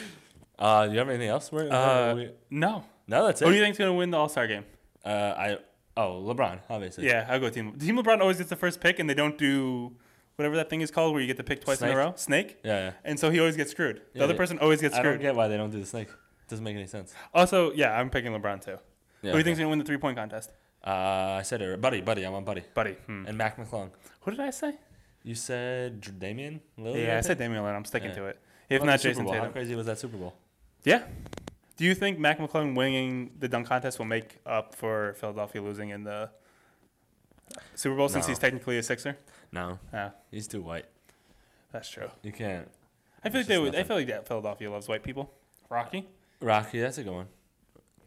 Speaker 1: Uh, do you have anything else? Where,
Speaker 2: Uh, oh,
Speaker 1: we-
Speaker 2: no.
Speaker 1: no, that's it.
Speaker 2: Who do you think's gonna win the All Star game?
Speaker 1: uh, I oh LeBron, obviously.
Speaker 2: Yeah, I'll go Team. Team LeBron always gets the first pick, and they don't do whatever that thing is called where you get to pick twice in
Speaker 1: Snake?
Speaker 2: a row. Snake.
Speaker 1: yeah.
Speaker 2: And so he always gets screwed. The
Speaker 1: Yeah,
Speaker 2: other
Speaker 1: yeah.
Speaker 2: person always gets
Speaker 1: yeah. I don't
Speaker 2: screwed.
Speaker 1: get why they don't do the snake. Doesn't make any sense.
Speaker 2: Also, yeah, I'm picking LeBron too.
Speaker 1: Yeah,
Speaker 2: Who do you
Speaker 1: okay.
Speaker 2: think's gonna win the three point contest?
Speaker 1: Uh, I said it, buddy, buddy. I'm on buddy.
Speaker 2: Buddy. Hmm.
Speaker 1: And Mac McClung.
Speaker 2: What did I say?
Speaker 1: You said Dr- Damian Lillard.
Speaker 2: Yeah, I said Damian Lillard. I'm sticking
Speaker 1: Oh, Yeah.
Speaker 2: to it. If
Speaker 1: What about
Speaker 2: not
Speaker 1: the Super
Speaker 2: Jason
Speaker 1: Bowl?
Speaker 2: Tatum.
Speaker 1: How crazy was that Super Bowl?
Speaker 2: Yeah. Do you think Mac McClung winning the dunk contest will make up for Philadelphia losing in the Super Bowl since
Speaker 1: No.
Speaker 2: he's technically a Sixer?
Speaker 1: No,
Speaker 2: Yeah,
Speaker 1: he's too white.
Speaker 2: that's true.
Speaker 1: You can't.
Speaker 2: I feel
Speaker 1: It's
Speaker 2: like they
Speaker 1: just
Speaker 2: would. I
Speaker 1: nothing.
Speaker 2: feel like that Philadelphia loves white people. Rocky.
Speaker 1: Rocky, that's a good one.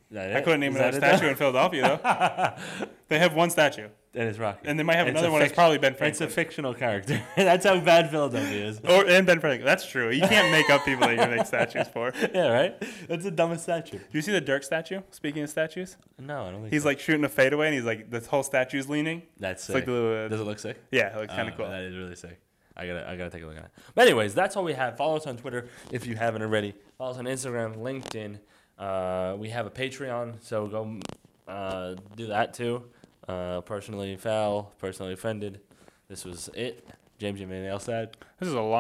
Speaker 1: Is that
Speaker 2: I
Speaker 1: it?
Speaker 2: couldn't name
Speaker 1: Is
Speaker 2: another
Speaker 1: that it,
Speaker 2: statue in Philadelphia though. they have one statue,
Speaker 1: though? That is Rocky.
Speaker 2: and they might have
Speaker 1: It's a
Speaker 2: another one. that's
Speaker 1: fic-
Speaker 2: probably Ben
Speaker 1: It's
Speaker 2: Franklin.
Speaker 1: a fictional character. that's how bad Philadelphia is.
Speaker 2: or and Ben Franklin. That's true. You can't make up people that you make statues for. Do
Speaker 1: yeah, right. That's the dumbest statue.
Speaker 2: you see the Dirk statue? Speaking of statues,
Speaker 1: No, I don't think
Speaker 2: he's
Speaker 1: so.
Speaker 2: like shooting a fadeaway, and he's like the whole statue's leaning.
Speaker 1: That's
Speaker 2: It's
Speaker 1: sick.
Speaker 2: like the uh,
Speaker 1: Does it look sick?
Speaker 2: yeah, it looks kind of
Speaker 1: Uh,
Speaker 2: cool.
Speaker 1: That is really sick. I gotta, I gotta take a look at it. But anyways, that's all we have. Follow us on Twitter if you haven't already. Follow us on Instagram, LinkedIn. Uh, we have a Patreon, so go uh, do that too. Uh, personally foul, personally offended. This was it. James, you have anything else to add?
Speaker 2: This is a long.